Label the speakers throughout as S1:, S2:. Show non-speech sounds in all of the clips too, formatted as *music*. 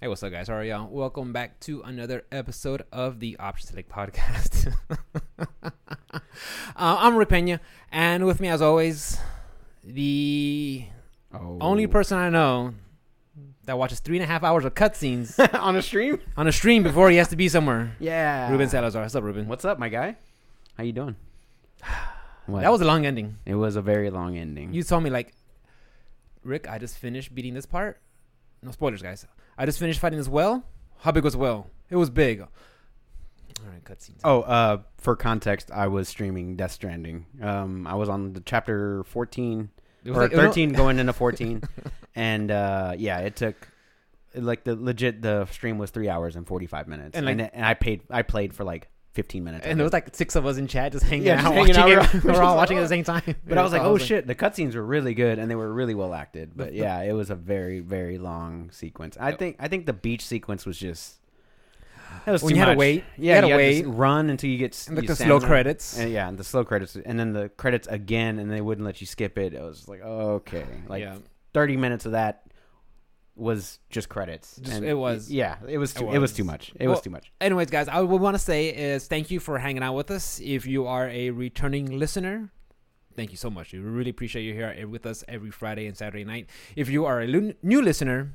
S1: Hey, what's up, guys? How are y'all? Welcome back to another episode of the Option Select Podcast. *laughs* uh, I'm Rick Pena, and with me, as always, the
S2: Oh.
S1: only person I know that watches three and a half hours of cutscenes *laughs*
S2: *laughs* on a stream?
S1: on a stream before he has to be somewhere.
S2: Yeah.
S1: Ruben Salazar, what's up, Ruben?
S2: What's up, my guy? How you *sighs* doing? What?
S1: That was a long ending.
S2: it was a very long ending.
S1: You told me like, Rick, I just finished beating this part. No spoilers, guys. I just finished fighting this well. How big was the well? It was big. All right, cutscenes.
S2: oh, uh for context, I was streaming Death Stranding. Um I was on the chapter 14
S1: It
S2: or
S1: was like- no, no.
S2: 13 going into *laughs* 14 and uh yeah, it took like the legit the stream was 3 hours and 45 minutes.
S1: And,
S2: And
S1: like-
S2: and, I paid I played for like 15 minutes. of
S1: And there was like six of us in chat just hanging
S2: Yeah,
S1: out,
S2: just
S1: watching
S2: hanging
S1: it.
S2: out. We're
S1: *laughs* We're
S2: just
S1: all
S2: like,
S1: watching at
S2: "Oh."
S1: the same time. *laughs*
S2: But I was like,
S1: So
S2: oh shit, the cutscenes were really good and they were really well acted. But
S1: the-
S2: yeah, it was a very very long sequence. I think I think the beach sequence was just that was
S1: When
S2: too
S1: you had to
S2: much.
S1: wait, you
S2: Yeah,
S1: had to
S2: just run until you get s-
S1: And like
S2: you
S1: the
S2: stand
S1: slow
S2: there.
S1: credits.
S2: And yeah, and the slow credits, and then the credits again, and they wouldn't let you skip it. It was like okay, like
S1: Yeah.
S2: thirty minutes of that was just credits.
S1: Just-
S2: and
S1: it was-
S2: yeah, it was
S1: it
S2: too, it, was.
S1: was.
S2: too much. It
S1: Well,
S2: was too much.
S1: Anyways, guys, I would want to say is thank you for hanging out with us. If you are a returning listener, thank you so much. We really appreciate you here with us every Friday and Saturday night. If you are a lu- new listener,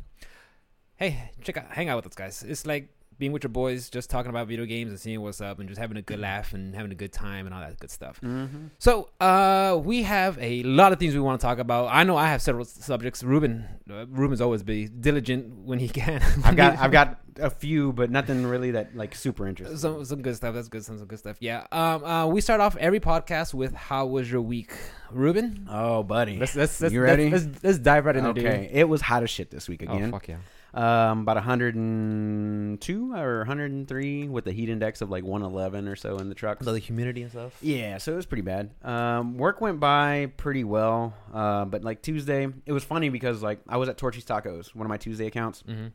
S1: hey, check out, hang out with us, guys. It's like being with your boys, just talking about video games and seeing what's up, and just having a good laugh and having a good time and all that good stuff.
S2: Mm-hmm.
S1: So uh, we have a lot of things we want to talk about. I know I have several s- subjects. Ruben, uh, Ruben's always be diligent when he *laughs* can.
S2: I've got I've got a few, but nothing really that like super interesting.
S1: some some good stuff. That's good. Some some good stuff. Yeah. Um. Uh. We start off every podcast with how was your week, Ruben?
S2: oh, buddy,
S1: Let's let's, let's
S2: You
S1: let's-
S2: ready?
S1: Let's, let's dive right into
S2: Okay, Oh, it was hot as shit this week
S1: Dude.
S2: again.
S1: Oh, fuck yeah.
S2: um, about 102 or 103 with the heat index of like 111 or so in the truck.
S1: the humidity and stuff.
S2: Yeah, so it was pretty bad. Um, work went by pretty well, uh, but like Tuesday, it was funny because like I was at Torchy's Tacos, one of my Tuesday accounts,
S1: Mm-hmm.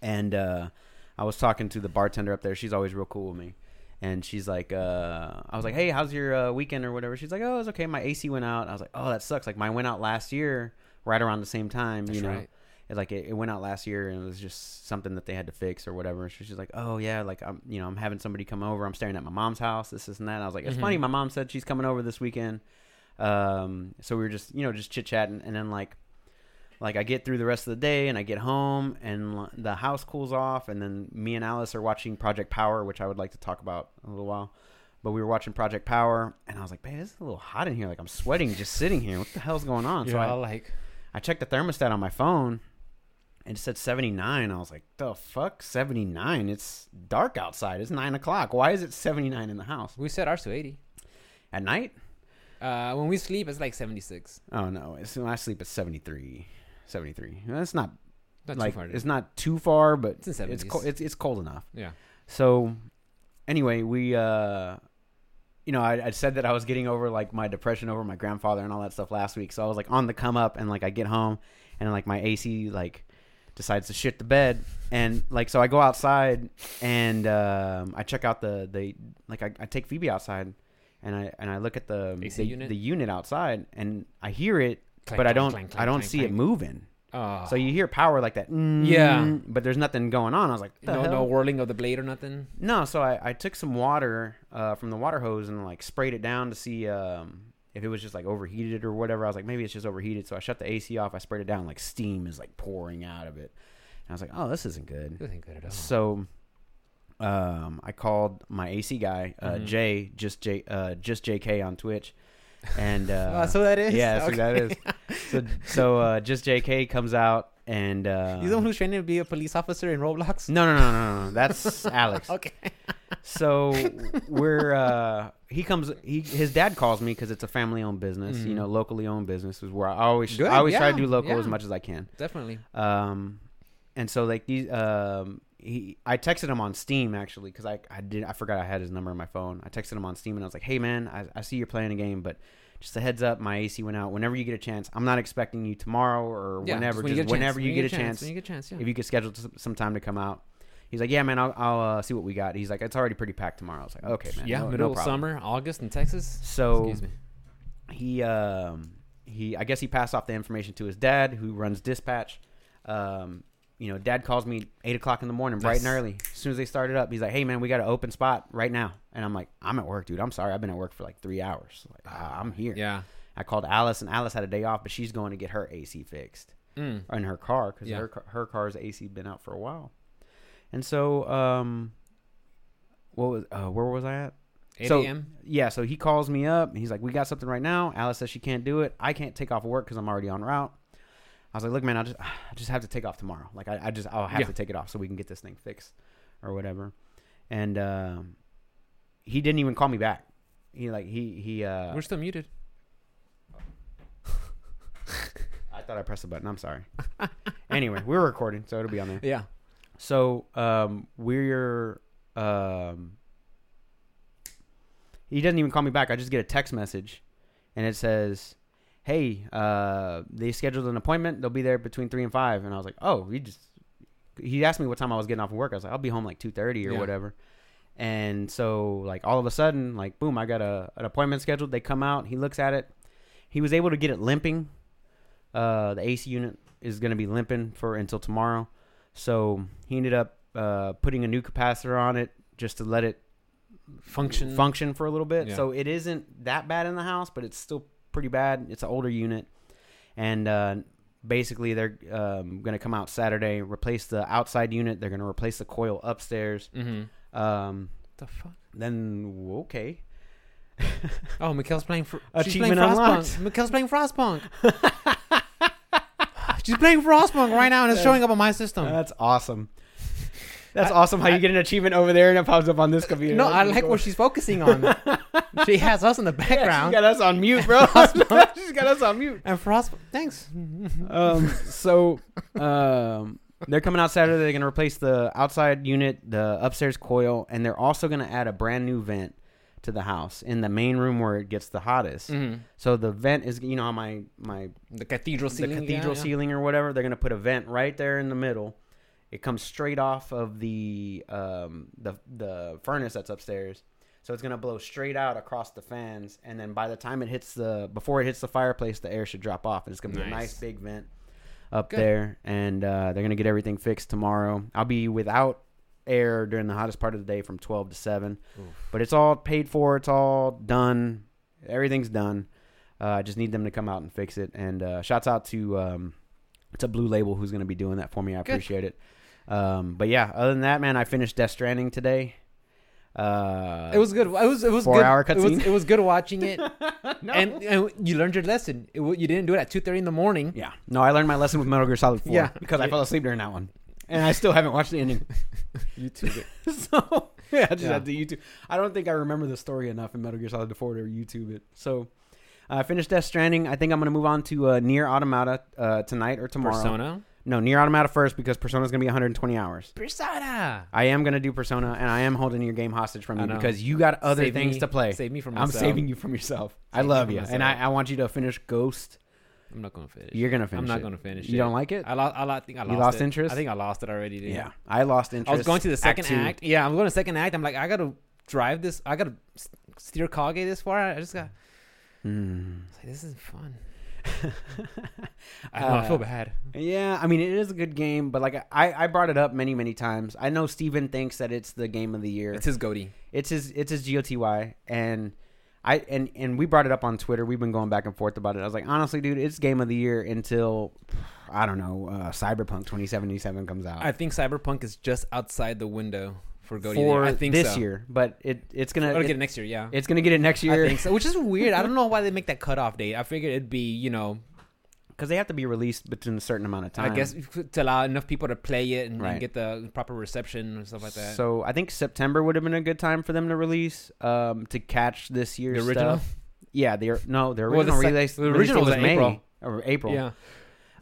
S2: and uh, I was talking to the bartender up there. She's always real cool with me. And she's like, uh, I was like, hey, how's your uh, weekend or whatever? She's like, oh, it's okay. My AC went out. I was like, oh, that sucks. Like, mine went out last year, right around the same time,
S1: That's
S2: you know?
S1: right.
S2: It, like, it, it went out last year and it was just something that they had to fix or whatever. So she's like, oh, yeah, like, I'm, you know, I'm having somebody come over. I'm staying at my mom's house, this, this, and that. I was like, it's
S1: Mhm.
S2: funny. My mom said she's coming over this weekend. Um, so we were just, you know, just chit chatting. And then, like, like I get through the rest of the day and I get home and l- the house cools off and then me and Alice are watching Project Power, which I would like to talk about in a little while. But we were watching Project Power and I was like, "Babe, this is a little hot in here. Like I'm sweating just sitting here. What the hell's going on?" So
S1: You're all
S2: I,
S1: like,
S2: I checked the thermostat on my phone and it said 79. I was like, "The fuck, 79? It's dark outside. It's nine o'clock. Why is it 79 in the house
S1: we set ours to eighty.
S2: at night?"
S1: Uh, when we sleep, it's like seventy six.
S2: Oh no, it's when I sleep it's 73. 73. That's not
S1: Not
S2: like
S1: too far.
S2: it's not too far, but
S1: It's in
S2: it's
S1: 70s.
S2: co- it's it's cold enough.
S1: yeah.
S2: So anyway, we uh you know, I, I said that I was getting over like my depression over my grandfather and all that stuff last week. So I was like on the come up and like I get home and like my AC like decides to shit the bed and like so I go outside and um I check out the the like I, I take Phoebe outside and I and I look at the
S1: AC
S2: the,
S1: unit?
S2: the unit outside and I hear it
S1: Clank,
S2: but I
S1: clank,
S2: don't
S1: clank,
S2: I don't
S1: clank,
S2: see
S1: clank.
S2: it moving.
S1: Oh.
S2: So you hear power like that, mm,
S1: Yeah.
S2: But there's nothing going on. I was like, "The
S1: no
S2: hell?"
S1: no whirling of the blade or nothing.
S2: No, so I, I took some water uh, from the water hose and like sprayed it down to see um, if it was just like overheated or whatever. I was like, maybe it's just overheated. So I shut the AC off. I sprayed it down. Like steam is like pouring out of it. And I was like, oh, this isn't good.
S1: It ain't good at all.
S2: So um, I called my AC guy, uh,
S1: Mhm.
S2: Jay, just J, uh, just JK on Twitch, and uh,
S1: *laughs* Oh, so that is
S2: yeah, so
S1: Okay.
S2: that is. So, so uh, just JK comes out and uh,
S1: He's the one who's training to be a police officer in
S2: *laughs*
S1: Roblox.
S2: no, no, no, no, no,
S1: *laughs*
S2: no. That's Alex.
S1: Okay.
S2: So we're uh, he comes. He his dad calls me because it's a family owned business. You
S1: Mhm.
S2: know, locally owned business is where I always
S1: Good,
S2: I always try
S1: yeah,
S2: to do local
S1: yeah.
S2: as much as I can.
S1: Definitely.
S2: Um, and so like these um. He, I texted him on Steam actually because I, I did I forgot I had his number on my phone. I texted him on Steam and I was like, "Hey man, I, I see you're playing a game, but just a heads up, my AC went out. Whenever you get a chance, I'm not expecting you tomorrow or
S1: Yeah,
S2: whenever,
S1: when
S2: just
S1: get a chance,
S2: whenever
S1: when
S2: you get a chance,
S1: When you get a chance, yeah.
S2: if you could schedule some- some time to come out. He's like, yeah, man, I'll, I'll uh, see what we got. He's like, it's already pretty packed tomorrow. I was like, okay, man,
S1: yeah,
S2: no,
S1: middle
S2: no
S1: of
S2: problem.
S1: summer, August in Texas.
S2: So
S1: Excuse me.
S2: he, um, he, I guess he passed off the information to his dad, who runs dispatch. Um, you know, dad calls me eight o'clock in the morning, bright and
S1: Yes.
S2: early. As soon as they started up, he's like, "Hey man, we got an open spot right now." And I'm like, "I'm at work, dude. I'm sorry. I've been at work for like three hours. Like, I- I'm here."
S1: Yeah.
S2: I called Alice, and Alice had a day off, but she's going to get her AC fixed
S1: Mm.
S2: in her car because
S1: Yeah.
S2: her her her car's AC been out for a while. And so, um, what was uh, where was I at?
S1: 8
S2: So-
S1: a.m.
S2: Yeah, so he calls me up. And he's like, "We got something right now." Alice says she can't do it. I can't take off work because I'm already on route. I was like, "Look, man, I just *sighs* I just have to take off tomorrow. Like, I, I just I'll have
S1: Yeah.
S2: to take it off so we can get this thing fixed or whatever." And um, he didn't even call me back. He like he he. Uh,
S1: We're still muted.
S2: I thought I pressed a button.
S1: *laughs*
S2: I'm sorry. anyway, we're recording, so it'll be on there.
S1: Yeah.
S2: So um, we're um, he doesn't even call me back. I just get a text message, and it says, "Hey, uh, they scheduled an appointment. They'll be there between three and 5. And I was like, "Oh, he just." He asked me what time I was getting off of work. I was like, "I'll be home like two thirty or
S1: Yeah.
S2: whatever." And so, like all of a sudden, like boom, I got a an appointment scheduled. They come out. He looks at it. He was able to get it limping. Uh, the AC unit is going to be limping for until tomorrow. So he ended up uh, putting a new capacitor on it just to let it
S1: Function.
S2: function for a little bit.
S1: Yeah.
S2: So it isn't that bad in the house, but it's still pretty bad. It's an older unit, and uh, basically they're um, going to come out Saturday, replace the outside unit. They're going to replace the coil upstairs.
S1: mm-hmm.
S2: Um,
S1: The fuck?
S2: then okay,
S1: Oh, Mikkel's playing. Fr- she's playing
S2: Achievement unlocked.
S1: Frostpunk. Mikkel's playing
S2: *laughs*
S1: Frostpunk. she's playing Frostpunk right now, and it's showing up on my system.
S2: that's
S1: *laughs*
S2: awesome. That's awesome how you get an achievement over there and it pops up on this computer.
S1: no,
S2: That's
S1: I
S2: pretty
S1: like
S2: cool.
S1: what she's focusing
S2: *laughs*
S1: on. she has us in the
S2: Yeah, she
S1: background.
S2: got us *laughs* on mute, bro. She's got us on mute.
S1: and Frost, thanks.
S2: um, so um, they're coming out Saturday. They're going to replace the outside unit, the upstairs coil, and they're also going to add a brand new vent to the house in the main room where it gets the hottest. So the vent is, you know, how my my
S1: The cathedral ceiling.
S2: the cathedral
S1: yeah, yeah.
S2: ceiling or whatever. They're going to put a vent right there in the middle. It comes straight off of the um, the the furnace that's upstairs, so it's going to blow straight out across the fans. And then by the time it hits the before it hits the fireplace, the air should drop off, and it's going to be a
S1: Nice.
S2: nice big vent up
S1: Good.
S2: there. And uh, they're going to get everything fixed tomorrow. I'll be without air during the hottest part of the day from twelve to seven, but it's all paid for. It's all done. Everything's done. Uh, I just need them to come out and fix it. And uh, shouts out to um, to Blue Label who's going to be doing that for me. I
S1: Good.
S2: appreciate it. Um, but yeah, other than that, man, I finished Death Stranding today. Uh,
S1: It was
S2: *laughs*
S1: good. It was it was
S2: Four
S1: good.
S2: hour
S1: it was
S2: cutscene.
S1: it was good watching *laughs* it, and, and you learned your lesson. It, w- you didn't do it at two thirty in the morning.
S2: yeah. No, I learned my lesson with Metal Gear Solid Four.
S1: Yeah.
S2: because I fell asleep during that one, and I still haven't watched the ending.
S1: YouTube it.
S2: *laughs* so yeah, I just
S1: Yeah.
S2: had to YouTube. I don't think I remember the story enough in Metal Gear Solid 4 to YouTube it. So I finished Death Stranding. I think I'm going to move on to uh, Near Automata uh, tonight or tomorrow.
S1: Persona.
S2: No, Near Automata first because Persona's going to be 120 hours.
S1: Persona.
S2: I am going to do Persona, and I am holding your game hostage from
S1: I
S2: you
S1: know.
S2: because you got other
S1: Save
S2: things
S1: me-
S2: to play.
S1: Save me from
S2: I'm
S1: myself.
S2: saving you from yourself. I
S1: Save me
S2: love
S1: from
S2: you, and I,
S1: myself.
S2: I want you to finish Ghost.
S1: I'm not gonna finish.
S2: You're going to finish.
S1: I'm not
S2: it.
S1: gonna finish.
S2: You
S1: it.
S2: don't like it?
S1: I lost. I lo- I think I
S2: You
S1: lost,
S2: lost
S1: it.
S2: interest?
S1: I think I lost it already. Didn't
S2: yeah, I lost interest.
S1: I? I was going to the second
S2: two.
S1: act. Yeah, I'm going to second act. I'm like, I gotta drive this. I gotta s- steer Kage this far. I just got. I
S2: Mm.
S1: was like, this isn't fun. *laughs* I, know, I feel
S2: Uh,
S1: bad.
S2: Yeah, I mean it is a good game, but like I, I brought it up many many times. I know Steven thinks that it's the game of the year.
S1: It's his goatee.
S2: It's his it's his GOTY and I and and we brought it up on Twitter. We've been going back and forth about it. I was like, honestly, dude, it's game of the year until I don't know uh, Cyberpunk 2077 comes out
S1: I think Cyberpunk is just outside the window for goatee.
S2: for
S1: I think
S2: this
S1: so.
S2: year, but it it's
S1: Or
S2: gonna
S1: get
S2: it,
S1: it next year. Yeah.
S2: it's gonna get it next
S1: I
S2: year
S1: think so, which
S2: *laughs*
S1: is weird. I don't know why they make that cutoff date. I figured it'd be, you know,
S2: because they have to be released between a certain amount of time.
S1: I guess to allow enough people to play it and, and
S2: Right.
S1: get the proper reception and stuff like that.
S2: So I think September would have been a good time for them to release um, to catch this year's
S1: The original?
S2: stuff. Yeah, the or- no, the
S1: Well, the
S2: original
S1: sec-
S2: release.
S1: the
S2: release
S1: original
S2: date
S1: was in
S2: May
S1: April.
S2: or April.
S1: yeah,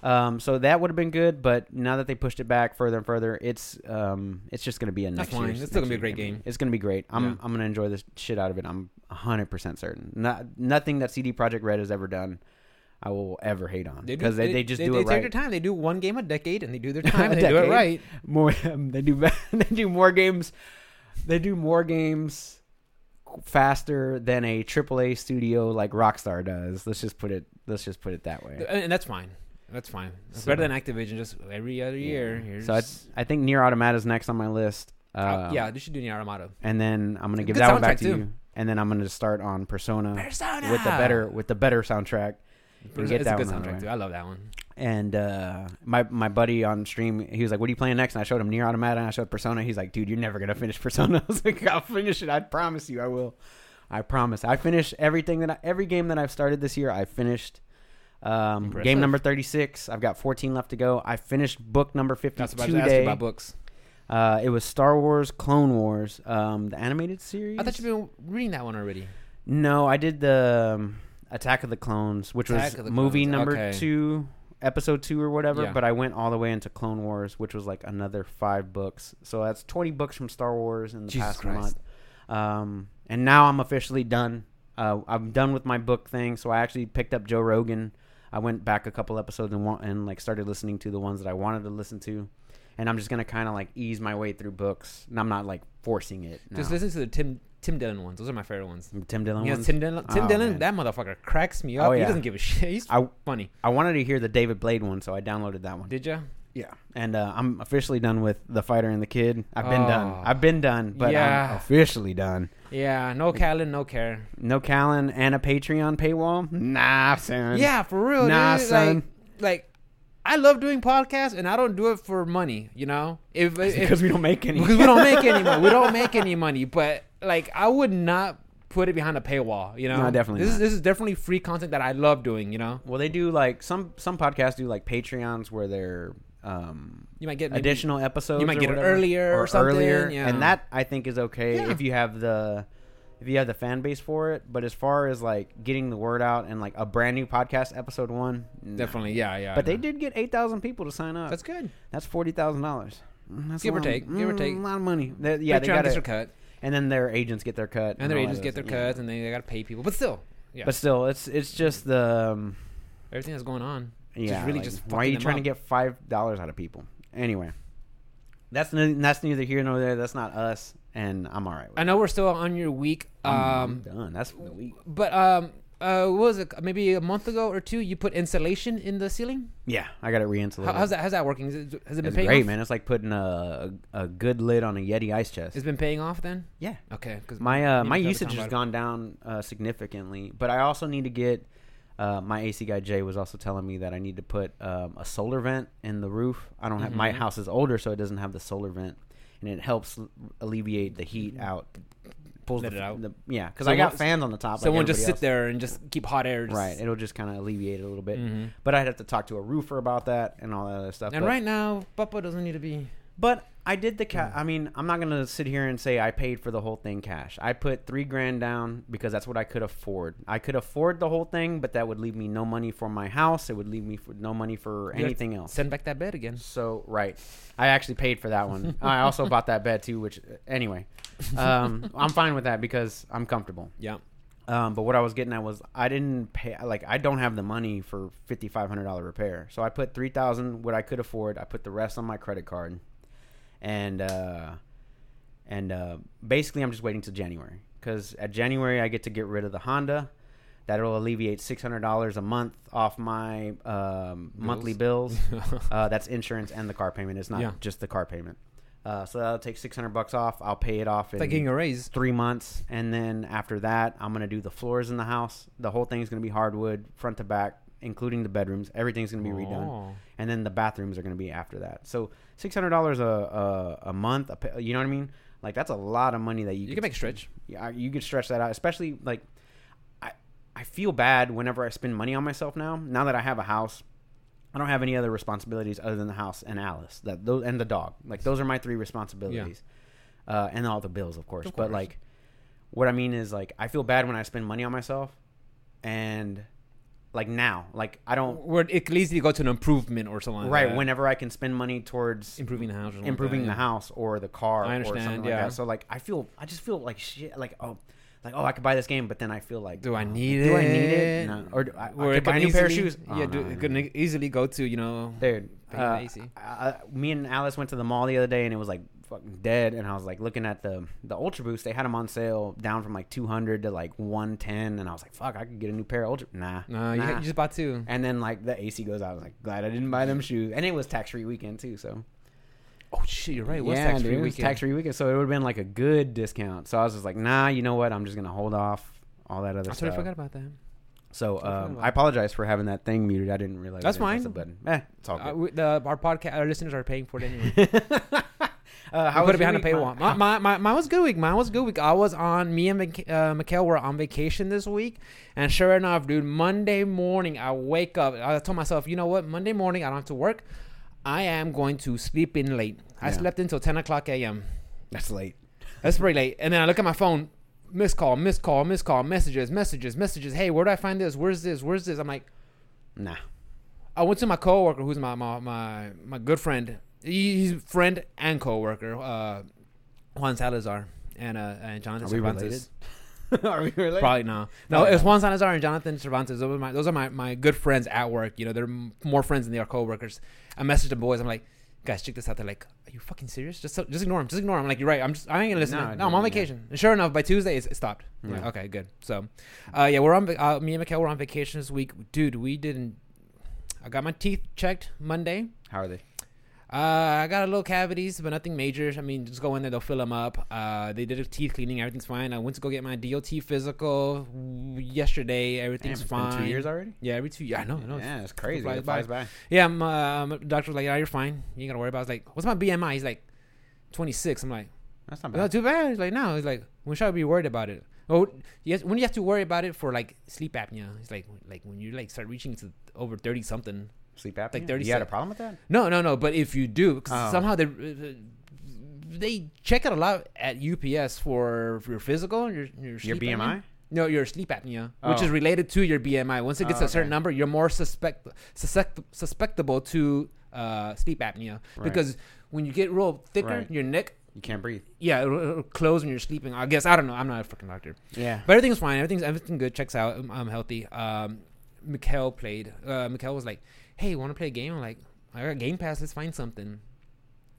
S2: Um, so that would have been good, but now that they pushed it back further and further, it's um, it's just gonna be a next.
S1: fine.
S2: year's-
S1: It's still gonna
S2: next
S1: be a great
S2: year's
S1: game.
S2: It's gonna be great. I'm
S1: Yeah.
S2: I'm gonna enjoy this shit out of it. I'm 100 percent certain. Not nothing that CD Projekt Red has ever done, I will ever hate on
S1: do-
S2: because they, they, just
S1: they,
S2: do
S1: they
S2: it
S1: take their
S2: right.
S1: time. They do one game a decade and they
S2: *laughs*
S1: do their time
S2: A
S1: and they do it
S2: decade.
S1: right.
S2: More *laughs* they do they do more games. They do more games faster than a AAA studio like Rockstar does. Let's just put it. Let's just put it that way.
S1: And and that's fine. That's fine. It's
S2: So-
S1: better than Activision just every other
S2: Yeah.
S1: year. Here's,
S2: So I, I think Near Automata's next on my list.
S1: uh,
S2: Uh,
S1: yeah, they should do Nier Automata.
S2: And then I'm gonna give
S1: Good
S2: that one back
S1: soundtrack,
S2: to
S1: too.
S2: you. And then I'm gonna start on Persona,
S1: Persona
S2: uh, with the better with the better soundtrack.
S1: It's
S2: get
S1: a
S2: that
S1: good
S2: one out of the way.
S1: soundtrack too. I love that one.
S2: And uh, my my buddy on stream, he was like, "What are you playing next?" And I showed him Near Automata, and I showed Persona. He's like, "Dude, you're never gonna finish Persona." *laughs* I was like, "I'll finish it. I promise you, I will. I promise. I finished everything that I, every game that I've started this year. I finished." Um,
S1: Impressive.
S2: game number thirty six. I've got fourteen left to go. I finished book number fifty
S1: That's
S2: two
S1: about to ask you
S2: today.
S1: about books.
S2: Uh, it was Star Wars Clone Wars, um, the animated series.
S1: I thought you've been reading that one already.
S2: No, I did the um, Attack of the Clones, which
S1: Attack of
S2: was
S1: the
S2: movie
S1: Clones,
S2: number
S1: okay.
S2: two, episode two or whatever.
S1: Yeah.
S2: But I went all the way into Clone Wars, which was like another five books. So that's twenty books from Star Wars in the
S1: Jesus
S2: past
S1: Christ.
S2: month. Um, and now I'm officially done. Uh, I'm done with my book thing. So I actually picked up Joe Rogan. I went back a couple episodes and, wa- and like started listening to the ones that I wanted to listen to. And I'm just gonna kind of like ease my way through books, and I'm not like forcing it. No.
S1: Just listen to the Tim Tim Dillon ones. Those are my favorite ones.
S2: Tim Dillon.
S1: Yeah,
S2: ones?
S1: Tim Dillon. Tim
S2: Oh,
S1: Dillon.
S2: man.
S1: That motherfucker cracks me
S2: Oh,
S1: up. He
S2: yeah.
S1: doesn't give a shit. He's
S2: I
S1: funny.
S2: I wanted to hear the David Blade one, so I downloaded that one.
S1: Did ya?
S2: Yeah, and uh, I'm officially done with the fighter and the kid. I've been
S1: Oh.
S2: done. I've been done, but
S1: Yeah.
S2: I'm officially done.
S1: Yeah. No Callan, no care.
S2: No Callan and a Patreon paywall. Nah, son.
S1: Yeah, for real.
S2: Nah,
S1: dude.
S2: son.
S1: Like, like, I love doing podcasts, and I don't do it for money. You know,
S2: *laughs*
S1: if, if
S2: *laughs* because we don't make any.
S1: because we don't make any money. We don't
S2: *laughs*
S1: make any money. But like, I would not put it behind a paywall. You know,
S2: No, definitely
S1: This is
S2: not.
S1: this is definitely free content that I love doing. You know,
S2: *laughs* well, they do like some some podcasts do like Patreons where they're um,
S1: you might get maybe-
S2: additional episodes.
S1: you might
S2: or
S1: get it
S2: whatever,
S1: earlier or something, yeah.
S2: and that I think is okay
S1: Yeah.
S2: if you have the if you have the fan base for it. But as far as like getting the word out and like a brand new podcast episode one, nah.
S1: Definitely, yeah, yeah.
S2: But
S1: I
S2: they
S1: know.
S2: did get eight thousand people to sign up.
S1: That's good.
S2: That's forty thousand dollars. That's
S1: Give
S2: a
S1: or
S2: lot-
S1: take, give or
S2: mm,
S1: take.
S2: A lot of money. They- yeah, they
S1: Patreon
S2: got
S1: gets
S2: it.
S1: their cut,
S2: And then their agents get their cut.
S1: and their
S2: all
S1: agents
S2: that
S1: get their
S2: other stuff,
S1: cuts, and then they gotta pay people. But still, yeah,
S2: yeah. But still, it's it's just the um,
S1: everything that's going on.
S2: yeah.
S1: just really
S2: like,
S1: just
S2: why are you
S1: fucking them
S2: trying to
S1: up.
S2: get five dollars out of people anyway? That's ne- that's neither here nor there. That's not us, and I'm all right with.
S1: I
S2: it.
S1: know we're still on your week,
S2: I'm
S1: um,
S2: done. That's for the week.
S1: but um, uh, what was it? Maybe a month ago or two, you put insulation in the ceiling.
S2: Yeah, I got it reinsulated.
S1: How, how's that? How's that working? Is it, has it been
S2: It's
S1: paying
S2: great,
S1: off?
S2: man. It's like putting a a good lid on a Yeti ice chest.
S1: It's been paying off then.
S2: yeah.
S1: Okay, because
S2: my uh, my usage has gone down uh, significantly, but I also need to get. Uh, my AC guy Jay was also telling me that I need to put um, a solar vent in the roof. I don't have
S1: Mm-hmm.
S2: my house is older, so it doesn't have the solar vent, and it helps l- alleviate the heat out. Pulls
S1: Mm-hmm. Let
S2: the,
S1: it out.
S2: the- yeah, because
S1: So
S2: I got
S1: once-
S2: fans on the top.
S1: Someone just sit
S2: there.
S1: there and just keep hot air. Just,
S2: Right, it'll just kind of alleviate it a little bit.
S1: Mhm.
S2: But I'd have to talk to a roofer about that and all that other stuff.
S1: And
S2: but,
S1: right now, Papa doesn't need to be.
S2: But I did the ca I mean, I'm not gonna sit here and say I paid for the whole thing cash. I put three grand down because that's what I could afford. I could afford the whole thing, but that would leave me no money for my house. It would leave me for no money for anything else.
S1: Send back that bed again.
S2: So right, I actually paid for that one. I also bought that bed too. Which anyway, um, I'm fine with that because I'm comfortable.
S1: Yeah.
S2: Um, but what I was getting at was I didn't pay like I don't have the money for fifty five hundred dollar repair. So I put three thousand what I could afford. I put the rest on my credit card, and uh, and uh, basically I'm just waiting till January because at January I get to get rid of the Honda. That'll alleviate six hundred dollars a month off my um,
S1: *laughs*
S2: monthly bills. uh, that's insurance and the car payment. It's not
S1: Yeah.
S2: just the car payment. Uh, so that'll take six hundred bucks off. I'll pay it off.
S1: It's
S2: in-
S1: like getting a raise.
S2: three months and then after that i'm gonna do the floors in the house the whole thing's gonna be hardwood front to back including the bedrooms everything's gonna be redone
S1: Oh.
S2: and then the bathrooms are gonna be after that so $600 a, a, a month a, pa- you know what i mean like that's a lot of money that you,
S1: You
S2: could
S1: can make a stretch.
S2: yeah, I- you could stretch that out, especially like I I feel bad whenever I spend money on myself now. Now that I have a house, I don't have any other responsibilities other than the house and Alice. That those and the dog. Like those are my three responsibilities. Uh, and all the bills, of course.
S1: Of
S2: But
S1: course.
S2: like what I mean is like I feel bad when I spend money on myself and like now, like I don't
S1: Where it could easily go to an improvement or something. like
S2: Oh. right
S1: that.
S2: whenever I can spend money towards
S1: improving the house. Or something
S2: improving the
S1: like that,
S2: house or the car
S1: I
S2: or something
S1: understand,
S2: like
S1: yeah.
S2: that. So like I feel I just feel like shit like oh like oh I could buy this game but then I feel like
S1: Do I
S2: oh,
S1: need
S2: do I
S1: it?
S2: need it? No. Or do I,
S1: yeah. Where
S2: I
S1: it
S2: could buy a
S1: could
S2: new pair of
S1: easily-
S2: shoes?
S1: yeah,
S2: Oh,
S1: do,
S2: no,
S1: it
S2: no,
S1: could
S2: no.
S1: easily go to you know.
S2: dude.
S1: Paying
S2: Uh,
S1: the AC.
S2: I- I- me and Alice went to the mall the other day and it was like fucking dead. And I was like looking at the the Ultra Boost. They had them on sale down from like 200 to like 110. And I was like, fuck, I could get a new pair of Ultra. Nah.
S1: Uh, you,
S2: nah.
S1: you just bought two.
S2: and then like the AC goes out. I was like, glad I didn't buy them shoes. And it was tax free weekend too. So
S1: Oh shit, you're right. It was
S2: yeah,
S1: tax
S2: dude,
S1: free
S2: it was
S1: weekend.
S2: tax free weekend. So it would have been like a good discount. So I was just like, nah, you know what? I'm just gonna hold off all that other
S1: I
S2: stuff.
S1: totally forgot about that.
S2: So
S1: Totally forgot
S2: um,
S1: about
S2: I apologize for having that thing muted. I didn't realize.
S1: That's
S2: I didn't press
S1: fine.
S2: The button. Eh, it's all
S1: Uh,
S2: good.
S1: we, the, our podcast, our listeners are paying for it
S2: *laughs*
S1: anyway.
S2: Uh,
S1: I put
S2: was
S1: it behind a
S2: your week,
S1: paywall. My, my, my, mine was good week. Mine was good week. I was on. Me and Mik- uh, Mikhail were on vacation this week, and sure enough, dude, Monday morning I wake up. I told myself, you know what? Monday morning I don't have to work. I am going to sleep in late. I
S2: Yeah.
S1: slept until ten o'clock a.m.
S2: *laughs* That's late.
S1: That's pretty late. And then I look at my phone. Missed call, missed call, missed call, messages, messages, messages. Hey, where do I find this? Where's this? Where's this? I'm like,
S2: Nah.
S1: I went to my coworker, who's my my my, my good friend. He- He's friend and coworker, uh, Juan Salazar and uh, and Jonathan
S2: Are we
S1: Cervantes.
S2: *laughs* Are we related?
S1: Probably not. No,
S2: Probably
S1: it's Juan Salazar and Jonathan Cervantes. Those are my those are my, my good friends at work. You know, they're m- more friends than they are coworkers. I messaged the boys. I'm like, guys, check this out. They're like, are you fucking serious? Just so- just ignore him. Just ignore him. I'm like, you're right. I'm just I ain't gonna listen.
S2: No,
S1: No,
S2: no,
S1: I'm on
S2: yeah.
S1: vacation. And sure enough, by Tuesday it's, it stopped. I'm like,
S2: Yeah.
S1: okay, good. So, uh, yeah, we're on. va- Uh, me and Mikhail were on vacation this week, dude. We didn't. I got my teeth checked Monday.
S2: How are they?
S1: Uh, I got a little cavities, but nothing major. I mean, just go in there, they'll fill them up. Uh, they did a teeth cleaning, everything's fine. I went to go get my DOT physical w- yesterday,
S2: Damn,
S1: everything's
S2: it's
S1: fine.
S2: been two years already.
S1: Yeah, every two years. I know, I know. Yeah,
S2: Yeah, it's crazy.
S1: flies
S2: It flies by.
S1: I'm, uh, my doctor's like, yeah, you're fine. You ain't gotta worry about it. I was like, what's my BMI? He's like, 26. I'm like,
S2: That's not
S1: not
S2: bad.
S1: too bad. He's like, no. He's like, when should I be worried about it? Oh, yes. When do you have to worry about it for like sleep apnea? It's like, like when you like start reaching to over 30 something.
S2: Sleep apnea.
S1: like 30
S2: you had a
S1: sec-
S2: problem with that?
S1: No, no, no. But if you do, 'cause
S2: Oh.
S1: somehow they they check it a lot at UPS for, for your physical, your your,
S2: Your
S1: sleep apnea.
S2: BMI?
S1: No, your sleep apnea, which
S2: Oh.
S1: is related to your BMI. Once it gets
S2: Oh,
S1: a certain
S2: okay.
S1: number, you're more suspect suspect susceptible to uh, sleep apnea
S2: Right.
S1: because when you get real thicker,
S2: Right.
S1: your neck.
S2: You can't breathe.
S1: Yeah, it'll, it'll close when you're sleeping. I guess I don't know. I'm not a freaking doctor.
S2: Yeah.
S1: But everything's fine. Everything's everything good. Checks out. I'm, I'm healthy. Um, Mikhail played. Uh, Mikhail was like, "Hey, want to play a game?" I'm like, "I got Game Pass. Let's find something."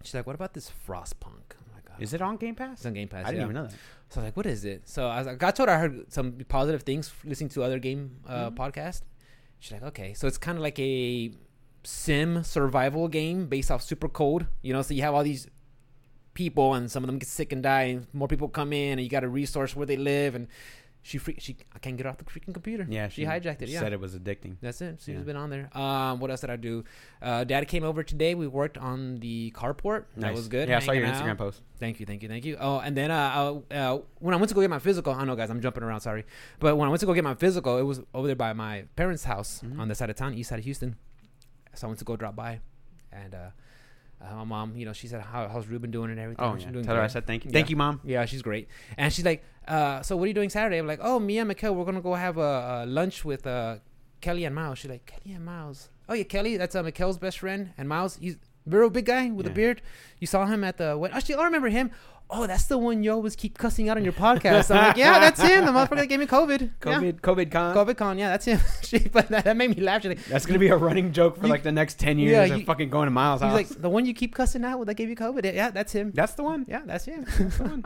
S1: She's like, "What about this Frostpunk?" I'm like, oh,
S2: Is it on Game Pass?
S1: it's on Game Pass.
S2: I didn't
S1: yeah.
S2: even know that.
S1: So I was like, "What is it?" So I was like, I told her I heard some positive things f- listening to other game uh,
S2: Mm-hmm.
S1: podcast. She's like, "Okay, so it's kind of like a sim survival game based off Super Cold. You know, so you have all these." people and some of them get sick and die and more people come in and you got to resource where they live and she freak she I can't get off the freaking computer.
S2: Yeah,
S1: she, hijacked it. Yeah.
S2: said it was addicting.
S1: That's it. She's
S2: Yeah.
S1: been on there. Um, what else did I do? Uh, Dad came over today. We worked on the carport. That
S2: Nice.
S1: was good.
S2: Yeah, I saw your
S1: hanging out.
S2: Instagram post.
S1: Thank you, thank you, thank you. Oh, and then uh, I, uh, when I went to go get my physical, I know guys, I'm jumping around, sorry, but when I went to go get my physical, it was over there by my parents' house
S2: Mhm.
S1: on the side of town, east side of Houston. So I went to go drop by, and uh, uh, my mom, you know, she said, How, "How's Ruben doing?" and everything.
S2: Oh,
S1: She's
S2: yeah.
S1: doing
S2: Tell her I
S1: great.
S2: said thank you.
S1: Yeah.
S2: Thank you, mom.
S1: Yeah, she's great. And she's like, uh, so what are you doing Saturday? I'm like, oh, me and Mikhail, we're gonna go have a, a lunch with uh, Kelly and Miles. She's like, Kelly and Miles. Oh yeah, Kelly, that's uh, Mikhail's best friend, and Miles, he's real big guy with a
S2: Yeah.
S1: beard. You saw him at the wedding. Actually, I remember him. Oh, that's the one you always keep cussing out on your podcast. I'm like, yeah, that's him. The motherfucker that gave me COVID. Yeah.
S2: *laughs* COVID, COVID con.
S1: COVID con. Yeah, that's him. *laughs* she, but that, that made me laugh. She's like,
S2: That's gonna be a running joke for
S1: You-
S2: like the next ten
S1: Yeah,
S2: years. of
S1: you-
S2: fucking going to Miles'
S1: he's
S2: house.
S1: like the one you keep cussing out that gave you COVID. Yeah, that's him.
S2: That's the one.
S1: Yeah, that's
S2: *laughs*
S1: him. *laughs*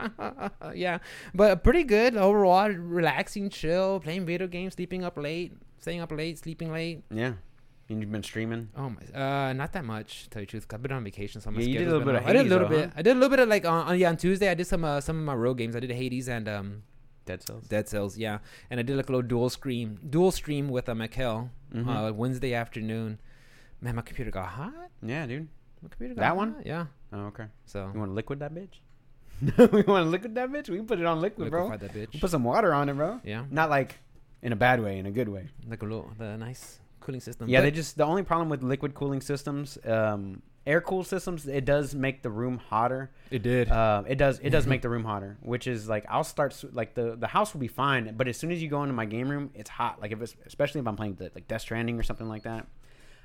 S1: yeah, but pretty good overall. Relaxing, chill, playing video games, sleeping up late, staying up late, sleeping late.
S2: Yeah. And you've been streaming.
S1: Oh my, uh, not that much. To tell you the truth, 'cause I've been on vacation, so my
S2: Yeah, you did a
S1: schedule's
S2: little
S1: been
S2: bit of
S1: off. I did a
S2: Hades, uh-huh.
S1: little
S2: though,
S1: bit.
S2: huh?
S1: I did a little bit of like on, on yeah on Tuesday. I did some uh, some of my road games. I did Hades and um
S2: Dead cells.
S1: Dead Cells. Yeah, and I did like a little dual stream dual stream with uh, Mikhail
S2: Mhm.
S1: uh, Wednesday afternoon. Man, my computer got hot.
S2: Yeah, dude.
S1: My computer got
S2: That one?
S1: hot. Yeah.
S2: Oh, okay.
S1: So
S2: You want to liquid that
S1: *laughs*
S2: bitch? *laughs* we want to liquid that bitch. We can put it on liquid, bro.
S1: liquefied that
S2: We'll
S1: bitch.
S2: put some water on it, bro.
S1: Yeah,
S2: Not like in a bad way, in a good way.
S1: like a little the nice cooling system.
S2: Yeah,
S1: But-
S2: they just the only problem with liquid cooling systems, um, air cooled systems, it does make the room hotter.
S1: It did.
S2: Um, it does. It does make the room hotter, which is like I'll start s- like the the house will be fine, but as soon as you go into my game room, it's hot. Like if it's especially if I'm playing the, like Death Stranding or something like that.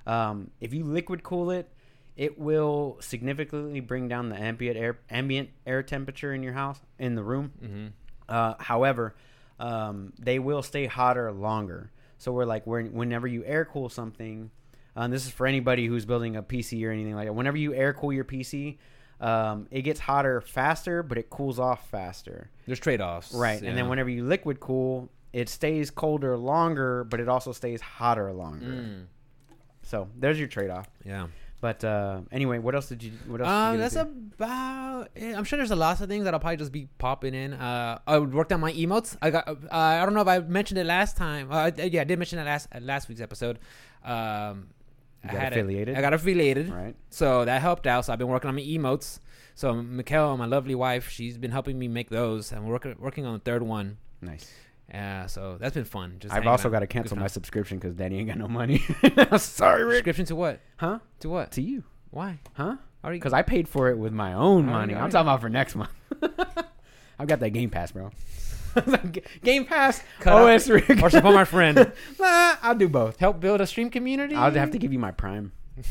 S2: Um, if you liquid cool it, it will significantly bring down the ambient air ambient air temperature in your house in the room.
S1: mm-hmm.
S2: Uh, however, um, they will stay hotter longer. So we're like, we whenever you air cool uh, something, um, this is for anybody who's building a PC or anything like that. Whenever you air cool your PC, um, it gets hotter faster, but it cools off faster.
S1: There's trade offs.
S2: Right. And then whenever you liquid cool, it stays colder longer, but it also stays hotter longer.
S1: Mm.
S2: So there's your trade off.
S1: Yeah.
S2: But uh, anyway, what else did you? What else?
S1: Um,
S2: did you
S1: that's
S2: do?
S1: about. It. I'm sure there's a lot of things that'll probably just be popping in. Uh, I worked on my emotes. I got. Uh, I don't know if I mentioned it last time. Uh, I- yeah, I did mention it last uh, last week's episode. Um,
S2: You
S1: I
S2: got
S1: had
S2: affiliated?
S1: A, I got affiliated.
S2: right.
S1: So that helped out. So I've been working on my emotes. So Mikkel, my lovely wife, she's been helping me make those. I'm working working on the third one.
S2: Nice.
S1: Uh, so that's been fun. Just
S2: I've
S1: hanging
S2: also
S1: out.
S2: got to cancel
S1: Goofing
S2: my
S1: off.
S2: subscription because Danny ain't got no money. *laughs* Sorry, Rick.
S1: subscription to what?
S2: Huh?
S1: To what?
S2: To you?
S1: Why?
S2: Huh?
S1: Are you?
S2: Because I paid for it with my own
S1: Alright,
S2: money. I'm
S1: alright.
S2: talking about for next month. *laughs* I've got that Game Pass, bro. *laughs* Game Pass,
S1: Cut out-
S2: OS Rick.
S1: or support my friend.
S2: *laughs* Nah, I'll do both.
S1: Help build a stream community.
S2: I'll have to give you my Prime. I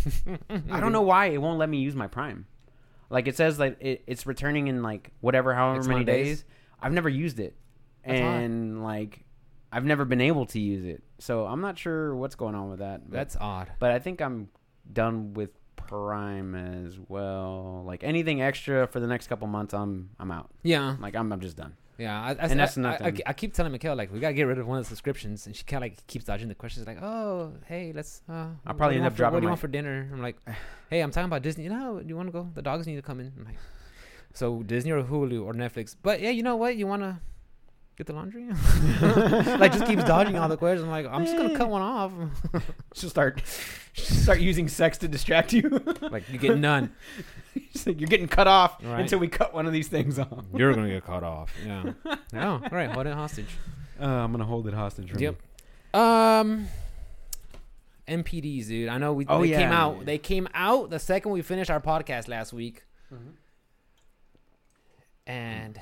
S1: Mm-hmm.
S2: don't know why it won't let me use my Prime. Like it says, like it, it's returning in like whatever, however
S1: It's
S2: many
S1: on
S2: days.
S1: days?
S2: I've never used it,
S1: That's odd.
S2: and like I've never been able to use it. So I'm not sure what's going on with that.
S1: *laughs*
S2: But,
S1: That's odd.
S2: but I think I'm done with Prime as well. Like anything extra for the next couple months, I'm I'm out.
S1: Yeah,
S2: Like I'm I'm just *laughs* done.
S1: yeah. I, I,
S2: And that's
S1: I, I-
S2: nothing.
S1: I, I keep telling Mikhail like we gotta get rid of one of the subscriptions, and she kind of like keeps dodging the questions. Like, oh, hey, let's. Uh,
S2: I'll
S1: what
S2: probably
S1: do you
S2: end
S1: want
S2: up
S1: for-
S2: dropping
S1: What do you
S2: my-
S1: want for dinner? I'm
S2: *sighs*
S1: like, hey, I'm talking about Disney. No, do you want to go? The dogs need to come in. I'm like, so Disney or Hulu or Netflix. But yeah, you know what? You wanna get the laundry? *laughs* like, just keeps dodging all the questions. I'm like, I'm just gonna cut one off. *laughs*
S2: She'll start she'll start using sex to distract you. *laughs*
S1: like, you get none.
S2: She's like, You're getting cut off
S1: Right.
S2: until we cut one of these things off.
S1: You're gonna get cut off. *laughs* Yeah. No. All Oh, right. Hold it hostage.
S2: Uh, I'm gonna hold it hostage. Remy.
S1: Yep. Um. MPDs, dude. I know we.
S2: Oh,
S1: they
S2: yeah.
S1: came out. They came out the second we finished our podcast last week.
S2: Mm-hmm.
S1: And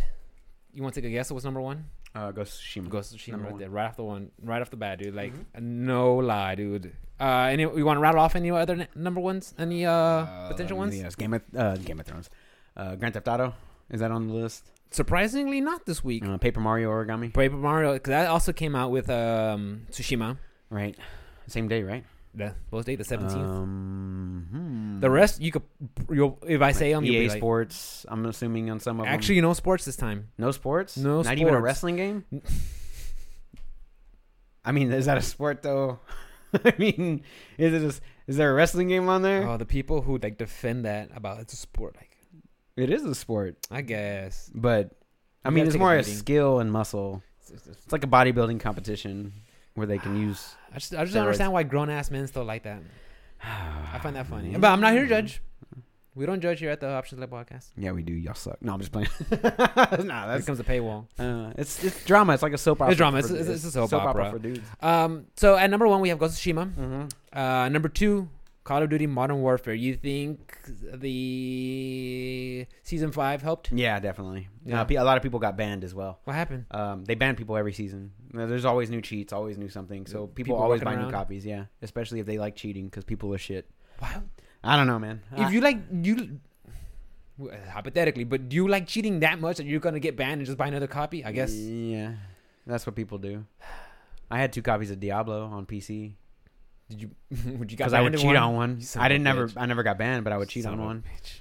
S1: you want to take a guess at what's number one?
S2: Uh, Ghost of Tsushima.
S1: Ghost of Tsushima
S2: Number
S1: right
S2: one. Mm-hmm.
S1: there, right off the one, right off the bat, dude. Like no lie, dude. Uh, any you want to rattle off any other n- number ones? Any uh, potential ones?
S2: Yes, Game of uh, Game of Thrones. Uh, Grand Theft Auto is that on the list?
S1: Surprisingly, not this week.
S2: Uh, Paper Mario Origami.
S1: Paper Mario, because that also came out with um Tsushima.
S2: Right. Same day, right?
S1: The what date? The seventeenth.
S2: Um, hmm.
S1: the rest you could, you'll if I say them, you'll
S2: EA
S1: be like,
S2: Sports. I'm assuming on some E of them.
S1: Actually, no sports this time.
S2: no sports.
S1: no
S2: Not even a
S1: sports.
S2: wrestling game.
S1: N-
S2: I mean, is that a sport though? *laughs* I mean, is it a s is there a wrestling game on there?
S1: Oh, the people who like defend that about it's a sport. Like,
S2: It is a sport,
S1: I guess
S2: but I
S1: You
S2: mean,
S1: gotta
S2: it's
S1: take a
S2: more a
S1: beating.
S2: skill and muscle.
S1: It's- it's- it's-
S2: It's like a bodybuilding competition where they
S1: *sighs*
S2: can use.
S1: I just I just
S2: Steroids.
S1: don't understand why grown ass men still like that. I
S2: I
S1: find that
S2: *sighs*
S1: funny, but I'm not here to judge. We don't judge here at the Options Lab podcast.
S2: Yeah, we do. Y'all suck. No, I'm
S1: *laughs*
S2: just playing. *laughs* nah,
S1: Here
S2: that's
S1: comes the paywall.
S2: uh, it's it's drama. It's like a soap opera.
S1: drama.
S2: for
S1: It's- it's- it's a
S2: dudes.
S1: soap opera.
S2: for dudes.
S1: Um, so at number one we have Ghost of Tsushima.
S2: Mm-hmm.
S1: Uh, number two, Call of Duty Modern Warfare. You think the season five helped?
S2: Yeah, definitely.
S1: Yeah.
S2: Uh, pe- a lot of people got banned as well.
S1: What happened?
S2: Um, they ban people every season. Now, There's always new cheats, always new something. So people,
S1: People
S2: always buy
S1: walking
S2: new
S1: around?
S2: copies. Yeah, especially if they like cheating because people are shit.
S1: Wow.
S2: I don't know, man.
S1: If you like you. Hypothetically, but do you like cheating that much that you're gonna get banned and just buy another copy? I guess.
S2: Yeah, that's what people do. I had two copies of Diablo on PC
S1: Did you? would you got
S2: because I *laughs* would
S1: banned in
S2: cheat on one.
S1: You son
S2: I
S1: of a
S2: didn't never.
S1: bitch.
S2: I never got banned, but I would cheat
S1: Son
S2: on
S1: of a
S2: one.
S1: bitch.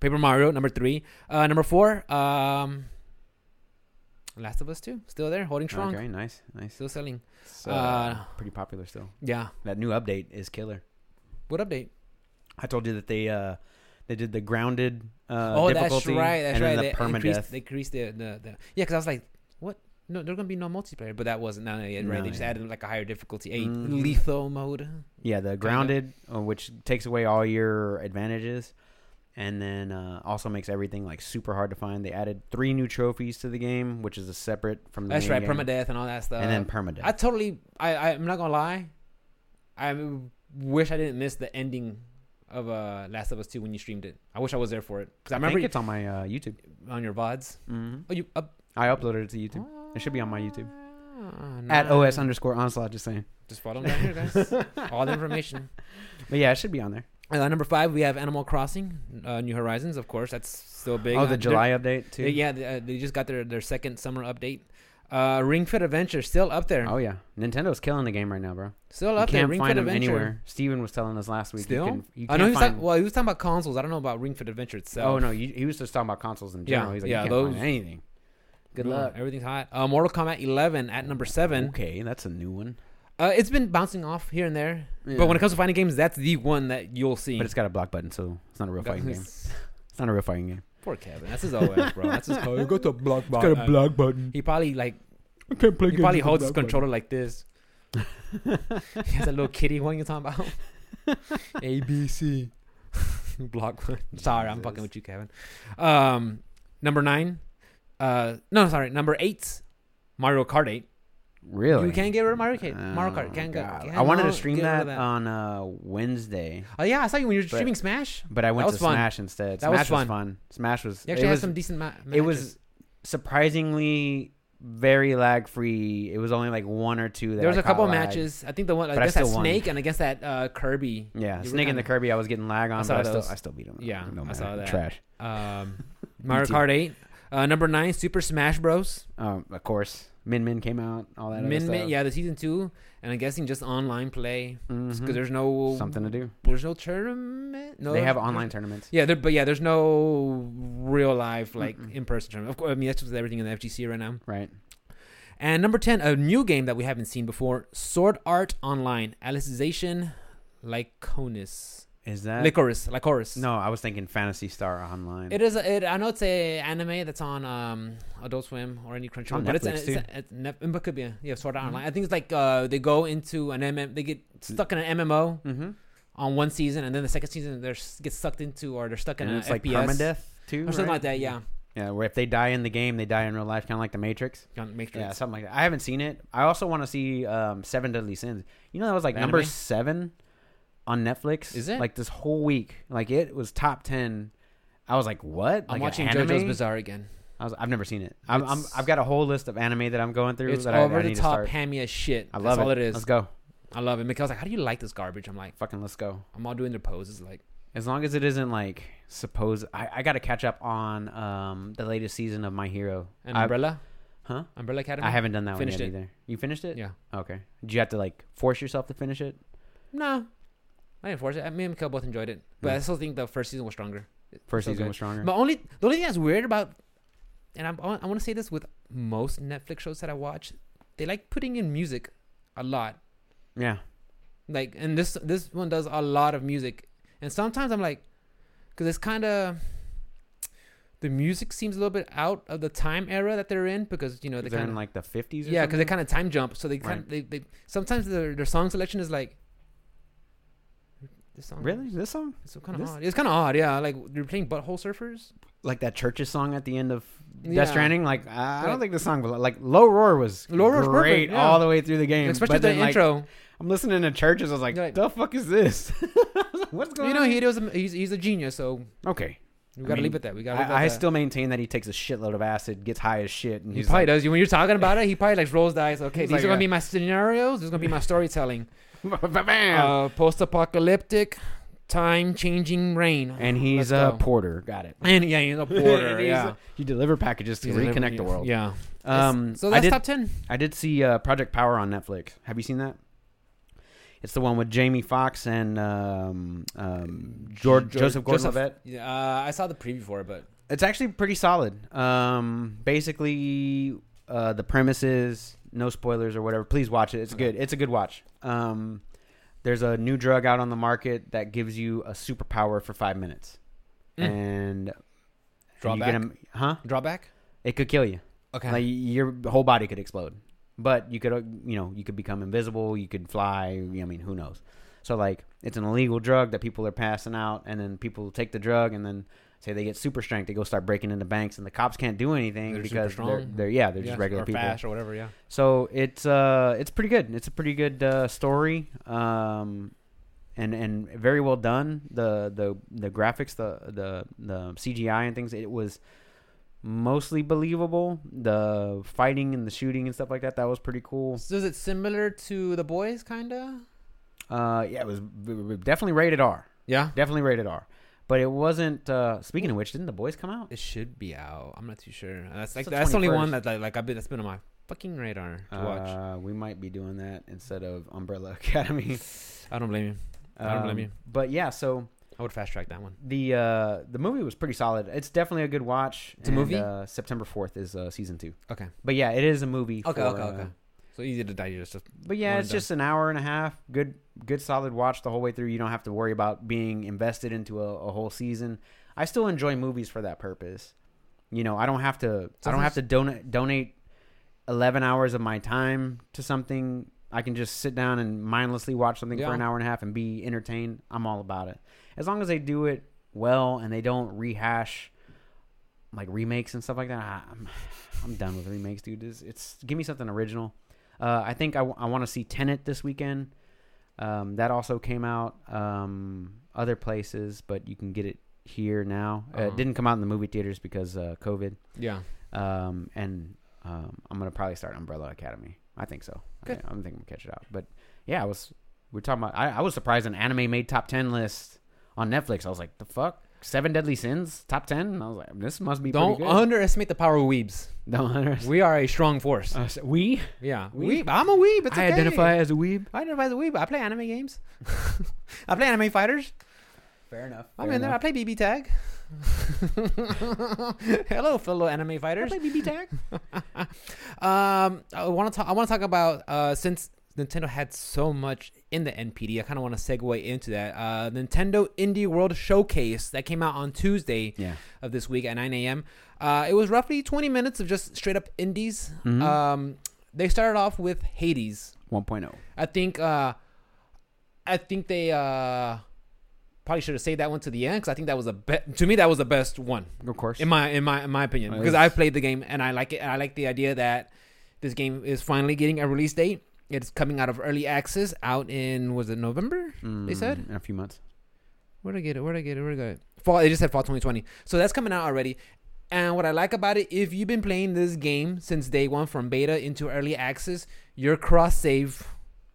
S1: Paper Mario number three. Uh, number four. Um, Last of Us two still there, holding strong,
S2: Okay, nice, nice.
S1: still selling.
S2: So,
S1: Uh,
S2: pretty popular still.
S1: Yeah.
S2: That new update is killer.
S1: What update?
S2: I told you that they uh they did the grounded uh
S1: oh, that's
S2: difficulty
S1: right. That's
S2: and
S1: right.
S2: then
S1: they
S2: the permadeath.
S1: increased, they increased the the, the yeah. Because I was like, what? No, there's gonna be no multiplayer, but that wasn't no, no, yeah, right.
S2: No,
S1: they just
S2: yeah.
S1: added like a higher difficulty, a
S2: Mhm.
S1: lethal mode.
S2: yeah, the grounded uh, which takes away all your advantages and then uh, also makes everything like super hard to find. They added three new trophies to the game, which is a separate from the
S1: That's
S2: main
S1: right,
S2: game.
S1: permadeath and all that stuff.
S2: and then permadeath.
S1: I totally. I, I I'm not gonna lie. I w- wish I didn't miss the ending of uh Last of Us Two when you streamed it. I wish I was there for it because I
S2: I
S1: remember
S2: think it's on my uh, YouTube.
S1: you- on your vods.
S2: Mm-hmm.
S1: Oh, you up
S2: I uploaded it to YouTube It should be on my YouTube.
S1: Ah,
S2: at
S1: nice.
S2: os underscore onslaught. Just saying,
S1: Just follow me down here,
S2: *laughs*
S1: guys. all the information.
S2: but yeah, it should be on there.
S1: Uh, number five, we have Animal Crossing: uh, New Horizons. Of course, that's still big.
S2: oh,
S1: Uh,
S2: the July update too.
S1: they're- Yeah, they, uh, they just got their their second summer update. Uh, Ring Fit Adventure still up there.
S2: Oh yeah, Nintendo's killing the game right now, bro.
S1: Still
S2: You
S1: up there.
S2: can't
S1: Ring Fit
S2: find them
S1: Adventure.
S2: anywhere. Steven was telling us last week.
S1: Still?
S2: you, can, you
S1: I
S2: can't
S1: know he was
S2: find.
S1: talking, well, he was talking about consoles. I don't know about Ring Fit Adventure itself.
S2: oh no, you, he was just talking about consoles in
S1: Yeah,
S2: general. He's like,
S1: yeah,
S2: you can't
S1: those-
S2: find anything. Good
S1: No,
S2: luck.
S1: Everything's hot. Uh, Mortal Kombat 11 at number seven.
S2: Okay, that's a new one,
S1: Uh, it's been bouncing off here and there,
S2: Yeah.
S1: but when it comes to fighting games, that's the one that you'll see.
S2: but it's got a block button, so it's not a real fighting game. It's not a real fighting game.
S1: *laughs* Poor Kevin. That's his OS, bro. That's
S2: *laughs*
S1: his code. Go to block button.
S2: It's got a block button.
S1: um, He probably like
S2: I can't play
S1: he probably holds his controller like this.
S2: *laughs*
S1: he has a little kitty one you're talking
S2: *laughs*
S1: about. A B C. Block one. *laughs* Sorry, I'm fucking
S2: Jesus.
S1: with you, Kevin. Um, number nine. Uh, no, sorry, number eight. Mario Kart eight.
S2: Really?
S1: You can't get rid of Mario Kart. Mario
S2: Oh,
S1: Kart can't go.
S2: God.
S1: can't
S2: I wanted
S1: no-
S2: to stream
S1: get rid
S2: that,
S1: of
S2: on uh, Wednesday,
S1: Oh yeah, I saw you when you were
S2: But-
S1: streaming Smash.
S2: but I went
S1: was
S2: to
S1: fun.
S2: Smash instead.
S1: That was
S2: Smash was,
S1: fun.
S2: fun. Smash was.
S1: You actually
S2: it
S1: had
S2: was
S1: some decent ma-
S2: it was
S1: matches.
S2: surprisingly very lag free. It was only like one or two. That
S1: There was
S2: I
S1: a couple
S2: caught lag.
S1: matches. I think the one
S2: But I
S1: against that
S2: still won.
S1: Snake and against that uh, Kirby.
S2: Yeah,
S1: You were
S2: Snake and
S1: kinda-
S2: the Kirby. I was getting lag on,
S1: saw
S2: but I still,
S1: those.
S2: I still beat him.
S1: Yeah, I
S2: no matter.
S1: saw that.
S2: Trash. *laughs*
S1: Um, Mario
S2: too.
S1: Kart 8. Uh, number 9, Super Smash Bros.
S2: Um, of course, Min Min came out. All that.
S1: Min
S2: other
S1: Min,
S2: stuff.
S1: yeah, the season 2. And I'm guessing just online play. Because
S2: Mhm.
S1: there's no.
S2: something to do.
S1: There's no tournament? No,
S2: they have
S1: there's-
S2: online tournaments.
S1: Yeah, there, but yeah, there's no real life, like
S2: Mm-mm.
S1: in person tournament. Of course, I mean, that's just everything in the FGC right now.
S2: Right.
S1: And number 10, a new game that we haven't seen before Sword Art Online. Alicization Lyconis.
S2: Is that?
S1: Lycoris. Lycoris.
S2: Uh, no, I was thinking Fantasy Star Online.
S1: It is. A, it, I know it's a anime that's on um, Adult Swim or any Crunchyroll,
S2: On
S1: but it's,
S2: Netflix, Mm-hmm.
S1: it's, it's, it's Nef- it could be a, yeah, sort of online. I think it's like uh, they go into an MM, they get stuck in an MMO
S2: mm-hmm.
S1: on one season, and then the second season they are get sucked into or they're stuck in
S2: and
S1: an
S2: it's like
S1: FPS
S2: permadeath too,
S1: or something
S2: right?
S1: like that. Yeah,
S2: Yeah, where if they die in the game, they die in real life, kind of like the Matrix.
S1: Don't make sure.
S2: Yeah,
S1: it's-
S2: something like that. I haven't seen it. I also want to see um, Seven Deadly Sins. You know that was like
S1: The
S2: number
S1: anime?
S2: seven on Netflix.
S1: Is it?
S2: like this whole week? Like it was top ten. I was like, what?
S1: I'm
S2: Like, an
S1: watching
S2: anime?
S1: JoJo's Bizarre again.
S2: I was, I've never seen it. I'm, I'm,
S1: It's-
S2: I've got a whole list of anime that I'm going through.
S1: It's
S2: that I-
S1: over
S2: I,
S1: the
S2: need to
S1: top,
S2: start.
S1: hammy as shit.
S2: I
S1: That's
S2: love
S1: all
S2: it.
S1: it is.
S2: Let's go.
S1: I love it. Mikhail's like, "How do you like this garbage?" I'm like,
S2: Fucking let's go.
S1: "I'm all doing their poses." Like,
S2: As long as it isn't like suppose I, I got to catch up on um the latest season of My Hero.
S1: an
S2: I-
S1: umbrella,
S2: Huh?
S1: umbrella academy.
S2: I haven't done that
S1: Finished
S2: one
S1: it.
S2: yet either. You finished it?
S1: Yeah.
S2: Okay. Did you have to like force yourself to finish it?
S1: No, I didn't force it. Me and Mikael both enjoyed it, but I
S2: Yeah.
S1: still think the first season was stronger.
S2: First
S1: So
S2: season
S1: good.
S2: was stronger.
S1: My only, the only thing that's weird about, and I'm, I want to say this with most Netflix shows that I watch, they like putting in music a lot.
S2: yeah.
S1: Like, and this this one does a lot of music, and sometimes I'm like, because it's kind of. The music seems a little bit out of the time era that they're in because you know they
S2: They're
S1: kind
S2: in
S1: of
S2: like the fifties.
S1: yeah because they kind of time jump so they kind
S2: Right.
S1: they, they sometimes their, their song selection is like this song
S2: really this song
S1: It's kind of
S2: This-
S1: odd. It's kind of odd, yeah. Like you're playing Butthole Surfers.
S2: like that churches song at the end of
S1: Yeah.
S2: Death Stranding. Like I I
S1: Like-
S2: don't think the song, but like Low Roar was
S1: Low Roar's
S2: great
S1: perfect, yeah.
S2: all the way through the game.
S1: Especially
S2: but
S1: the
S2: then, like,
S1: intro.
S2: I'm listening to churches. I was like,
S1: You're like-
S2: the fuck is this? *laughs* I was like, What's going
S1: You know,
S2: on?
S1: he was a, he's, he's a genius, so
S2: okay.
S1: we
S2: I
S1: gotta
S2: mean,
S1: leave it at that. We gotta. leave it at
S2: I, I
S1: that.
S2: still maintain that he takes a shitload of acid, gets high as shit, and
S1: He
S2: he's
S1: probably
S2: like,
S1: does. When you're talking about it, he probably like rolls the eyes. Okay,
S2: He's
S1: these
S2: like,
S1: are gonna
S2: uh,
S1: be my scenarios. This is gonna be my
S2: *laughs*
S1: storytelling. *laughs*
S2: bam.
S1: Uh, post-apocalyptic, time-changing rain.
S2: and
S1: let's
S2: he's a
S1: go.
S2: porter. Got it.
S1: And yeah, *laughs* he's a
S2: And
S1: porter.
S2: *laughs* he's-
S1: yeah.
S2: You deliver packages to
S1: He's a
S2: reconnect
S1: liberal-
S2: the world.
S1: Yeah.
S2: Um,
S1: so
S2: I
S1: that's
S2: did,
S1: top ten.
S2: I did see uh, Project Power on Netflix. Have you seen that? It's the one with Jamie Foxx and um, um, George,
S1: George-
S2: Joseph Gordon-Levitt.
S1: Yeah, uh, I saw the preview for it, but
S2: It's actually pretty solid. Um, basically, uh, the premise is no spoilers or whatever. Please watch it. It's
S1: Okay.
S2: good. It's a good watch. Um, there's a new drug out on the market that gives you a superpower for five minutes,
S1: Mm.
S2: and you
S1: drawback.
S2: get 'em- huh?
S1: drawback.
S2: It could kill you.
S1: Okay.
S2: Like your whole body could explode, but you could, uh, you know, you could become invisible. You could fly. I mean, who knows? So like, it's an illegal drug that people are passing out, and then people take the drug, and then say they get super strength. They go start breaking into banks, and the cops can't do anything
S1: They're super
S2: because they're,
S1: strong.
S2: they're yeah, they're
S1: Yeah,
S2: just regular
S1: or
S2: people.
S1: fast or whatever. Yeah.
S2: So it's uh, it's pretty good. It's a pretty good uh, story, um, and and very well done. The the the graphics, the the the CGI and things. It was mostly believable. The fighting and the shooting and stuff like that. That was pretty cool.
S1: So is it similar to the boys, kinda?
S2: Uh, yeah, it was b- b- definitely rated R.
S1: Yeah.
S2: Definitely rated R. But it wasn't. Uh, speaking of which, didn't the boys come out?
S1: It should be out. I'm not too sure. Uh, That's like
S2: the
S1: that's the only
S2: 21st.
S1: one that like, like I've been that's been on my fucking radar to watch.
S2: Uh, we might be doing that instead of Umbrella *laughs* Academy.
S1: I don't blame you. I don't blame
S2: Um,
S1: you.
S2: But yeah, so
S1: I would fast track that one.
S2: the uh, the movie was pretty solid. It's definitely a good watch.
S1: It's a movie?
S2: Uh, September fourth is uh, season two.
S1: Okay.
S2: But yeah, it is a movie.
S1: Okay,
S2: for,
S1: okay,
S2: uh,
S1: okay. So easy to digest. Just
S2: But yeah,
S1: One
S2: it's
S1: and done.
S2: just an hour and a half. Good, good, solid watch the whole way through. You don't have to worry about being invested into a, a whole season. I still enjoy movies for that purpose. You know, I don't have to. I don't have to donate donate eleven hours of my time to something. I can just sit down and mindlessly watch something
S1: Yeah.
S2: for an hour and a half and be entertained. I'm all about it. As long as they do it well and they don't rehash like remakes and stuff like that. I- I'm, I'm done with remakes, dude. It's, it's give me something original. Uh, I think I, w- I want to see Tenet this weekend. Um, that also came out um, other places, but you can get it here now. Uh,
S1: Uh-huh.
S2: it didn't come out in the movie theaters because uh, COVID.
S1: yeah.
S2: Um, and um, I'm gonna probably start Umbrella Academy. I think so.
S1: Good.
S2: I, I'm thinking we'll catch it out. But yeah, I was we're talking about. I, I was surprised an anime made top ten list on Netflix. I was like, the fuck. Seven Deadly Sins, top ten. And I was like, this must be
S1: Don't
S2: pretty good.
S1: underestimate the power of weebs.
S2: Don't under-
S1: We are a strong force.
S2: Uh, so- we?
S1: yeah, weeb.
S2: weeb.
S1: I'm a weeb. It's
S2: I
S1: okay.
S2: identify as a weeb.
S1: I identify as a weeb. I play anime games. *laughs* I play anime fighters.
S2: Fair enough.
S1: I'm in there. I play BB tag. *laughs* Hello, fellow anime fighters. *laughs*
S2: play BB tag.
S1: Um, I want to talk. I want to talk about uh, since Nintendo had so much in the NPD. I kind of want to segue into that. Uh, Nintendo Indie World Showcase that came out on Tuesday
S2: Yeah.
S1: of this week at 9 a.m. Uh, it was roughly 20 minutes of just straight up indies.
S2: Hmm. Mm-hmm. Uh,
S1: Um, they started off with Hades.
S2: 1.0.
S1: I think uh, I think they uh, probably should have saved that one to the end because I think that was the be- to me that was the best one
S2: Of course.
S1: in my in my in my opinion
S2: Well,
S1: because
S2: it's-
S1: I've played the game and I like it and I like the idea that this game is finally getting a release date. It's coming out of early access out in was it November?
S2: Mm,
S1: they said?
S2: in a few months.
S1: Where would I get it? Where would I get it? Where would I get it? Fall. They just said fall 2020. So that's coming out already. And what I like about it, if you've been playing this game since day one from beta into early access, your cross save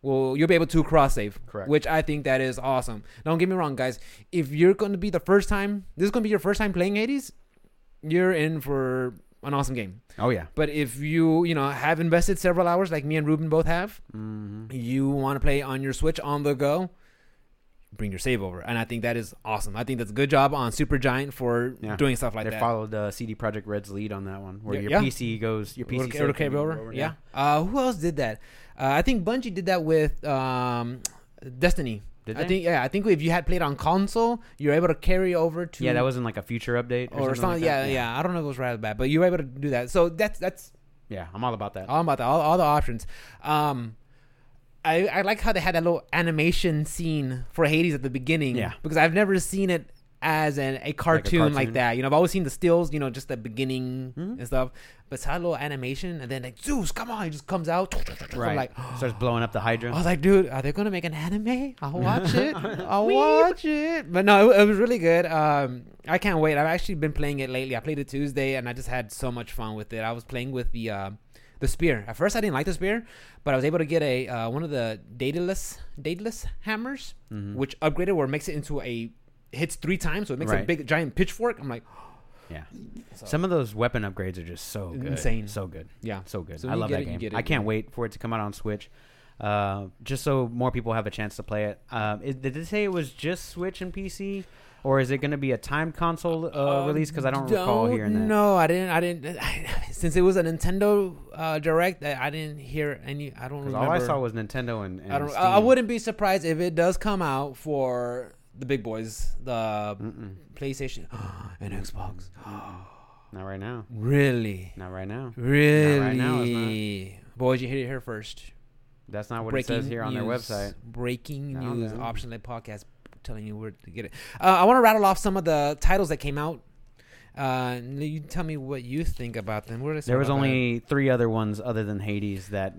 S1: will you'll be able to cross save,
S2: Correct.
S1: which I think that is awesome. Don't get me wrong, guys. If you're going to be the first time, this is going to be your first time playing Hades, you're in for an awesome game.
S2: Oh yeah.
S1: But if you you know have invested several hours, like me and Ruben both have,
S2: hmm
S1: you want to play on your Switch on the go, bring your save over. And I think that is awesome. I think that's a good job on Supergiant for
S2: Yeah.
S1: doing stuff like
S2: they
S1: that.
S2: followed uh, CD Projekt Red's lead on that one, where
S1: Yeah,
S2: your
S1: yeah.
S2: PC goes, your PC
S1: It'll-
S2: save
S1: it'll carry
S2: can go
S1: over. Yeah. Uh, who else did that? Uh, I think Bungie did that with um, Destiny.
S2: Did
S1: I
S2: they?
S1: think yeah. I think if you had played on console, you're able to carry over to
S2: Yeah, that was in like a future update
S1: or,
S2: or,
S1: something.
S2: like
S1: yeah,
S2: that.
S1: yeah. I don't know if it was right or bad, but you were able to do that. So that's that's
S2: Yeah, I'm all about that.
S1: all about that, all, all the options. Um, I I like how they had that little animation scene for Hades at the beginning.
S2: Yeah.
S1: because I've never seen it as an, a, cartoon like
S2: cartoon.
S1: that. You know, I've always seen the stills. You know, just the beginning
S2: Mhm.
S1: and stuff. But it's had a little animation, and then like Zeus, come on, he just comes out. I'm
S2: right.
S1: like. *gasps*
S2: Starts blowing up the Hydra.
S1: I was like, dude, are they gonna make an anime? I'll watch it. I'll watch it. But no, it, it was really good. Um, I can't wait. I've actually been playing it lately. I played it Tuesday, and I just had so much fun with it. I was playing with the uh, the spear. At first, I didn't like the spear, but I was able to get a uh, one of the daedalus daedalus hammers,
S2: Mhm.
S1: which upgraded where it makes it into a hits three times, so it makes a
S2: Right.
S1: big giant pitchfork. I'm like,
S2: Yeah.
S1: So-
S2: Some of those weapon upgrades are just so good.
S1: Insane.
S2: So good.
S1: yeah,
S2: So good.
S1: So
S2: I
S1: you
S2: love
S1: get
S2: that
S1: it, you
S2: game.
S1: get it,
S2: I
S1: you
S2: can't
S1: get it.
S2: wait for it to come out on Switch. Uh, just so more people have a chance to play it. Um, is- did they say it was just Switch and PC, or is it going to be a timed console
S1: Um,
S2: uh, release? Because I don't, recall hearing that.
S1: No, I didn't. I *laughs* didn't. since it was a Nintendo uh, direct, I, I didn't hear any. I don't
S2: 'Cause
S1: remember.
S2: all I saw was Nintendo and, and
S1: I don't.
S2: Steam.
S1: I I wouldn't be surprised if it does come out for the big boys, the *gasps*
S2: Mm-mm.
S1: PlayStation and Xbox.
S2: Not right now.
S1: Really,
S2: Not right now.
S1: really.
S2: now, it's not.
S1: Boys, you hit it here first.
S2: That's not what it says here on their
S1: news.
S2: website.
S1: Breaking
S2: No,
S1: news.
S2: no.
S1: Option led podcast telling you where to get it. Uh, I want to rattle off some of the titles that came out. Uh, and you tell me what you think about them. Where did I
S2: There
S1: start
S2: was
S1: about that?
S2: only three other ones other than Hades that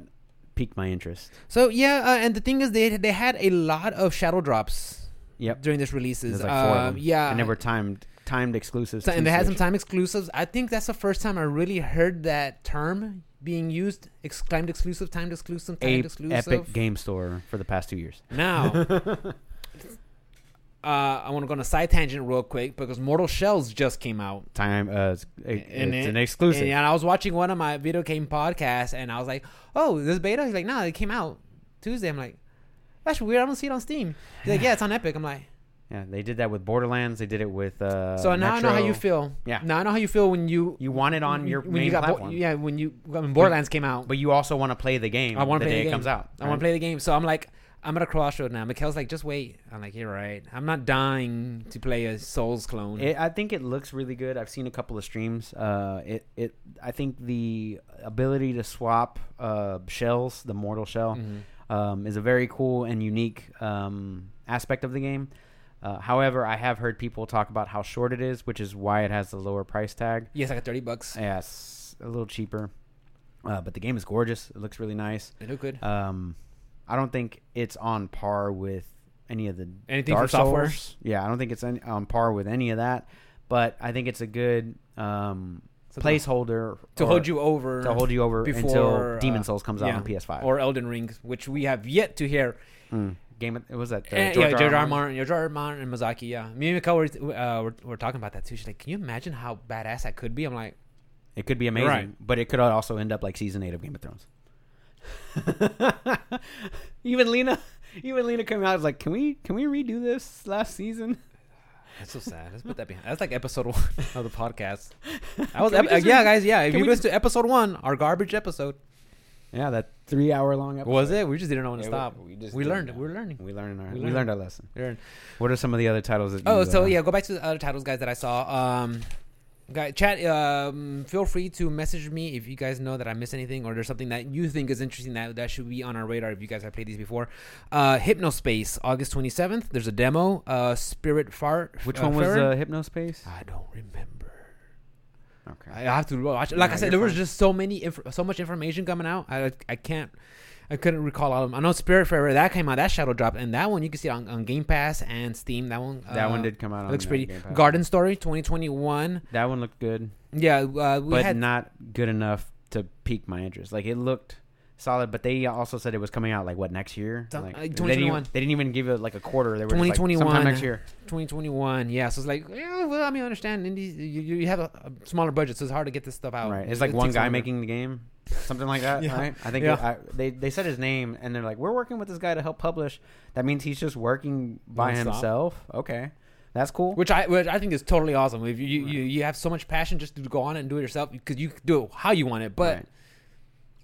S2: piqued my interest.
S1: So yeah, uh, and the thing is, they they had a lot of shadow drops.
S2: Yep.
S1: During this releases,
S2: There's like four of
S1: Um,
S2: them.
S1: yeah,
S2: and they were timed timed exclusives.
S1: So-
S2: to
S1: and they had some
S2: Switch.
S1: time exclusives. I think that's the first time I really heard that term being used. Ex- timed exclusive, timed exclusive, timed
S2: a
S1: exclusive.
S2: *laughs* Epic Game Store for the past two years.
S1: Now, uh, I want to go on a side tangent real quick because Mortal Shells just came out.
S2: Time uh, it's, it-
S1: And
S2: it's
S1: it-
S2: an exclusive.
S1: And, and I was watching one of my video game podcasts, and I was like, "Oh, this beta." He's like, "No, it came out Tuesday." I'm like, "That's weird. I don't see it on Steam." He's like, "Yeah, it's on Epic." I'm like,
S2: Yeah, they did that with Borderlands. They did it with uh,
S1: "So now I know how
S2: Metro.
S1: you feel."
S2: Yeah.
S1: Now I know how you feel when you
S2: You want it on your
S1: when
S2: main
S1: you got Bo-
S2: platform,
S1: yeah when you when Borderlands came out.
S2: but you also want to play the game.
S1: I want
S2: the
S1: to play
S2: day
S1: the
S2: it
S1: game.
S2: comes out.
S1: I want to play the game. So I'm like, I'm at a crossroad now. Mikhail's like, just wait. I'm like, you're right. I'm not dying to play a Souls clone.
S2: It, I think it looks really good. I've seen a couple of streams. Uh, it it I think the ability to swap uh, shells, the mortal shell, um, is a very cool and unique um, aspect of the game. Uh, however, I have heard people talk about how short it is, which is why it has the lower price tag.
S1: yes, I got 30 bucks.
S2: Yes, a little cheaper, uh, but the game is gorgeous. It looks really nice.
S1: They look good.
S2: Um, I don't think it's on par with any of the
S1: Anything from software?
S2: Souls. Yeah, I don't think it's any, on par with any of that. But I think it's a good um,
S1: Something
S2: placeholder
S1: to
S2: or-
S1: hold you over.
S2: to hold you over
S1: before,
S2: until Demon
S1: uh,
S2: Souls comes out
S1: yeah,
S2: on PS5.
S1: Or Elden Ring, which we have yet to hear.
S2: Mm. Game of, was that uh,
S1: Eh,
S2: George
S1: yeah,
S2: R.
S1: George
S2: R.
S1: R.
S2: Martin?
S1: Martin, yeah, George R. Martin and Mizaki. Yeah, me and Mikhail were, uh, were, were talking about that too. She's like, "Can you imagine how badass that could be?" I'm like,
S2: It could be amazing,
S1: Right.
S2: but it could also end up like season eight of Game of Thrones. *laughs* even Lena, even Lena came out was like, "Can we can we redo this last season?"
S1: "That's so sad." Let's put that behind. That's like episode one of the podcast. That was
S2: Can we
S1: ep- uh,
S2: just
S1: yeah,
S2: re-
S1: guys. Yeah, if
S2: can
S1: you
S2: we
S1: listen to episode one, our garbage episode,
S2: Yeah, that three hour long episode.
S1: was it? We just didn't know when to
S2: Yeah,
S1: stop.
S2: We,
S1: We,
S2: just didn't
S1: learned.
S2: know.
S1: We're learning.
S2: We learned our
S1: We
S2: we learned,
S1: learned.
S2: our lesson.
S1: We learned.
S2: What are some of the other titles? That
S1: Oh,
S2: you,
S1: so
S2: uh,
S1: yeah, go back to the other titles, guys, that I saw. Um, guy, chat. Um, feel free to message me if you guys know that I missed anything or there's something that you think is interesting that that should be on our radar. If you guys have played these before, uh, Hypnospace, August 27th. There's a demo. Uh, Spirit Fart.
S2: Which
S1: uh,
S2: one was
S1: Ferret?
S2: uh, Hypnospace?
S1: I don't remember.
S2: Okay.
S1: I have to watch. Like
S2: No,
S1: I
S2: you're
S1: said, there was
S2: fine.
S1: just so many, inf- so much information coming out. I I can't, I couldn't recall all of them. I know Spirit Forever that came out, that Shadow dropped, and that one you can see it on, on Game Pass and Steam. That one,
S2: that
S1: uh,
S2: one did come out.
S1: looks
S2: on, uh,
S1: pretty.
S2: Game Pass.
S1: Garden Story 2021.
S2: That one looked good,
S1: Yeah, uh, we
S2: but
S1: had.
S2: not good enough to pique my interest. Like it looked solid, but they also said it was coming out like what next year?
S1: Some-
S2: Like,
S1: uh,
S2: they didn't
S1: 2021.
S2: even- They didn't even give it like a quarter. They were 2021
S1: 2021.
S2: sometime next year.
S1: 2021. Yeah, so it's like, yeah, well, I mean, I understand. Indies, you, you you have a, a smaller budget, so it's hard to get this stuff out.
S2: Right.
S1: It
S2: It's like
S1: takes
S2: one guy
S1: longer.
S2: making the game, something like
S1: *laughs*
S2: that.
S1: Yeah.
S2: Right. I think
S1: Yeah.
S2: it- I, they they said his name, and they're like, "We're working with this guy to help publish." That means he's just working by
S1: Non-stop.
S2: himself. Okay, that's cool.
S1: Which I, which I think is totally awesome. If you you,
S2: Right.
S1: you, you have so much passion just to go on it and do it yourself because you do it how you want it. But
S2: Right.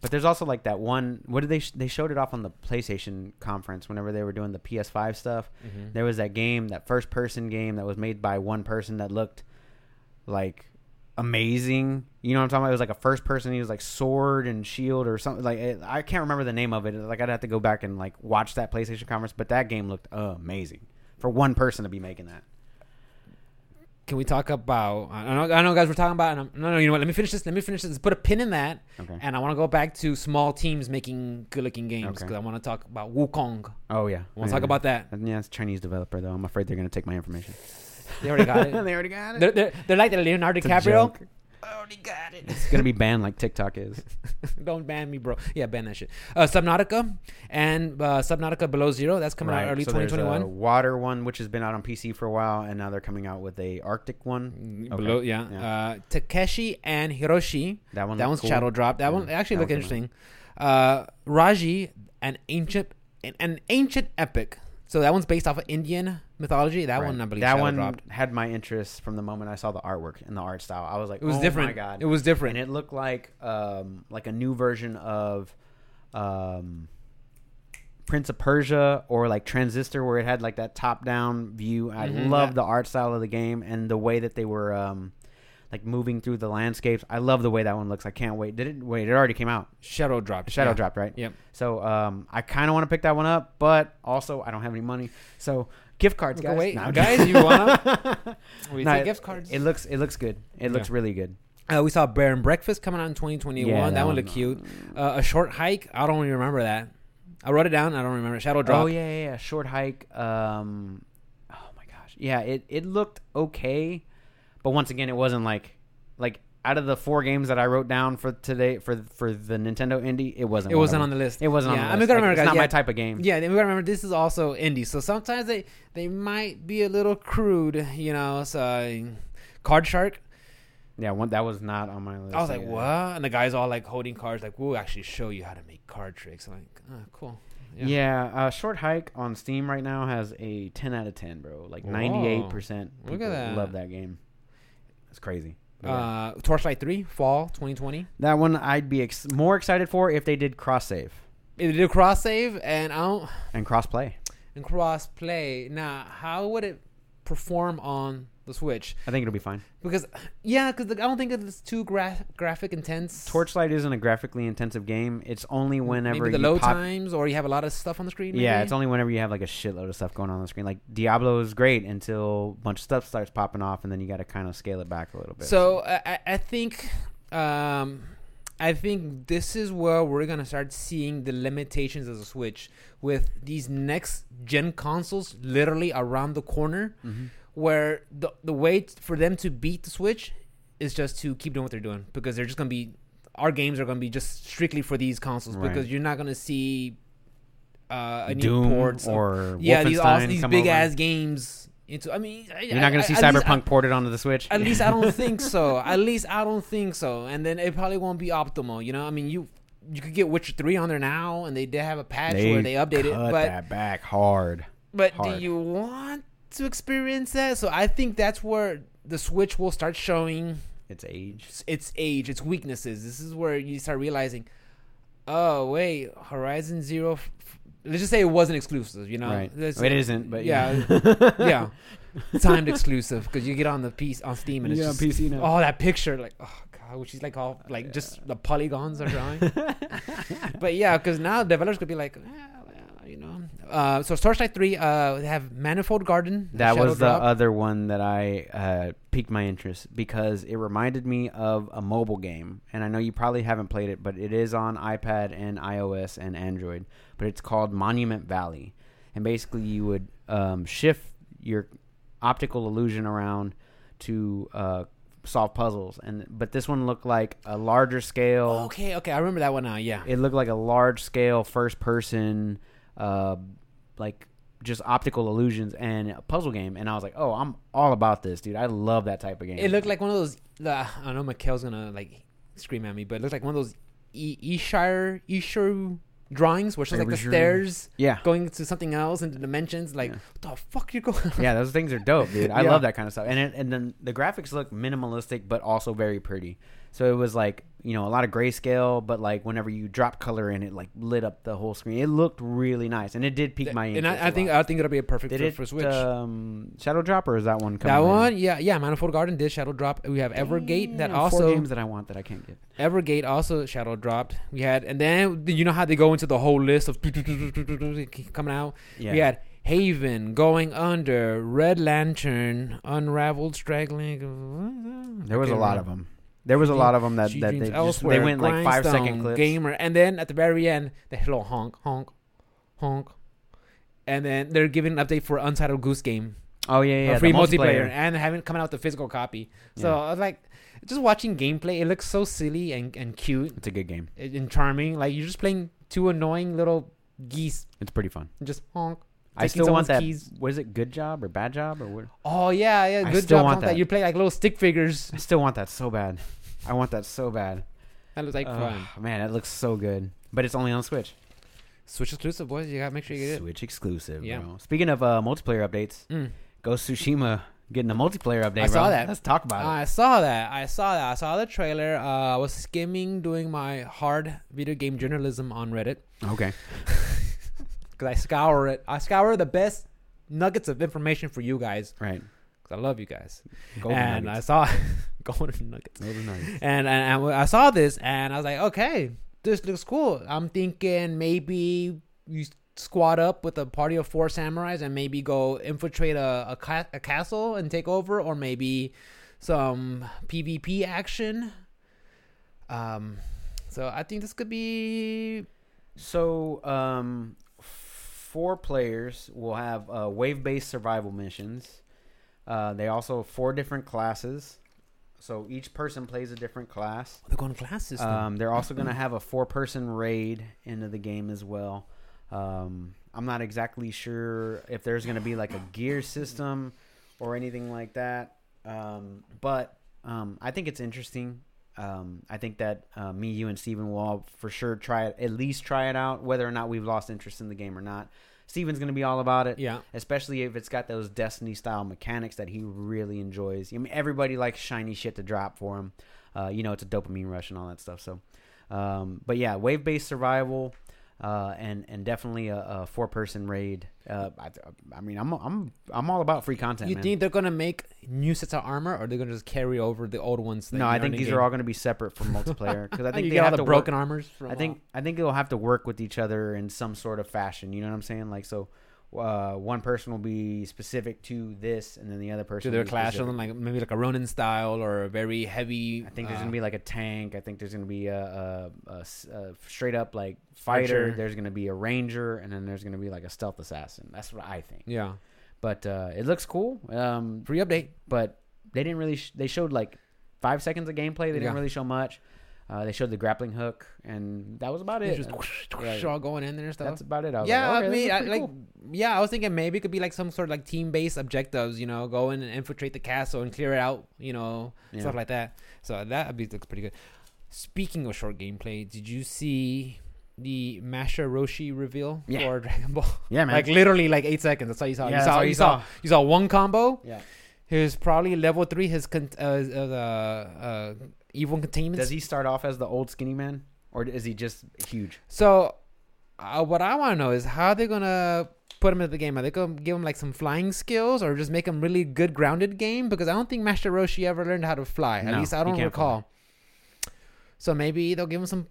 S2: But there's also like that one. What did they? Sh- they showed it off on the PlayStation conference whenever they were doing the PS5 stuff.
S1: Mhm.
S2: There was that game, that first person game that was made by one person that looked like amazing. You know what I'm talking about? It was like a first person. He was like sword and shield or something. Like it, I can't remember the name of it. Like I'd have to go back and like watch that PlayStation conference. But that game looked amazing for one person to be making that.
S1: Can we talk about? I know, I know, guys. We're talking about. And I'm, no, no. You know what? Let me finish this. Let me finish this. Put a pin in that,
S2: Okay.
S1: and I want to go back to small teams making good-looking games
S2: Okay.
S1: because I want to talk about Wukong.
S2: Oh
S1: I
S2: yeah.
S1: want to
S2: Yeah.
S1: talk about
S2: *laughs*
S1: that.
S2: Yeah, it's Chinese developer though. I'm afraid they're gonna take my information.
S1: They already got it.
S2: *laughs* they already got it.
S1: they're, they're, they're like the Leonardo
S2: It's a
S1: DiCaprio.
S2: joke.
S1: I already got it. *laughs*
S2: It's gonna be banned like TikTok is.
S1: Don't ban me, bro. Yeah, ban that shit. Uh, Subnautica and uh, Subnautica Below Zero. That's *laughs* coming out early
S2: so there's a
S1: 2021.
S2: water one, which has been out on PC for a while, and now they're coming out with a Arctic one.
S1: Mm,
S2: okay.
S1: Below, yeah.
S2: Yeah.
S1: Uh, Takeshi and Hiroshi.
S2: That one.
S1: That
S2: looked
S1: one's
S2: cool.
S1: Shadow Drop. That
S2: Yeah,
S1: one actually
S2: that
S1: looked
S2: one came
S1: interesting. Uh, Raji, an ancient, an, an ancient epic. So that one's based off of Indian mythology. That
S2: Right.
S1: one, I believe,
S2: that
S1: Shadow
S2: one
S1: dropped.
S2: had my interest from the moment I saw the artwork and the art style. I was like,
S1: It was
S2: oh
S1: different.
S2: My God,
S1: It was
S2: and
S1: different.
S2: it looked like um like a new version of um Prince of Persia or like Transistor, where it had like that top down view. I
S1: Mhm,
S2: love
S1: yeah.
S2: the art style of the game and the way that they were um like moving through the landscapes. I love the way that one looks. I can't wait. Did it? Wait, it already came out.
S1: Shadow dropped.
S2: Shadow
S1: yeah.
S2: dropped, right?
S1: Yep.
S2: So um, I kind of want to pick that one up, but also I don't have any money. So gift cards,
S1: Okay,
S2: guys.
S1: wait,
S2: No, I'm
S1: guys,
S2: just-
S1: you want
S2: *laughs*
S1: We
S2: No,
S1: see
S2: it-
S1: gift cards.
S2: It looks it looks good. It looks
S1: Yeah.
S2: really good.
S1: Uh, we saw Bear and Breakfast coming out in 2021.
S2: Yeah,
S1: that,
S2: that
S1: one
S2: one,
S1: looked cute. Uh, a short hike. I don't even remember that. I wrote it down. I don't remember. Shadow drop.
S2: Oh yeah, yeah, yeah. Short hike. Um, oh my gosh. Yeah, it it looked okay, but once again, it wasn't like like out of the four games that I wrote down for today for for the Nintendo indie, it wasn't.
S1: It
S2: one of
S1: wasn't
S2: them.
S1: on the list.
S2: It wasn't
S1: Yeah, I'm
S2: on the list.
S1: gonna
S2: Like,
S1: remember,
S2: it's not
S1: guys, yeah.
S2: my type of game.
S1: Yeah, then we gotta remember this is also indie, so sometimes they they might be a little crude, you know. So, uh, Card Shark,
S2: Yeah, one, that was not on my list.
S1: I was like,
S2: either.
S1: what? And the guy's all like holding cards, like we'll actually show you how to make card tricks. I'm like, oh, cool.
S2: Yeah, uh, Short Hike on Steam right now has a 10 out of 10, bro. Like
S1: Whoa.
S2: 98% people
S1: Look at that.
S2: love that game. It's crazy. But yeah.
S1: Uh, Torchlight Three, Fall 2020.
S2: that one I'd be ex- more excited for if they did cross save
S1: It did a cross save and I don't
S2: and cross play.
S1: and cross play. Now, how would it perform on the Switch?
S2: I think it'll be fine.
S1: Because yeah, because I don't think it's too gra- graphic intense.
S2: Torchlight isn't a graphically intensive game. It's only whenever
S1: maybe the
S2: you
S1: low
S2: pop.
S1: times or you have a lot of stuff on the screen.
S2: Yeah,
S1: maybe?
S2: it's only whenever you have like a shitload of stuff going on, on the screen. Like Diablo is great until a bunch of stuff starts popping off, and then you got to kind of scale it back a little bit.
S1: So I, I- I think, um, I think this is where we're gonna start seeing the limitations of the Switch with these next gen consoles literally around the corner,
S2: Mm-hmm.
S1: where the the way t- for them to beat the Switch is just to keep doing what they're doing because they're just gonna be our games are gonna be just strictly for these consoles
S2: Right.
S1: because you're not gonna see uh, any
S2: Doom
S1: ports of-
S2: or
S1: yeah these
S2: Wolfenstein
S1: awes- these
S2: come
S1: big
S2: over.
S1: ass games. Into, I mean, I-
S2: You're not
S1: I-
S2: gonna see
S1: at least I-
S2: Cyberpunk ported onto the Switch.
S1: at least I
S2: *laughs*
S1: don't think so. At least I don't think so. And then it probably won't be optimal. You know, I mean, you you could get Witcher three on there now, and they did have a patch where they updated it.
S2: cut
S1: But
S2: that back hard.
S1: but
S2: hard.
S1: do you want to experience that? So I think that's where the Switch will start showing
S2: It's age.
S1: its- its age, its weaknesses. This is where you start realizing, oh wait, Horizon Zero. F- f- let's just say it wasn't exclusive. You know,
S2: right.
S1: Let's-
S2: Well, it isn't, but
S1: yeah.
S2: yeah, *laughs*
S1: yeah, *laughs* timed exclusive because you get on the piece on Steam and it's just
S2: PC
S1: Oh, that picture, like oh god, she's like all like just the polygons are drawing. but yeah, because now developers could be like, eh, well, you know. Uh, so Starlight Three, uh, they have Manifold Garden.
S2: That
S1: Mm-hmm. Shadow
S2: was the
S1: Drop.
S2: other one that I uh, piqued my interest because it reminded me of a mobile game, and I know you probably haven't played it, but it is on iPad and iOS and Android. But it's called Monument Valley, and basically you would um, shift your optical illusion around to uh, solve puzzles, and but this one looked like a larger scale.
S1: Oh, okay, okay, I remember that one now. Yeah,
S2: It looked like a large scale first person, uh, like just optical illusions and a puzzle game. And I was like, oh, I'm all about this, dude. I love that type of game.
S1: it looked like one of those. The, I know Mikhail's gonna like scream at me, but it looked like one of those E- Eshire Eshire drawings, which is like the
S2: Eshire.
S1: stairs
S2: yeah.
S1: going to something else and the dimensions. Like,
S2: Yeah.
S1: what the fuck you going?
S2: Yeah, those things are dope, dude.
S1: *laughs*
S2: I
S1: Yeah.
S2: love that kind of stuff. And it, and then the graphics look minimalistic but also very pretty. So it was like, you know, a lot of grayscale, but like whenever you drop color in it like lit up the whole screen. It looked really nice and it did pique my interest.
S1: and I,
S2: a
S1: I think
S2: lot.
S1: I think it'll be a perfect
S2: did
S1: fit
S2: it
S1: for Switch.
S2: um Shadow Drop or is that one coming
S1: That
S2: later?
S1: one, yeah, yeah. Manifold Garden did Shadow Drop. We have Evergate that
S2: Damn, four
S1: also
S2: games that I want that I can't get.
S1: Evergate also Shadow dropped. We had, and then you know how they go into the whole list of *laughs* coming out.
S2: Yeah.
S1: We had Haven, Going Under, Red Lantern, Unraveled, Straggling.
S2: There was a lot of them. There was a lot of them that,
S1: uh, She
S2: that they
S1: Dreams
S2: just, they went like five second
S1: Grindstone,
S2: clips.
S1: Gamer, and then at the very end, the little honk, honk, honk, and then they're giving an update for Untitled Goose Game.
S2: Oh yeah, yeah,
S1: a
S2: yeah.
S1: free
S2: the
S1: multiplayer. and haven't come out with the physical copy. So
S2: Yeah.
S1: I was like, just watching gameplay, it looks so silly and, and cute
S2: It's a good game.
S1: and and charming. Like you're just playing two annoying little geese,
S2: It's pretty fun.
S1: and just honk.
S2: I
S1: Taking
S2: still
S1: someone's
S2: want that.
S1: keys.
S2: Was it good job or bad job or
S1: *laughs*
S2: what?
S1: Oh yeah, yeah.
S2: I
S1: Good
S2: still
S1: job
S2: want
S1: on that.
S2: that.
S1: You play like little stick figures.
S2: I still want that so bad. I want that so bad.
S1: That looks like fun.
S2: Ugh, man, it looks so good. But it's only on Switch.
S1: Switch exclusive, boys. You gotta make sure you get it.
S2: Switch exclusive.
S1: Yeah.
S2: Bro. Speaking of uh, multiplayer updates,
S1: Mm.
S2: Ghost Tsushima getting a multiplayer update.
S1: I saw
S2: bro.
S1: that. Uh,
S2: Let's talk about it.
S1: I saw that. I saw that. I saw the trailer. Uh, I was skimming, doing my hard video game journalism on Reddit.
S2: Okay.
S1: *laughs* because I scour it. I scour the best nuggets of information for you guys
S2: Right.
S1: because I love you guys.
S2: Golden
S1: and
S2: nuggets.
S1: I saw *laughs* golden nuggets,
S2: Golden nuggets.
S1: and, and and I saw this, and I was like, okay, this looks cool. I'm thinking maybe you squad up with a party of four samurais and maybe go infiltrate a a, ca- a castle and take over, or maybe some PvP action. Um, so I think this could be
S2: So, um, four players will have uh, wave-based survival missions. Uh, they also have four different classes. So each person plays a different class.
S1: They're going class system.
S2: Um, they're also going to have a four person raid into the game as well. Um, I'm not exactly sure if there's going to be like a gear system or anything like that. Um, but um, I think it's interesting. Um, I think that uh, me, you, and Steven will all for sure try it, at least try it out, whether or not we've lost interest in the game or not. Steven's going to be all about it
S1: yeah.
S2: especially if it's got those Destiny style mechanics that he really enjoys. I mean, everybody likes shiny shit to drop for him. Uh, you know, it's a dopamine rush and all that stuff. So, um, but yeah, wave based survival. Uh, and and definitely a, a four person raid. Uh, I, I mean, I'm I'm I'm all about free content.
S1: You
S2: man.
S1: think they're gonna make new sets of armor, or they're gonna just carry over the old ones? that
S2: no,
S1: you
S2: I
S1: already
S2: think these
S1: gave?
S2: are all going to be separate
S1: *laughs*
S2: from multiplayer because I think
S1: Oh, you
S2: they
S1: get all
S2: have
S1: the
S2: to work-
S1: broken armors. From
S2: I think I think it'll have to work with each other in some sort of fashion. You know what I'm saying? Like so, uh, one person will be specific to this, and then the other
S1: to
S2: person.
S1: their
S2: will be
S1: clash
S2: specific-
S1: them, like maybe like a Ronin style or a very heavy.
S2: I think there's
S1: uh,
S2: gonna be like a tank. I think there's gonna be a, a- a s- a straight up like fighter.
S1: Archer.
S2: There's gonna be a ranger, and then there's gonna be like a stealth assassin. That's what I think.
S1: yeah
S2: But uh, it looks cool. Um,
S1: free update.
S2: but they didn't really. Sh- they showed like five seconds of gameplay. They didn't
S1: Yeah.
S2: really show much. Uh, they showed the grappling hook, and that was about
S1: It's
S2: it.
S1: just
S2: Uh,
S1: whoosh, all going in there and stuff.
S2: That's about it. I was
S1: yeah,
S2: like,
S1: I
S2: okay, this
S1: mean,
S2: is
S1: I,
S2: pretty
S1: like,
S2: cool.
S1: yeah, I was thinking maybe it could be like some sort of like team-based objectives. You know, go in and infiltrate the castle and clear it out. You know,
S2: Yeah.
S1: stuff like that. So that be, looks pretty good. Speaking of short gameplay, did you see the Masha Roshi reveal
S2: Yeah.
S1: for *laughs* Dragon Ball?
S2: Yeah, man.
S1: Like literally, like eight seconds. That's all you saw.
S2: Yeah,
S1: you
S2: that's
S1: saw,
S2: all
S1: you
S2: you
S1: saw,
S2: saw.
S1: you saw one combo.
S2: Yeah.
S1: His probably level three. His con- uh, uh, uh, evil containment.
S2: Does he start off as the old skinny man, or is he just huge?
S1: So, uh, what I want to know is how they're gonna put him into the game. Are they gonna give him like some flying skills, or just make him really good grounded game? Because I don't think Master Roshi ever learned how to fly. At
S2: No,
S1: least I
S2: he
S1: don't
S2: can't fly.
S1: recall. So maybe they'll give him some.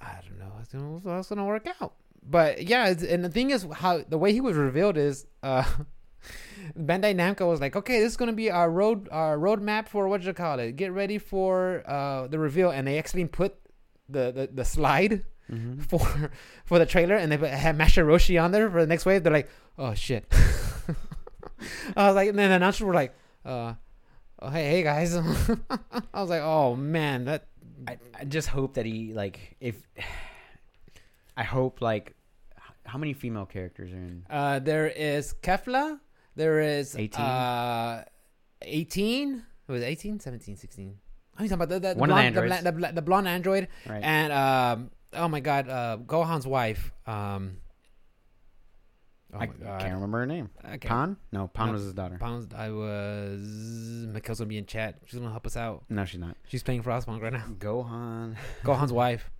S1: I don't know. It's gonna, how it's gonna work out. But yeah, it's, and the thing is, how the way he was revealed is. Uh, *laughs* Bandai Namco was like, okay, this is gonna be our road, our roadmap for what you call it. Get ready for uh, the reveal, and they actually put the, the the slide
S2: Mm-hmm.
S1: for *laughs* for the trailer and they put- had Master Roshi on there for the next wave, they're like, oh shit. *laughs* I was like, and then the announcers were like, uh, oh, hey, hey guys. *laughs* I was like, oh man, that
S2: I, I just hope that he like if *sighs* I hope like h- how many female characters are in?
S1: uh, there is Kefla, there is
S2: 18.
S1: uh, 18, it was 18, 17, 16. Oh, you talking about the, the, the
S2: One of the
S1: blonde, the, bla-
S2: androids.
S1: the, bla- the blonde android
S2: Right.
S1: and um, oh my god, uh, Gohan's wife. Um, oh my
S2: I
S1: God.
S2: can't remember her name.
S1: I can't-
S2: Pan? No, Pan
S1: No.
S2: was his daughter.
S1: Pounds, I was. Mikkel's gonna be in chat. She's gonna help us out.
S2: No, she's not.
S1: She's playing Frostpunk right now. *laughs*
S2: Gohan.
S1: Gohan's wife.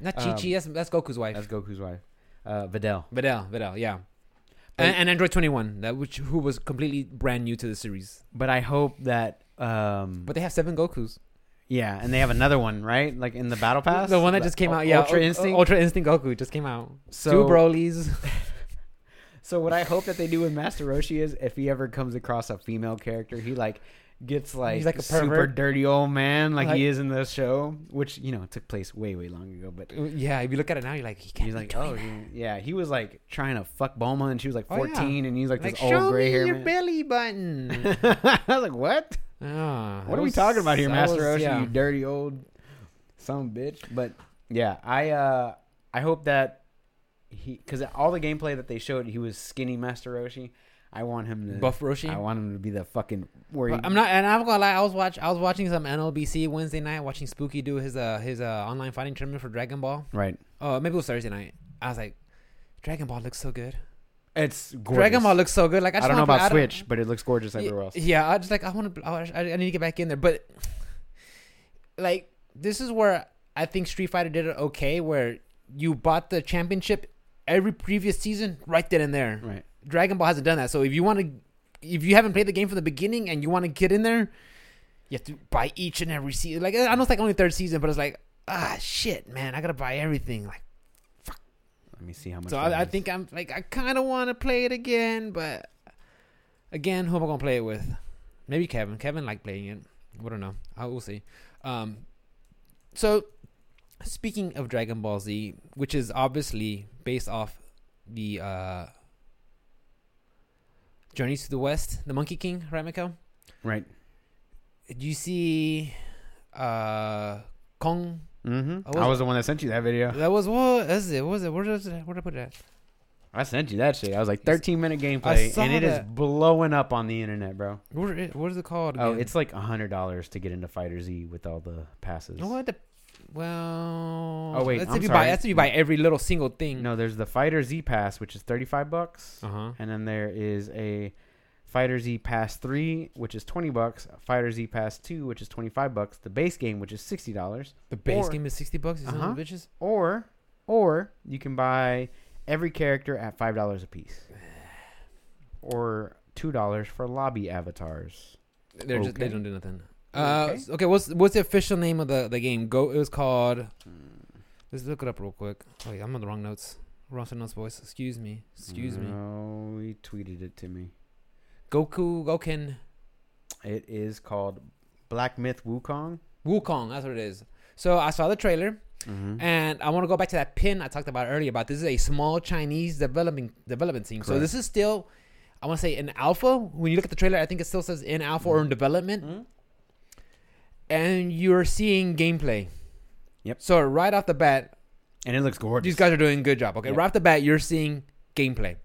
S1: Not Chi Chi.
S2: Um,
S1: that's, that's Goku's wife.
S2: *laughs* That's Goku's wife. Uh, Videl.
S1: Videl. Videl. Yeah.
S2: But-
S1: And, and Android Twenty One, that which who was completely brand new to the series.
S2: But I hope that. Um,
S1: But they have seven Gokus.
S2: yeah, and they have another one, right? Like in the Battle Pass,
S1: the one that just came
S2: Ul-
S1: out. Yeah,
S2: Ultra
S1: Ul-
S2: Instinct.
S1: Ultra Instinct Goku just came out.
S2: so,
S1: Two Broly's. *laughs*
S2: So what I hope that they do with Master Roshi is if he ever comes across a female character, he like gets like,
S1: He's like a
S2: super
S1: pervert.
S2: dirty old man like,
S1: Like-
S2: he is in the show, which you know took place way way long ago. But
S1: yeah, if you look at it now, you're like, he can't
S2: he's
S1: be
S2: like,
S1: doing
S2: oh
S1: that.
S2: he- yeah, he was like trying to fuck Bulma, and she was like
S1: Oh, yeah.
S2: fourteen, and he's like,
S1: like
S2: this old
S1: show
S2: gray
S1: me
S2: hair
S1: your
S2: man.
S1: belly button.
S2: *laughs* I was like, what?
S1: Ah, that
S2: What are we
S1: was-
S2: talking about here,
S1: that
S2: Master
S1: was-
S2: Roshi?
S1: yeah.
S2: You dirty old some bitch. But yeah, I uh I hope that he because all the gameplay that they showed, he was skinny Master Roshi. I want him to
S1: Buff Roshi.
S2: I want him to be the fucking where he,
S1: But I'm not, and I'm gonna lie. I was watch, I was watching some NLBC Wednesday night, watching Spooky do his uh his uh online fighting tournament for Dragon Ball.
S2: right.
S1: Uh, maybe it was Thursday night. I was like, Dragon Ball looks so good.
S2: It's gorgeous.
S1: Dragon Ball looks so good. Like I,
S2: I,
S1: just
S2: don't know
S1: wanna play-
S2: about
S1: I
S2: Switch, but it looks gorgeous everywhere else.
S1: Yeah, I just like I want to. I, I need to get back in there, but like this is where I think Street Fighter did it okay, where you bought the championship every previous season right then and there.
S2: Right.
S1: Dragon Ball hasn't done that. So if you want to, if you haven't played the game from the beginning and you want to get in there, you have to buy each and every season. Like I know it's like only third season, but it's like ah shit, man, I gotta buy everything. Like
S2: Let me see how much.
S1: so,
S2: that
S1: I, I
S2: is.
S1: think I'm like I kind of want to play it again, but again, who am I gonna play it with? Maybe Kevin. Kevin liked playing it. We don't know. I will see. Um, so speaking of Dragon Ball Z, which is obviously based off the uh, Journeys to the West, the Monkey King, right, Miko?
S2: right.
S1: do you see uh Kong?
S2: hmm
S1: I was-
S2: I was the one that sent you that video.
S1: That was what is it? What was it? Where did I- where did I put it at?
S2: I sent you that shit. I was like 13
S1: I
S2: minute gameplay,
S1: saw
S2: and it is
S1: that.
S2: blowing up on the internet, bro.
S1: Where is, what is it called?
S2: Oh,
S1: again?
S2: it's like hundred dollars to get into Fighter Z with all the passes.
S1: No, it dep- well.
S2: Oh, wait,
S1: that's
S2: I'm
S1: if you buy
S2: sorry.
S1: that's if you buy every little single thing.
S2: No, there's the Fighter Z pass, which is thirty five bucks,
S1: Uh huh.
S2: and then there is a Fighter Z Pass three, which is twenty bucks. Fighter Z Pass two, which is twenty five bucks. The base game, which is sixty dollars,
S1: The base
S2: Or-
S1: game is sixty bucks. You son of
S2: Uh-huh.
S1: a bitches.
S2: or or you can buy every character at five dollars a
S1: *sighs*
S2: piece, or two dollars for lobby avatars.
S1: They're just they
S2: Okay.
S1: don't do nothing. Uh,
S2: Okay.
S1: s- okay. What's what's the official name of the the game? Go. It was called. Let's look it up real quick. Wait, I'm on the wrong notes. Wrong notes voice. Excuse me. Excuse me.
S2: No, he tweeted it to me.
S1: Goku Goken
S2: It is called Black Myth Wukong.
S1: Wukong. That's what it is. So I saw the trailer.
S2: Mm-hmm.
S1: And I want to go back to that pin I talked about earlier. About this is a small Chinese developing development team. So
S2: Correct.
S1: this is still, I want to say, in alpha. When you look at the trailer, I think it still says in alpha or in development.
S2: Mhm.
S1: And you're seeing gameplay.
S2: Yep.
S1: So right off the bat,
S2: And it looks gorgeous.
S1: these guys are doing a good job. Okay.
S2: Yep.
S1: Right off the bat, you're seeing gameplay.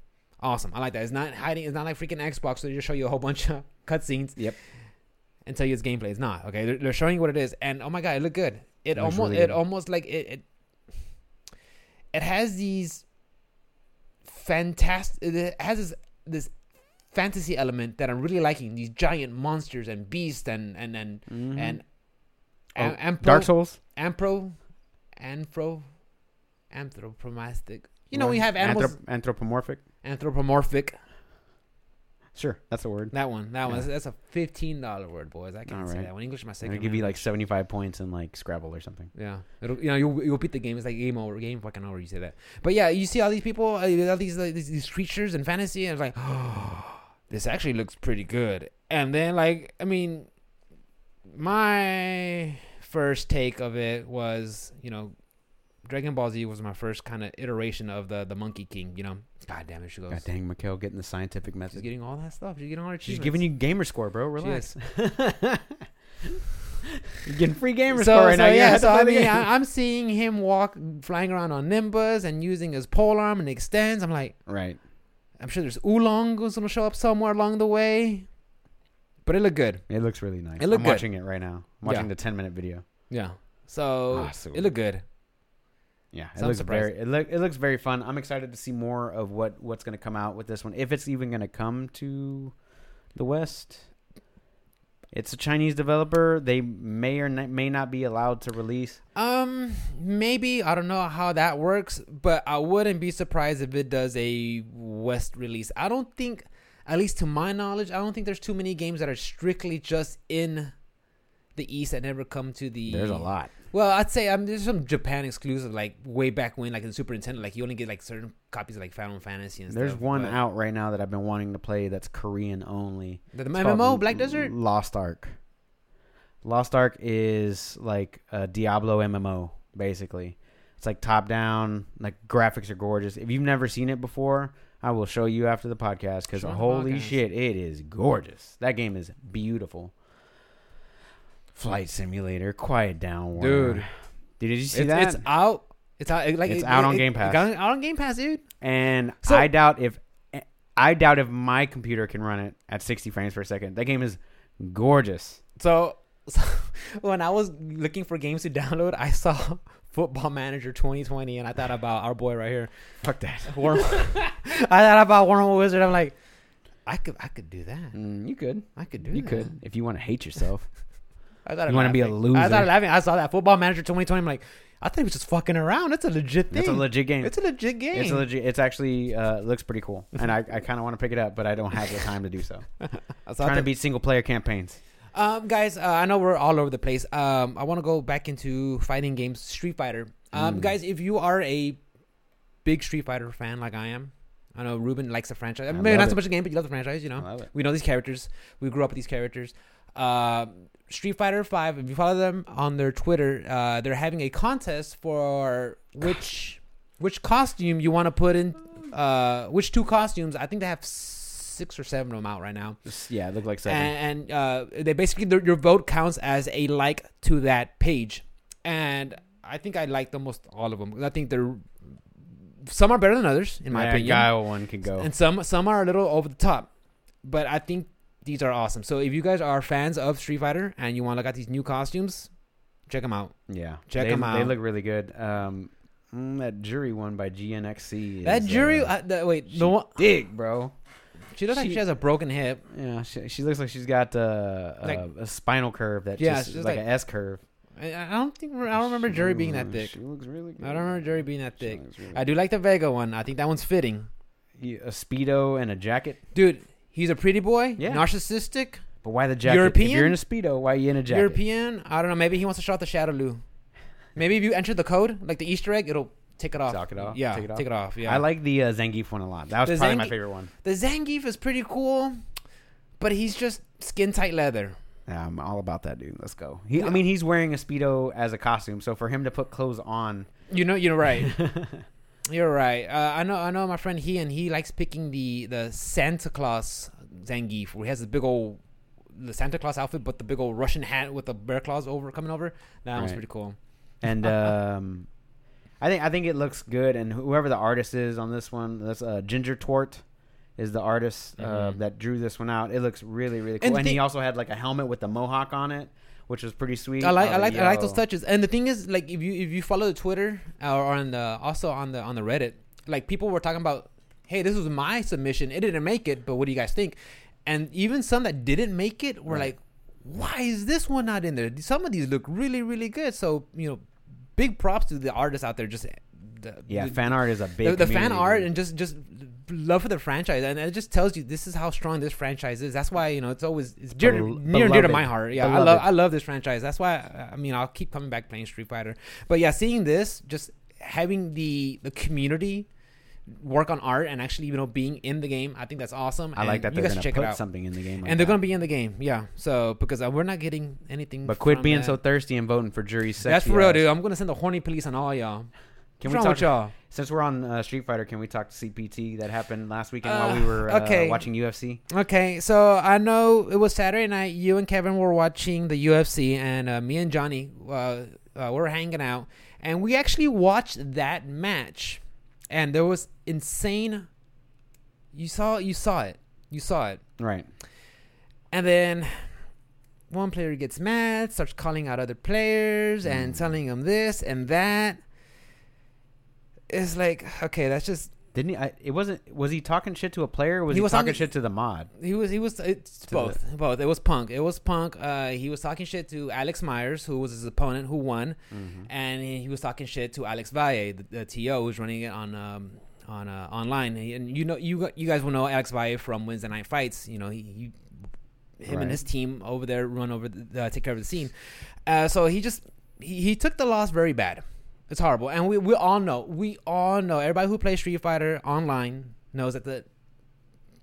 S1: Awesome. I like that. It's not hiding. It's not like freaking Xbox. So they just show you a whole *laughs* bunch of cutscenes.
S2: Yep.
S1: And tell you it's gameplay. It's not. Okay. They're, they're showing you what it is. And oh my god, it looked good. It,
S2: It looks
S1: almost.
S2: really
S1: it
S2: good.
S1: almost like it. It, it has these fantastic. It has this this fantasy element that I'm really liking. These giant monsters and beasts and and and
S2: Mhm.
S1: and.
S2: Oh,
S1: am- ampro-
S2: Dark Souls.
S1: Ampro, anthro, anthropomorphic. You know, we have animals.
S2: Anthrop- anthropomorphic.
S1: anthropomorphic.
S2: Sure, that's a word.
S1: That one. That one.
S2: Yeah.
S1: That's a fifteen dollar word, boys. I can't
S2: All
S1: say
S2: right.
S1: that one. English is my
S2: It'll
S1: second.
S2: give you
S1: language.
S2: like seventy-five points in like Scrabble or something.
S1: yeah. It'll, you know, you'll, you'll beat the game. It's like game over. Game fucking over. You say that. But yeah, you see all these people, uh, all these like, these, these creatures and fantasy, and it's like, *gasps* this actually looks pretty good. And then like, I mean, my first take of it was, you know, Dragon Ball Z was my first kind of iteration of the the Monkey King. You know, God damn it, she goes.
S2: God dang, Mikhail getting the scientific
S1: She's
S2: method.
S1: getting all that stuff. She's getting all her.
S2: She's giving you gamer score, bro.
S1: She
S2: Relax. *laughs* You're getting free gamer
S1: so,
S2: score right
S1: so
S2: now. You
S1: yeah,
S2: have to
S1: so I
S2: play the
S1: mean,
S2: game.
S1: I, I'm seeing him walk, flying around on Nimbus and using his pole arm and extends. I'm like,
S2: right.
S1: I'm sure there's Oolong who's gonna show up somewhere along the way, but it looked good.
S2: It looks really nice.
S1: It looked
S2: I'm
S1: good.
S2: watching it right now. I'm watching
S1: Yeah.
S2: the ten-minute video.
S1: Yeah. So
S2: Awesome.
S1: it looked good.
S2: Yeah, it
S1: So I'm
S2: looks
S1: surprised.
S2: very it, look, it looks very fun. I'm excited to see more of what what's going to come out with this one. If it's even going to come to the West. It's a Chinese developer. They may or not, may not be allowed to release.
S1: Um, maybe I don't know how that works, but I wouldn't be surprised if it does a West release. I don't think, at least to my knowledge, I don't think there's too many games that are strictly just in the East that never come to the.
S2: There's a lot.
S1: Well, I'd say um, there's some Japan exclusive, like way back when, like in Super Nintendo, like you only get like certain copies of like Final Fantasy and
S2: There's
S1: stuff.
S2: one
S1: but-
S2: out right now that I've been wanting to play that's Korean only.
S1: The, the
S2: It's called
S1: MMO Black Desert.
S2: Lost Ark. Lost Ark is like a Diablo MMO basically. It's like top down, like graphics are gorgeous. If you've never seen it before, I will show you after the podcast cuz
S1: Show the
S2: holy
S1: podcast.
S2: shit, it is gorgeous. That game is beautiful. Flight simulator, quiet down, Warner.
S1: Dude.
S2: Dude, did you see
S1: It's,
S2: that?
S1: it's out. It's out. it- Like
S2: It's out on Game
S1: it
S2: Pass.
S1: got out on Game Pass, dude.
S2: and
S1: So-
S2: I doubt if I doubt if my computer can run it at 60 frames per second. That game is gorgeous.
S1: So, *laughs* so when I was looking for games to download, I saw *laughs* Football Manager 2020, and I thought about our boy right here, *laughs*
S2: Fuck that. *laughs*
S1: Worm. I thought about Wormhole Wizard. I'm like, I could, I could do that.
S2: Mm, you could.
S1: I could do
S2: You
S1: that.
S2: could if you want to
S1: *laughs*
S2: hate yourself.
S1: I thought
S2: You
S1: of
S2: wanna be a
S1: laughing. I thought
S2: loser.
S1: of laughing. I saw that Football Manager 2020. I'm like, I thought he was just fucking around. That's a legit thing.
S2: That's a legit game.
S1: It's a legit game.
S2: It's a legit. It's actually uh, looks pretty cool, and I, I kind of want to pick it up, but I don't have the time to
S1: *laughs*
S2: do so.
S1: I saw
S2: Trying to
S1: that.
S2: beat single player campaigns.
S1: um, guys, uh, I know we're all over the place. Um, I want to go back into fighting games, Street Fighter. Um,
S2: Mm.
S1: guys, if you are a big Street Fighter fan like I am, I know Ruben likes the franchise.
S2: I
S1: Maybe
S2: love
S1: not so
S2: it.
S1: much the game, but you love the franchise. You know,
S2: love it.
S1: we know these characters. We grew up with these characters. Uh, Street Fighter Five. If you follow them on their Twitter, uh, they're having a contest for which which costume you want to put in. Uh, which two costumes? I think they have s- six or seven of them out right now.
S2: Yeah, it looked like seven.
S1: And, and uh, they basically their, your vote counts as a like to that page, and I think I liked almost all of them. I think they're some are better than others in my
S2: yeah,
S1: opinion,
S2: Guile one could go.
S1: and some some are a little over the top, but I think these are awesome. So if you guys are fans of Street Fighter and you want to look at these new costumes, check them out.
S2: Yeah,
S1: Check
S2: they,
S1: 'em
S2: They
S1: out.
S2: look really good. Um, mm, that jury one by GNXC. Is,
S1: that jury,
S2: uh,
S1: uh, the, wait,
S2: she
S1: the one
S2: dig, bro.
S1: she looks like
S2: she-
S1: she has a broken hip.
S2: Yeah, she, she looks like she's got uh,
S1: Like-
S2: a, a spinal curve that
S1: Yeah,
S2: just,
S1: it's
S2: is
S1: just
S2: like,
S1: like-
S2: an S curve.
S1: I, I don't think I don't remember Jerry being that
S2: Mm,
S1: thick.
S2: She looks really. Good.
S1: I don't remember Jerry being that
S2: She
S1: thick.
S2: looks really
S1: I do like the Vega one. I think that one's fitting.
S2: He- a speedo and a jacket.
S1: Dude, he's a pretty boy.
S2: Yeah.
S1: Narcissistic.
S2: But why the jacket? If you're
S1: European?
S2: in a speedo, why are you in a jacket?
S1: European. I don't know. Maybe he wants to shout the Shadowloo. Maybe if you enter the code, like the Easter egg, it'll take it off.
S2: Sock it off,
S1: Yeah.
S2: take it off.
S1: Yeah.
S2: I like the uh, Zangief one a lot. That was
S1: The
S2: probably my
S1: Zangi-
S2: favorite one.
S1: the Zangief is pretty cool, but he's just skin tight leather.
S2: Yeah, I'm all about that dude. Let's go. He, I
S1: Yeah.
S2: mean, he's wearing a speedo as a costume, so for him to put clothes on,
S1: You know. You're
S2: *laughs*
S1: right. you're right. Uh, I know. I know. My friend he and he likes picking the the Santa Claus Zangief, where he has the big old the Santa Claus outfit, but the big old Russian hat with the bear claws over coming over. That one's
S2: Right.
S1: pretty cool.
S2: and um, I think I think it looks good. And whoever the artist is on this one, that's uh, Ginger Twart, is the artist uh,
S1: Mhm.
S2: that drew this one out. It looks really really cool.
S1: And
S2: And,
S1: the
S2: he
S1: thing-
S2: also had like a helmet with the mohawk on it, which was pretty sweet.
S1: I like I
S2: was
S1: like I like
S2: "Yo."
S1: those touches. And the thing is, like if you if you follow the Twitter uh, or on the also on the on the Reddit, like people were talking about, hey, this was my submission. It didn't make it, but what do you guys think? And even some that didn't make it were
S2: Right.
S1: like, why is this one not in there? Some of these look really really good. So you know, big props to the artists out there. Just the,
S2: Yeah,
S1: the-
S2: fan art is a big
S1: the, the fan
S2: community,
S1: art
S2: dude.
S1: and just just love for the franchise and it just tells you this is how strong this franchise is that's why you know it's always it's dear,
S2: Bel-
S1: near and dear to
S2: beloved.
S1: my heart yeah i
S2: Beloved.
S1: love i love this franchise that's why I- i mean i'll keep coming back playing street fighter but yeah seeing this just having the the community work on art and actually you know being in the game i think that's awesome
S2: I like
S1: and
S2: that
S1: you
S2: they're
S1: guys
S2: gonna
S1: should check
S2: put
S1: it out
S2: something in the game. like
S1: and they're
S2: that.
S1: gonna be in the game yeah so because uh, we're not getting anything
S2: But quit
S1: from
S2: being
S1: that.
S2: so thirsty and voting for jury sexy.
S1: that's for real
S2: ass.
S1: dude i'm gonna send the horny police on all y'all
S2: Can
S1: What's
S2: we
S1: wrong
S2: talk-
S1: with y'all
S2: Since we're on uh, Street Fighter, can we talk to CPT that happened last weekend
S1: Uh,
S2: while we were uh,
S1: okay.
S2: watching UFC?
S1: Okay, so I know it was Saturday night. You and Kevin were watching the UFC, and uh, me and Johnny uh, uh, were hanging out, and we actually watched that match, and there was insane. You saw, you saw it, you saw it,
S2: Right.
S1: and then one player gets mad, starts calling out other players and telling them this and that. It's like okay, that's just
S2: Didn't he? I, it wasn't. Was he talking shit to a player? Or was
S1: He
S2: he,
S1: was on
S2: talking
S1: the-
S2: shit to the mod?
S1: He was. He was. It's
S2: To
S1: both. Both. It was Punk. It was Punk. Uh, he was talking shit to Alex Myers, who was his opponent, who won,
S2: Mm-hmm.
S1: and he, he was talking shit to Alex Valle, the, the TO, who's running it on um, on uh, online. And, he- and you know, you gu- you guys will know Alex Valle from Wednesday Night Fights. You know, he, he him
S2: Right.
S1: and his team over there run over the, uh, take care of the scene. Uh, so he just he, he took the loss very bad. It's horrible, and we we all know. We all know. Everybody who plays Street Fighter online knows that the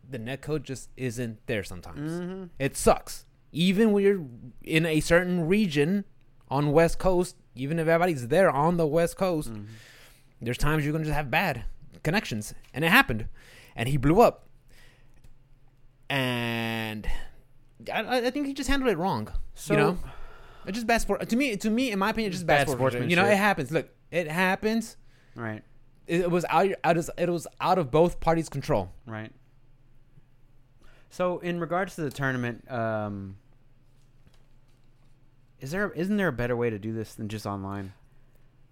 S1: the netcode just isn't there sometimes.
S2: Mm-hmm.
S1: It sucks. Even when you're in a certain region on West Coast, even if everybody's there on the West Coast,
S2: Mm-hmm.
S1: there's times you're gonna just have bad connections, and it happened, and he blew up, and I- I, I think he just handled it wrong.
S2: So-
S1: you know, it's just bad sport. To me, to me, in my opinion, it's just bad,
S2: Bad
S1: sportsmanship. You know, it
S2: sportsmanship.
S1: happens. Look, it happens.
S2: Right.
S1: It, it was out, out of, it was out of both parties' control.
S2: Right. So in regards to the tournament, um, is there isn't there a better way to do this than just online?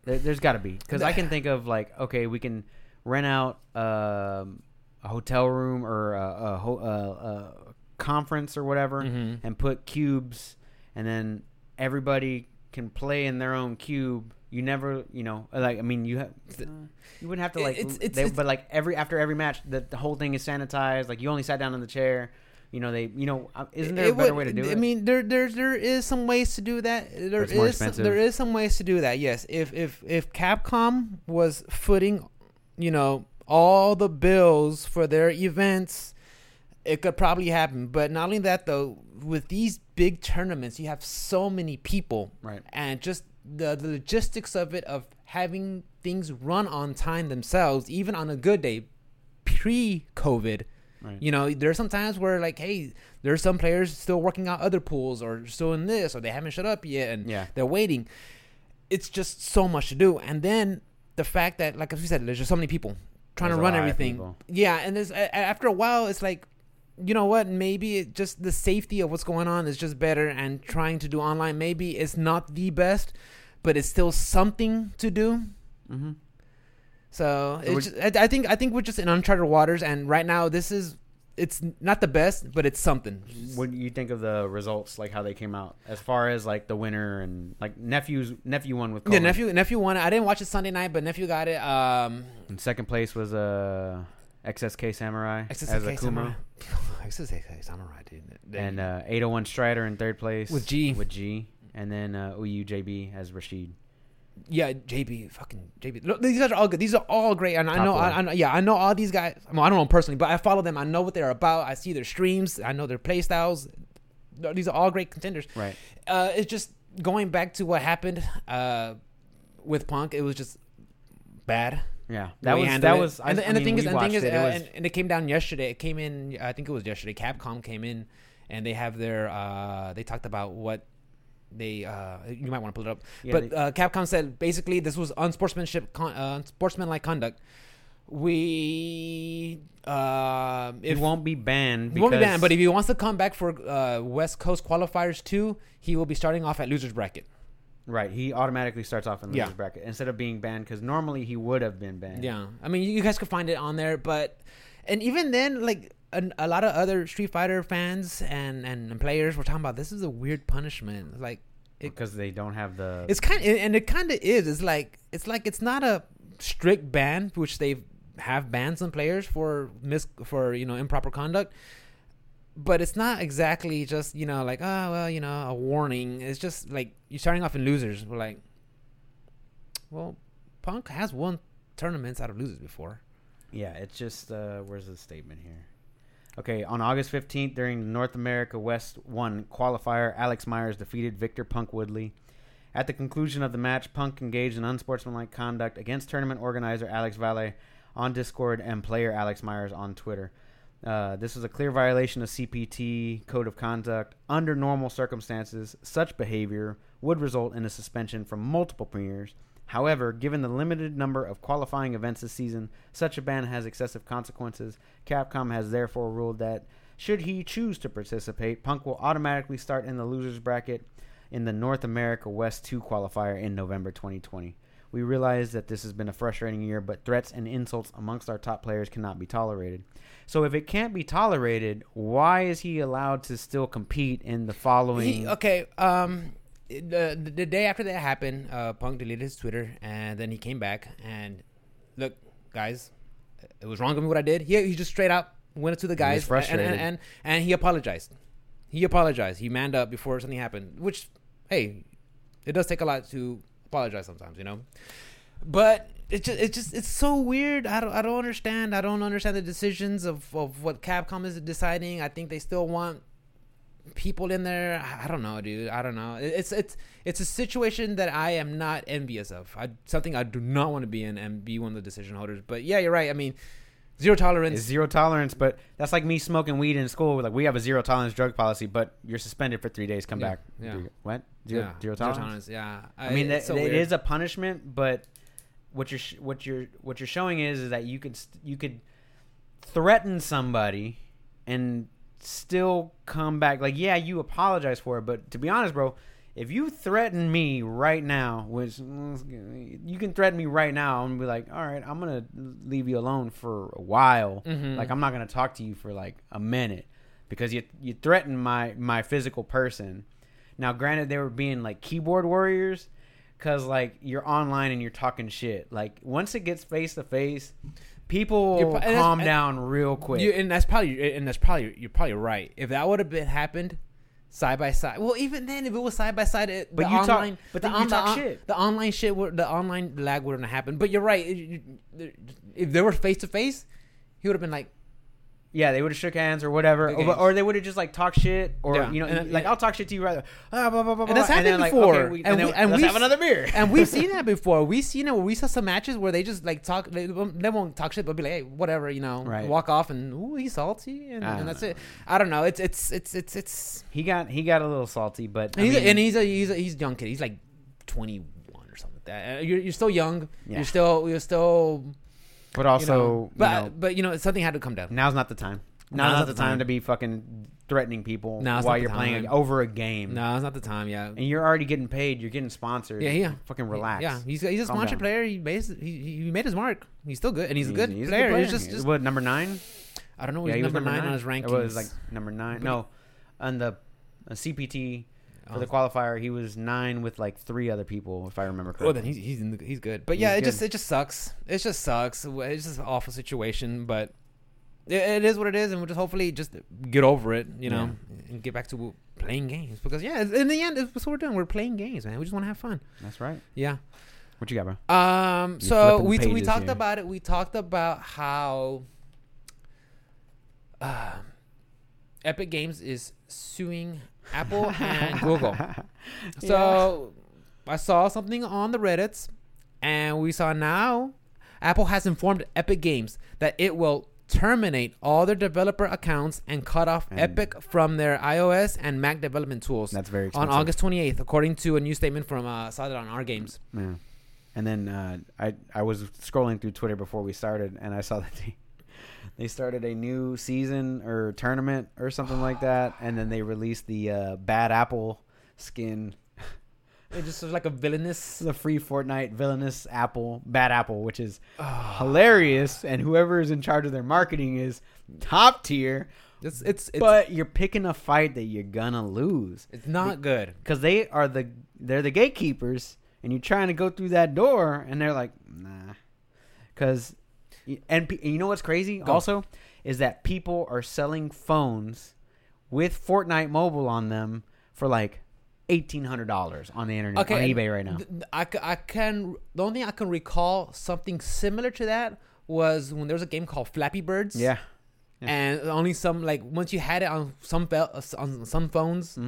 S2: There, there's got to be because I can think of like okay, we can rent out um, a hotel room or a, a, ho- a, a conference or whatever,
S1: Mhm.
S2: and put cubes, and then everybody can play in their own cube. You never, you know, like I mean, you have you wouldn't have to
S1: It-
S2: like
S1: it's- it's-
S2: they,
S1: it's-
S2: but like every after every match the, the whole thing is sanitized like you only sat down in the chair you know they you know uh, isn't there a
S1: It
S2: better
S1: would-
S2: way to do it
S1: I mean, there there there is some ways to do that. There
S2: it's more
S1: is some,
S2: expensive.
S1: there is some ways to do that. Yes, if if if Capcom was footing, you know, all the bills for their events, it could probably happen. But not only that, though, with these big tournaments, you have so many people,
S2: Right.
S1: And just the, the logistics of it of having things run on time themselves, even on a good day, pre-COVID
S2: Right.
S1: You know, there's some times where like, hey, there's some players still working out other pools or still in this or they haven't shut up yet and
S2: Yeah.
S1: they're waiting. It's just so much to do, and then the fact that, like as we said, there's just so many people trying
S2: There's
S1: to
S2: a
S1: run
S2: lot of
S1: everything.
S2: people.
S1: Yeah, and there's a- a- after a while, it's like, you know what? Maybe it just the safety of what's going on is just better, and trying to do online maybe it's not the best, but it's still something to do.
S2: Mm-hmm.
S1: So
S2: So
S1: it's just, I, I think I think we're just in uncharted waters, and right now this is it's not the best, but it's something.
S2: What do you think of the results, like how they came out, as far as like the winner and like nephew's nephew won with
S1: Yeah,
S2: Coleman.
S1: nephew nephew won. it. I didn't watch it Sunday night, but nephew got it. Um,
S2: And second place was uh, XSK Samurai as
S1: XSK
S2: Akuma,
S1: Samurai. *laughs* XSK Samurai, dude. They-
S2: and uh, 801 Strider in third place
S1: With G.
S2: with G, and then uh, UUJB as Rashid.
S1: yeah, JB, fucking JB. Look, these guys are all good. These are all great, and I
S2: Top
S1: know, I,
S2: one.
S1: I know, yeah, I know all these guys. I, mean, I don't know 'em personally, but I follow them. I know what they're about. I see their streams. I know their play styles. These are all great contenders.
S2: Right.
S1: uh, it's just going back to what happened uh, with Punk. It was just bad.
S2: Yeah.
S1: The way
S2: That
S1: he
S2: was
S1: handled
S2: that
S1: it.
S2: was. I,
S1: and, the- and the thing is, and the thing is, uh,
S2: it, was,
S1: and, and it came down yesterday. It came in. I think it was yesterday. Capcom came in, and they have their. Uh, they talked about what they. Uh, you might want to pull it up.
S2: Yeah,
S1: but
S2: they-
S1: uh, Capcom said basically this was unsportsmanship, con- uh, unsportsmanlike conduct. We. Uh,
S2: it won't be banned.
S1: he
S2: Because,
S1: won't be banned, but if he wants to come back for uh, West Coast qualifiers too, he will be starting off at losers bracket.
S2: right, he automatically starts off in the
S1: Yeah.
S2: loser's bracket instead of being banned because normally he would have been banned.
S1: Yeah, I mean, you you guys could find it on there, but and even then, like an, a lot of other Street Fighter fans and, and and players were talking about this is a weird punishment. Like It-
S2: because they don't have the.
S1: it's kind of, and it kind of is. It's like it's like it's not a strict ban, which they have banned some players for mis for you know improper conduct. But it's not exactly just you know like oh well you know a warning. It's just like you're starting off in losers. We're like, well, Punk has won tournaments out of losers before.
S2: Yeah, it's just uh, where's the statement here? Okay, on August 15th, during the North America West 1 qualifier, Alex Myers defeated Victor Punk Woodley. At the conclusion of the match, Punk engaged in unsportsmanlike conduct against tournament organizer Alex Valle on Discord and player Alex Myers on Twitter. Uh, this was a clear violation of CPT code of conduct. Under normal circumstances, such behavior would result in a suspension from multiple premiers. However, given the limited number of qualifying events this season, such a ban has excessive consequences. Capcom has therefore ruled that should he choose to participate, Punk will automatically start in the losers bracket in the North America West 2 qualifier in November 2020. We realize that this has been a frustrating year, but threats and insults amongst our top players cannot be tolerated. So if it can't be tolerated, why is he allowed to still compete in the following?
S1: He, okay, um, the, the day after that happened, uh, Punk deleted his Twitter, and then he came back and look, guys, it was wrong of me what I did. He he just straight out went up to the
S2: was
S1: guys, and-
S2: frustrated.
S1: and, and and he apologized. He apologized. He manned up before something happened. Which, hey, it does take a lot to apologize sometimes, you know. But it's just, it's just it's so weird. I don't I don't understand. I don't understand the decisions of of what Capcom is deciding. I think they still want people in there. I I don't know, dude. I don't know. It- It's it's it's a situation that I am not envious of. I, something I do not want to be in and be one of the decision holders. But yeah, you're right. I mean, zero tolerance.
S2: It's zero tolerance, but that's like me smoking weed in school. Like we have a zero tolerance drug policy, but you're suspended for three days. Come
S1: Yeah,
S2: back.
S1: yeah.
S2: Do you- What? Zero,
S1: yeah,
S2: zero tolerance.
S1: Yeah.
S2: I mean, that,
S1: it's so
S2: that- it
S1: weird.
S2: is a punishment, but what you're sh- what you're what you're showing is is that you could st- you could threaten somebody and still come back. Like, yeah, you apologize for it, but to be honest, bro, if you threaten me right now, which mm, you can threaten me right now and be like, all right, I'm gonna leave you alone for a while.
S1: Mhm.
S2: Like, I'm not gonna talk to you for like a minute because you you threaten my my physical person. Now, granted, they were being like keyboard warriors. Cause like you're online and you're talking shit. Like once it gets face to face, people
S1: You're pro- and that's-
S2: calm
S1: and-
S2: down real quick.
S1: You, and that's probably and that's probably you're probably right. If that would have been happened side by side, well, even then, if it was side by side, it,
S2: But
S1: the
S2: you talk-
S1: online,
S2: but
S1: the,
S2: then you
S1: on- the
S2: talk
S1: on-
S2: shit.
S1: the online shit, would, the online lag wouldn't have happened. But you're right. It- you- there- If they were face to face, he would have been like,
S2: Yeah, they would have shook hands or whatever,
S1: Good
S2: or,
S1: games.
S2: or they would have just like talked shit, or
S1: Yeah,
S2: you know,
S1: and then-
S2: like I'll talk shit to you rather. Ah, blah, blah, blah,
S1: And that's
S2: blah,
S1: happened
S2: then, like,
S1: before.
S2: okay, we- and then let's
S1: we've-
S2: have another beer.
S1: *laughs* and we've seen that before. We've seen it where we saw some matches where they just like talk. They, won't- they won't talk shit, but be like, hey, whatever, you know,
S2: Right.
S1: walk off and ooh, he's salty, and,
S2: I don't
S1: and that's it. I don't know. It's it's it's it's it's.
S2: *laughs* he got he got a little salty, but I
S1: And he's,
S2: mean,
S1: a, and he's a he's a, he's a young kid. He's like twenty one or something like that. Uh, You're you're still young.
S2: Yeah.
S1: You're still you're still.
S2: but
S1: You
S2: also,
S1: know,
S2: you
S1: but
S2: know,
S1: but you know something had to come down.
S2: Now's not the time. Now's, not, the time. to be fucking threatening people
S1: Now's
S2: while
S1: not the
S2: you're playing
S1: time.
S2: a, over a game.
S1: No, it's not the time. Yeah.
S2: And you're already getting paid. You're getting sponsored.
S1: Yeah, yeah.
S2: Fucking relax.
S1: Yeah, he's, he's a
S2: Calm
S1: sponsored
S2: down.
S1: player. He made his, he, he made his mark. He's still good, and he's, a good
S2: he's
S1: player. He's just,
S2: He's
S1: just
S2: what number nine?
S1: I don't know.
S2: yeah,
S1: He's
S2: he was
S1: number, nine, on his rankings.
S2: It was like number nine. No, on the uh, CPT for
S1: Oh.
S2: the qualifier, he was nine with like three other people, if I remember correctly.
S1: Well, then he's he's in the, he's good. But
S2: He's
S1: yeah, it
S2: good.
S1: just it just sucks. It just sucks. It's just an awful situation, but it, it is what it is, and we'll just hopefully just get over it, you know, and get back to playing games because yeah, in the end, that's what we're doing. We're playing games, man. We just want to have fun.
S2: That's right.
S1: Yeah.
S2: What you got, bro?
S1: Um.
S2: You're
S1: so
S2: flipping
S1: we we
S2: pages
S1: talked
S2: here.
S1: about it. We talked about how uh, Epic Games is suing Apple
S2: *laughs*
S1: and Google. So I saw something on the Reddit's, and we saw now Apple has informed Epic Games that it will terminate all their developer accounts and cut off
S2: And-
S1: Epic from their iOS and Mac development tools
S2: that's very
S1: on
S2: expensive.
S1: August 28th, according to a new statement from uh, saw that on our games.
S2: Yeah. And then uh, I I was scrolling through Twitter before we started, and I saw that they *laughs* they started a new season or tournament or something like that, and then they released the uh, Bad Apple skin,
S1: It just was like a villainous.
S2: the free Fortnite villainous Apple Bad Apple, which is hilarious. And whoever is in charge of their marketing is top tier,
S1: It's it's it's,
S2: but you're picking a fight that you're gonna lose
S1: it's not good.
S2: because they are the they're the gatekeepers, and you're trying to go through that door, and they're like, nah, because and, pe- and you know what's crazy
S1: Go.
S2: also is that people are selling phones with Fortnite Mobile on them for like eighteen hundred dollars on the internet on
S1: and
S2: eBay right now.
S1: th- th- I, c- I can the only thing I can recall something similar to that was when there was a game called Flappy Birds.
S2: yeah, Yeah.
S1: and only some like once you had it on some fel- uh, on some phones,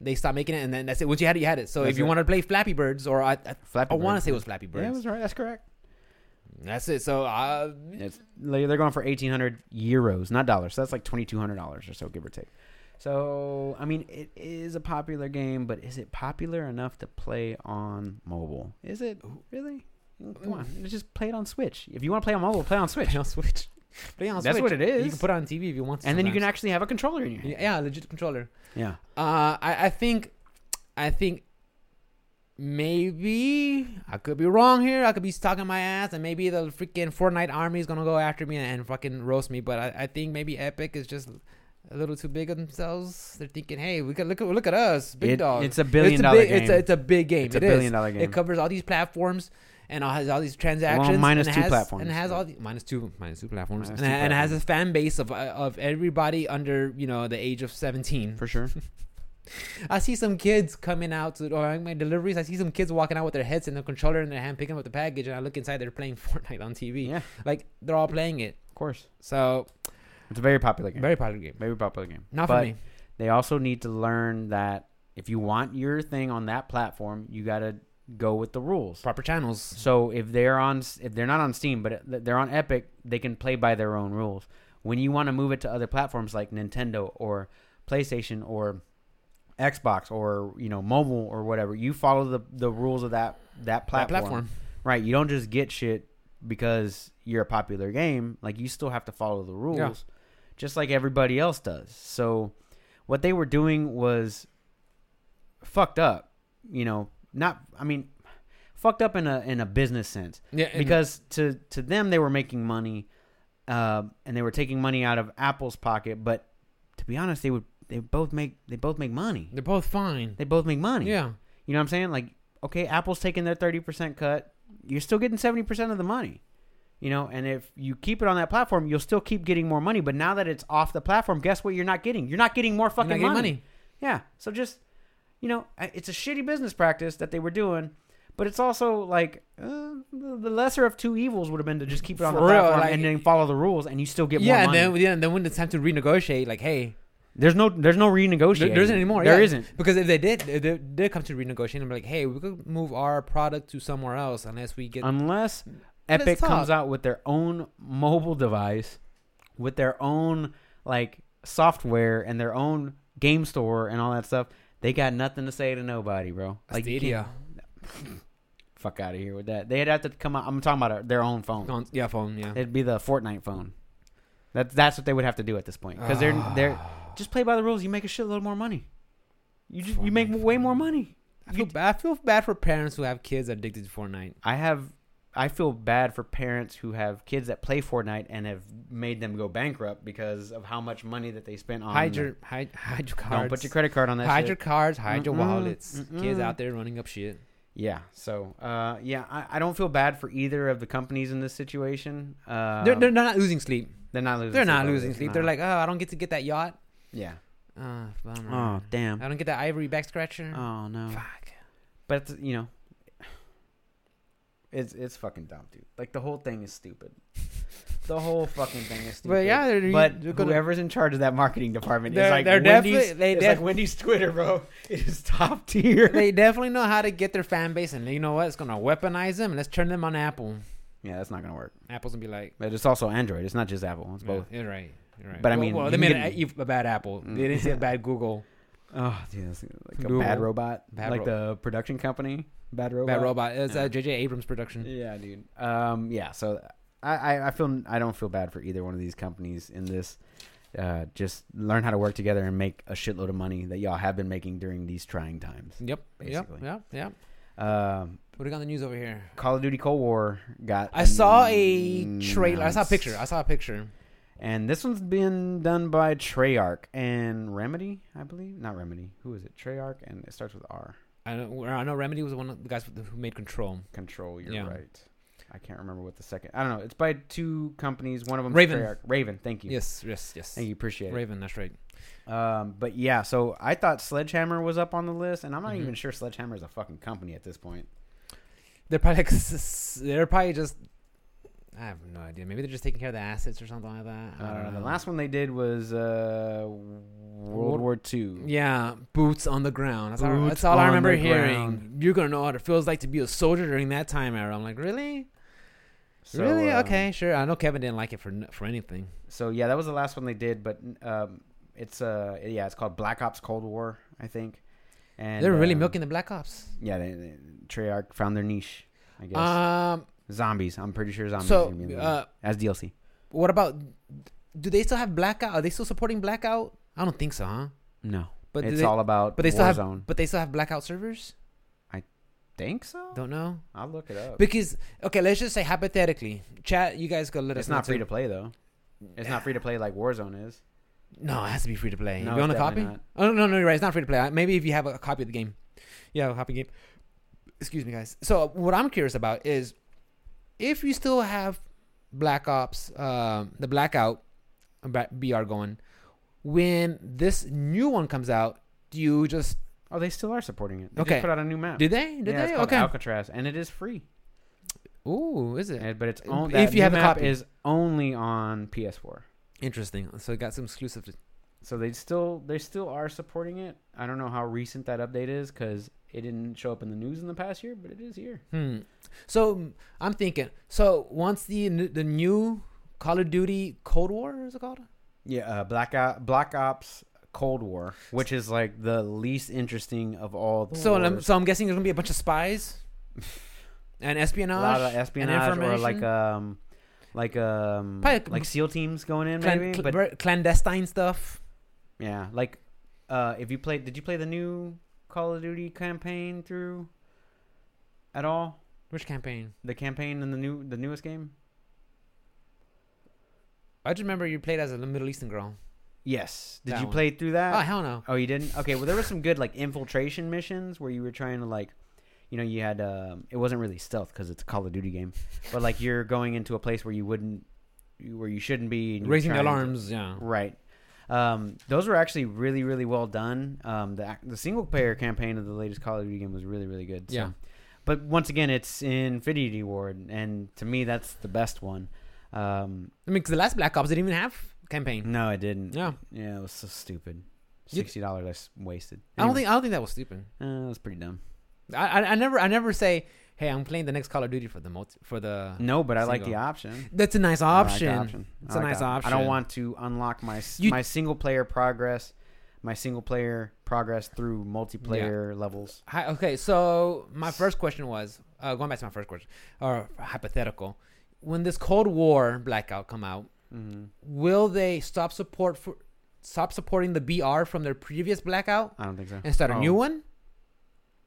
S1: they stopped making it, and then that's it. Once you had it, you had it. So if
S2: Mm-hmm. That's
S1: you
S2: it.
S1: want to play Flappy Birds, or I, I,
S2: Flappy
S1: I want
S2: Bird.
S1: to say it was Flappy Birds.
S2: Yeah, that's right. That's correct.
S1: that's it. So uh, *laughs*
S2: It's, they- they're going for eighteen hundred euros, not dollars. So that's like twenty two hundred dollars or so, give or take. So I mean, it is a popular game, but is it popular enough to play on mobile? Is it really? Come on, let's just play it on Switch. If you want to play on mobile, play
S1: *laughs*
S2: on Switch,
S1: play on Switch. Play on
S2: That's
S1: Switch.
S2: what it is.
S1: You can put it on TV if you want. to
S2: and then you can
S1: sometimes.
S2: actually have a controller in your hand.
S1: yeah, legit controller.
S2: Yeah,
S1: Uh, I, I think, I think maybe I could be wrong here. I could be talking my ass, and maybe the freaking Fortnite army is gonna go after me and, fucking roast me. But I, I think maybe Epic is just a little too big of themselves. They're thinking, hey, we could look at look at us, big
S2: It-
S1: dog.
S2: It's a billion dollar
S1: big,
S2: game.
S1: It's a, it's a big game.
S2: It's a
S1: It is.
S2: billion dollar game.
S1: It covers all these platforms. And all has all these transactions.
S2: minus
S1: and it
S2: two
S1: has-
S2: platforms,
S1: And it has
S2: but-
S1: all the, minus two minus two platforms.
S2: Minus
S1: and,
S2: two
S1: it- and it has a fan base of uh, of everybody under you know the age of seventeen. *laughs*
S2: for sure.
S1: I see some kids coming out to or I- my deliveries. I see some kids walking out with their heads and their controller in their hand, picking up the package, and I look inside. They're playing *laughs* Fortnite on TV.
S2: yeah,
S1: Like they're all playing it.
S2: of course.
S1: So
S2: It's a very popular game. Very,
S1: very popular game.
S2: popular game.
S1: Not
S2: But
S1: for me.
S2: They also need to learn that if you want your thing on that platform, you got to go with the rules.
S1: Proper channels.
S2: So if they're on, if they're not on Steam, but they're on Epic, they can play by their own rules. When you want to move it to other platforms like Nintendo or PlayStation or Xbox or you know mobile or whatever, you follow the the rules of that
S1: That
S2: that platform.
S1: platform.
S2: Right, you don't just get shit because you're a popular game. Like you still have to follow the rules,
S1: Yeah.
S2: just like everybody else does. So, what they were doing was fucked up. You know, not. I mean, fucked up in a in a business sense
S1: Yeah. and-
S2: because to to them they were making money, uh, and they were taking money out of Apple's pocket. But to be honest, they would they both make they both make money.
S1: they're both fine.
S2: They both make money.
S1: Yeah.
S2: You know what I'm saying? Like, okay, Apple's taking their 30% cut. You're still getting 70% of the money. You know, and if you keep it on that platform, you'll still keep getting more money. But now that it's off the platform, guess what you're not getting? You're not getting more
S1: You're not
S2: fucking
S1: getting
S2: money.
S1: money.
S2: Yeah. So just, you know, I- it's a shitty business practice that they were doing. But it's also like uh, the the lesser of two evils would have been to just keep it on
S1: For
S2: the
S1: real,
S2: platform
S1: like-
S2: and then follow the rules, and you still get
S1: yeah,
S2: more
S1: and
S2: money.
S1: then, yeah, and then when it's time to renegotiate, like, hey,
S2: there's no there's no renegotiating.
S1: there, there isn't anymore.
S2: There
S1: yeah.
S2: not
S1: Because if they did, if they did come to renegotiate and be like, hey, we could move our product to somewhere else unless we get.
S2: unless
S1: Let's
S2: Epic comes
S1: talk.
S2: out with their own mobile device, with their own like software and their own game store and all that stuff. They got nothing to say to nobody, bro. Like you
S1: Stadia.
S2: can't- Fuck out of here with that. They'd have to come out. I'm talking about uh, their own phone.
S1: Con- yeah, phone, yeah.
S2: It'd be the Fortnite phone. That's that's what they would have to do at this point because they're they're
S1: Ah.
S2: just play by the rules. You make a shitload more money. You just, you make
S1: Fortnite
S2: way
S1: phone.
S2: more money.
S1: I feel, bad, I feel bad for parents who have kids addicted to Fortnite.
S2: I have I feel bad for parents who have kids that play Fortnite and have made them go bankrupt because of how much money that they spent on
S1: Hide
S2: the-
S1: your, hide, hide your cards.
S2: Oh, Don't put your credit card on that.
S1: hide
S2: shit.
S1: your cards, hide your
S2: Mm-mm,
S1: wallets. Kids
S2: mm-mm.
S1: out there running up shit.
S2: yeah. So uh, yeah, I, I don't feel bad for either of the companies in this situation. Uh,
S1: they're, they're not losing sleep.
S2: they're not losing.
S1: They're
S2: sleep
S1: not
S2: over
S1: losing
S2: this,
S1: sleep.
S2: no.
S1: They're like, oh, I don't get to get that yacht.
S2: yeah.
S1: Oh, bummer.
S2: Oh damn.
S1: I don't get that ivory back scratcher.
S2: Oh no.
S1: Fuck.
S2: But you know, it's it's fucking dumb, dude. Like the whole thing is stupid. The whole fucking thing is stupid.
S1: But yeah, they're-
S2: but
S1: they're gonna-
S2: whoever's in charge of that marketing department is
S1: They're-
S2: like
S1: they're
S2: Wendy's.
S1: definitely- they
S2: it's
S1: def-
S2: like Wendy's Twitter, bro. *laughs* It is top
S1: *laughs*
S2: tier.
S1: they definitely know how to get their fan base, and you know what? It's gonna weaponize them. Let's turn them on Apple.
S2: *laughs* yeah, that's not gonna work.
S1: Apple's gonna be like,
S2: But it's also Android. It's not just Apple. It's both.
S1: Yeah, you're right. You're right.
S2: But I
S1: Well-
S2: mean,
S1: well,
S2: you
S1: they
S2: can
S1: made
S2: get-
S1: an e- a bad Apple. They didn't say a bad Google,
S2: Oh, dude, that's like a
S1: Google.
S2: bad robot,
S1: Bad
S2: like
S1: ro-
S2: the production company, bad robot.
S1: bad robot. It's
S2: Yeah.
S1: uh, J.J. Abrams production.
S2: Yeah, dude. Um, yeah. So I, I, I feel I don't feel bad for either one of these companies in this. Uh, just learn how to work together and make a shitload of money that y'all have been making during these trying times.
S1: Yep.
S2: Basically.
S1: Yep. Yep. Yep.
S2: Um,
S1: What do you got on the news over here? Mm,
S2: Call of Duty Cold War got.
S1: I saw a trailer. I saw a
S2: announced.
S1: picture. I saw a picture.
S2: and this one's been done by Treyarch and Remedy, I believe. Not Remedy. Who is it? Treyarch, and it starts with R.
S1: I know, I know Remedy was one of the guys who made Control.
S2: Control. You're
S1: Yeah.
S2: right. I can't remember what the second. I don't know. It's by two companies. One of them
S1: Raven.
S2: Treyarch. Raven. Thank you.
S1: Yes. Yes. Yes.
S2: Thank you. Appreciate it.
S1: Raven. That's right.
S2: Um, but yeah, so I thought Sledgehammer was up on the list, and I'm not
S1: Mhm.
S2: even sure Sledgehammer is a fucking company at this point.
S1: They're probably like, *laughs* s- s- they're probably just. I have no idea. Maybe they're just taking care of the assets or something like that. I don't
S2: Uh,
S1: know.
S2: the last one they did was uh, World
S1: World-
S2: War Two.
S1: Yeah, boots on the ground. That's all,
S2: Boots
S1: that's all I
S2: on
S1: remember
S2: the
S1: hearing.
S2: ground.
S1: You're gonna know what it feels like to be a soldier during that time era. I'm like, really,
S2: So,
S1: really?
S2: um,
S1: okay, sure. I know Kevin didn't like it for n- for anything.
S2: So yeah, that was the last one they did, but um, it's uh, yeah, it's called Black Ops Cold War, I think. And
S1: They're really
S2: um,
S1: milking the Black Ops.
S2: Yeah, they, they, Treyarch found their niche, I guess.
S1: Um,
S2: zombies. I'm pretty sure zombies. are
S1: so
S2: gonna be in the-
S1: uh,
S2: as DLC.
S1: what about? Do they still have Blackout? Are they still supporting Blackout? I don't think so, huh?
S2: No,
S1: But do
S2: it's
S1: they,
S2: all about
S1: but they still have-
S2: Warzone.
S1: but they still have Blackout servers.
S2: Think so?
S1: Don't know
S2: I'll look it up.
S1: because okay, let's just say hypothetically, chat. You guys go let
S2: It's
S1: us. know
S2: not free
S1: too.
S2: to play though. It's not free to play like Warzone is.
S1: No, it has to be free to play.
S2: No,
S1: you own a
S2: it's
S1: copy?
S2: definitely not.
S1: Oh no, no, you're right. It's not free to play. Maybe if you have a copy of the game, you have a copy of the game. Excuse me, guys. So what I'm curious about is if you still have Black Ops, um, the Blackout uh, Bra- BR going, when this new one comes out, do you just
S2: Oh, they still are supporting it. They
S1: Okay.
S2: just put out a new map.
S1: did they did
S2: yeah,
S1: they
S2: it's called
S1: okay?
S2: Alcatraz, and it is free.
S1: Ooh, is it
S2: And- but it's
S1: If
S2: on,
S1: you
S2: if you
S1: have
S2: have
S1: a
S2: map
S1: copy.
S2: is only on PS4.
S1: interesting? So it got some exclusive.
S2: So they still they still are supporting it. I don't know how recent that update is because it didn't show up in the news in the past year, but it is here.
S1: Hmm. So mm, I'm thinking. So once the n- the new Call of Duty Cold War is it called?
S2: Yeah, uh, Black o- Black Ops Cold War, which is like the least interesting of all the
S1: So, I'm,
S2: wars.
S1: so I'm guessing there's gonna be a bunch of spies *laughs* and espionage,
S2: a lot of espionage or like
S1: information.
S2: um like um
S1: Probably-
S2: like SEAL teams going in
S1: Clan-
S2: maybe,
S1: cl-
S2: but
S1: ver- clandestine stuff.
S2: Yeah, like uh if you played did you play the new Call of Duty campaign through at all?
S1: Which campaign?
S2: The campaign in the new the newest game?
S1: I just remember you played as a Middle Eastern girl.
S2: Yes. Did
S1: That
S2: you
S1: one.
S2: play through
S1: Oh
S2: that?
S1: hell no!
S2: Oh, you didn't? Okay, well there were some good like infiltration missions where you were trying to like you know, you had um it wasn't really stealth cuz it's a Call of Duty game, but like you're going into a place where you wouldn't where you shouldn't be and you're
S1: Raising the
S2: trying to-
S1: alarms, yeah.
S2: Right. Um, those were actually really, really well done. Um, the ac- the single player campaign of the latest Call of Duty game was really, really good. So.
S1: Yeah.
S2: But once again, it's Infinity Ward, and to me, that's the best one. Um,
S1: I mean, because the last Black Ops didn't even have campaign.
S2: no, it didn't.
S1: Yeah,
S2: Yeah, it was so stupid.
S1: You-
S2: Sixty dollars I s- wasted.
S1: I don't think I don't think that was stupid.
S2: think uh, was pretty dumb.
S1: I, I I never I never say, hey, I'm playing the next Call of Duty for the multi, for the.
S2: No, but I like the
S1: Single.
S2: option.
S1: That's a nice
S2: Mm. Oh, I like the
S1: option.
S2: I
S1: It's a
S2: like
S1: nice
S2: the I don't
S1: option.
S2: want to unlock my s
S1: You-
S2: my single player progress, my single player progress through multiplayer levels.
S1: Hi, okay, so my first question was uh, going back to my first question or hypothetical. When this Cold War blackout come out,
S2: hmm
S1: will they stop support for stop supporting the BR from their previous blackout
S2: I don't think so.
S1: and start a
S2: Oh,
S1: new one?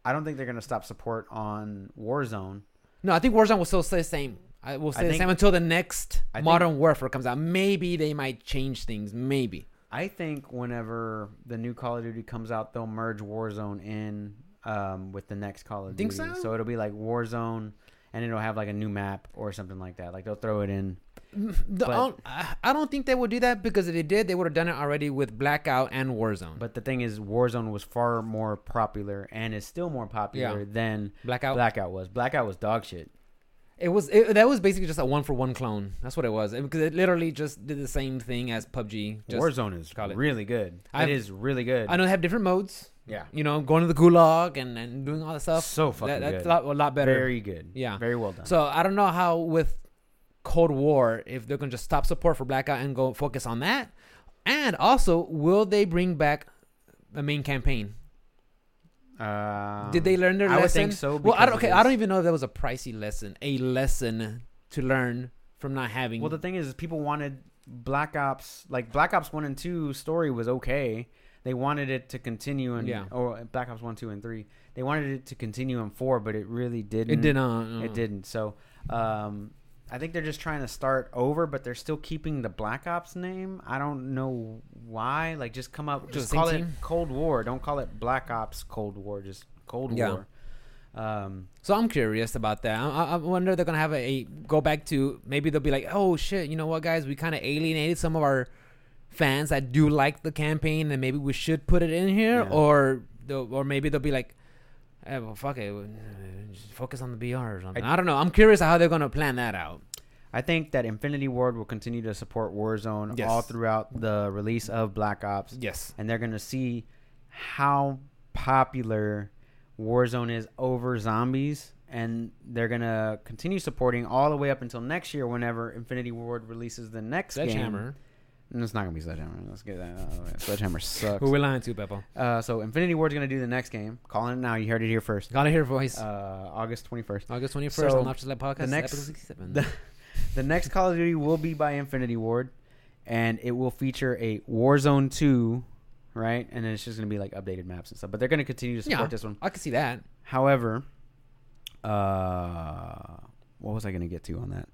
S2: I don't think they're gonna stop support on Warzone.
S1: No, I think Warzone will still stay the same. I will stay
S2: I
S1: the
S2: think-
S1: same until the next
S2: I think-
S1: Modern Warfare comes out. Maybe they might change things. Maybe.
S2: I think whenever the new Call of Duty comes out, they'll merge Warzone in um, with the next Call of
S1: Think
S2: Duty.
S1: so?
S2: it'll be like Warzone, and it'll have like a new map or something like that. Like they'll throw it in.
S1: The
S2: But-
S1: on- I I don't think they would do that because if they did, they would have done it already with Blackout and Warzone.
S2: But the thing is, Warzone was far more popular and is still more popular
S1: Yeah. Oh.
S2: than
S1: Blackout.
S2: Blackout was. Blackout was dog shit.
S1: It was it, that was basically just a one for one clone. That's what it was because it literally just did the same thing as PUBG. Just,
S2: Warzone is
S1: call it.
S2: really good.
S1: I've-
S2: it is really good.
S1: I know they have different modes.
S2: yeah,
S1: You know, going to the gulag and, and doing all that stuff.
S2: so fucking
S1: That, that's
S2: good.
S1: a lot, a lot better.
S2: Very good.
S1: Yeah.
S2: very well done.
S1: So I don't know how with Cold War if they're gonna just stop support for Blackout and go focus on that, and also will they bring back the main campaign?
S2: Um,
S1: Did they learn their
S2: I would
S1: lesson?
S2: think so,
S1: Well, I don't,
S2: because it
S1: okay, I
S2: is-
S1: don't even know if that was a pricey lesson, a lesson to learn from not having.
S2: Well, the thing is, is people wanted Black Ops, like Black Ops One and Two story was okay. They wanted it to continue in
S1: Yeah.
S2: or Black Ops One, Two, and Three. They wanted it to continue in Four, but it really didn't.
S1: it did not. uh,
S2: It didn't. So, um, I think they're just trying to start over, but they're still keeping the Black Ops name. I don't know why. Like, just come up,
S1: Just
S2: just
S1: the
S2: call
S1: same
S2: it
S1: team?
S2: Cold War. Don't call it Black Ops Cold War. Just Cold
S1: Yeah.
S2: War. Um,
S1: So I'm curious about that. I, I- I wonder if they're gonna have a, a go back to maybe they'll be like, oh shit, you know what, guys, we kind of alienated some of our fans that do like the campaign, and maybe we should put it in here,
S2: Yeah.
S1: or they'll, or maybe they'll be like, eh, well, fuck it, uh, just focus on the BR or something. I, don't know. I'm curious how they're gonna plan that out.
S2: I think that Infinity Ward will continue to support Warzone
S1: Yes.
S2: all throughout the release of Black Ops,
S1: Yes.
S2: and they're going to see how popular Warzone is over zombies, and they're going to continue supporting all the way up until next year whenever Infinity Ward releases the next game.
S1: Sledgehammer.
S2: No, It's not going to be Sledgehammer. Let's get that. out of the way. Sledgehammer sucks.
S1: Who we lying to, Beppo?
S2: Uh, so Infinity Ward's going to do the next game. Calling it now. You heard it here first.
S1: Gotta hear voice.
S2: Uh, August 21st.
S1: August 21st
S2: so
S1: on Off Just Lab Podcast.
S2: the next-
S1: episode 67.
S2: *laughs* the- The next Call of Duty will be by Infinity Ward, and it will feature a Warzone 2, right? And then it's just going to be like updated maps and stuff. But they're going to continue to support
S1: Yeah.
S2: this one.
S1: I can see that.
S2: However, uh, what was I going to get to on that?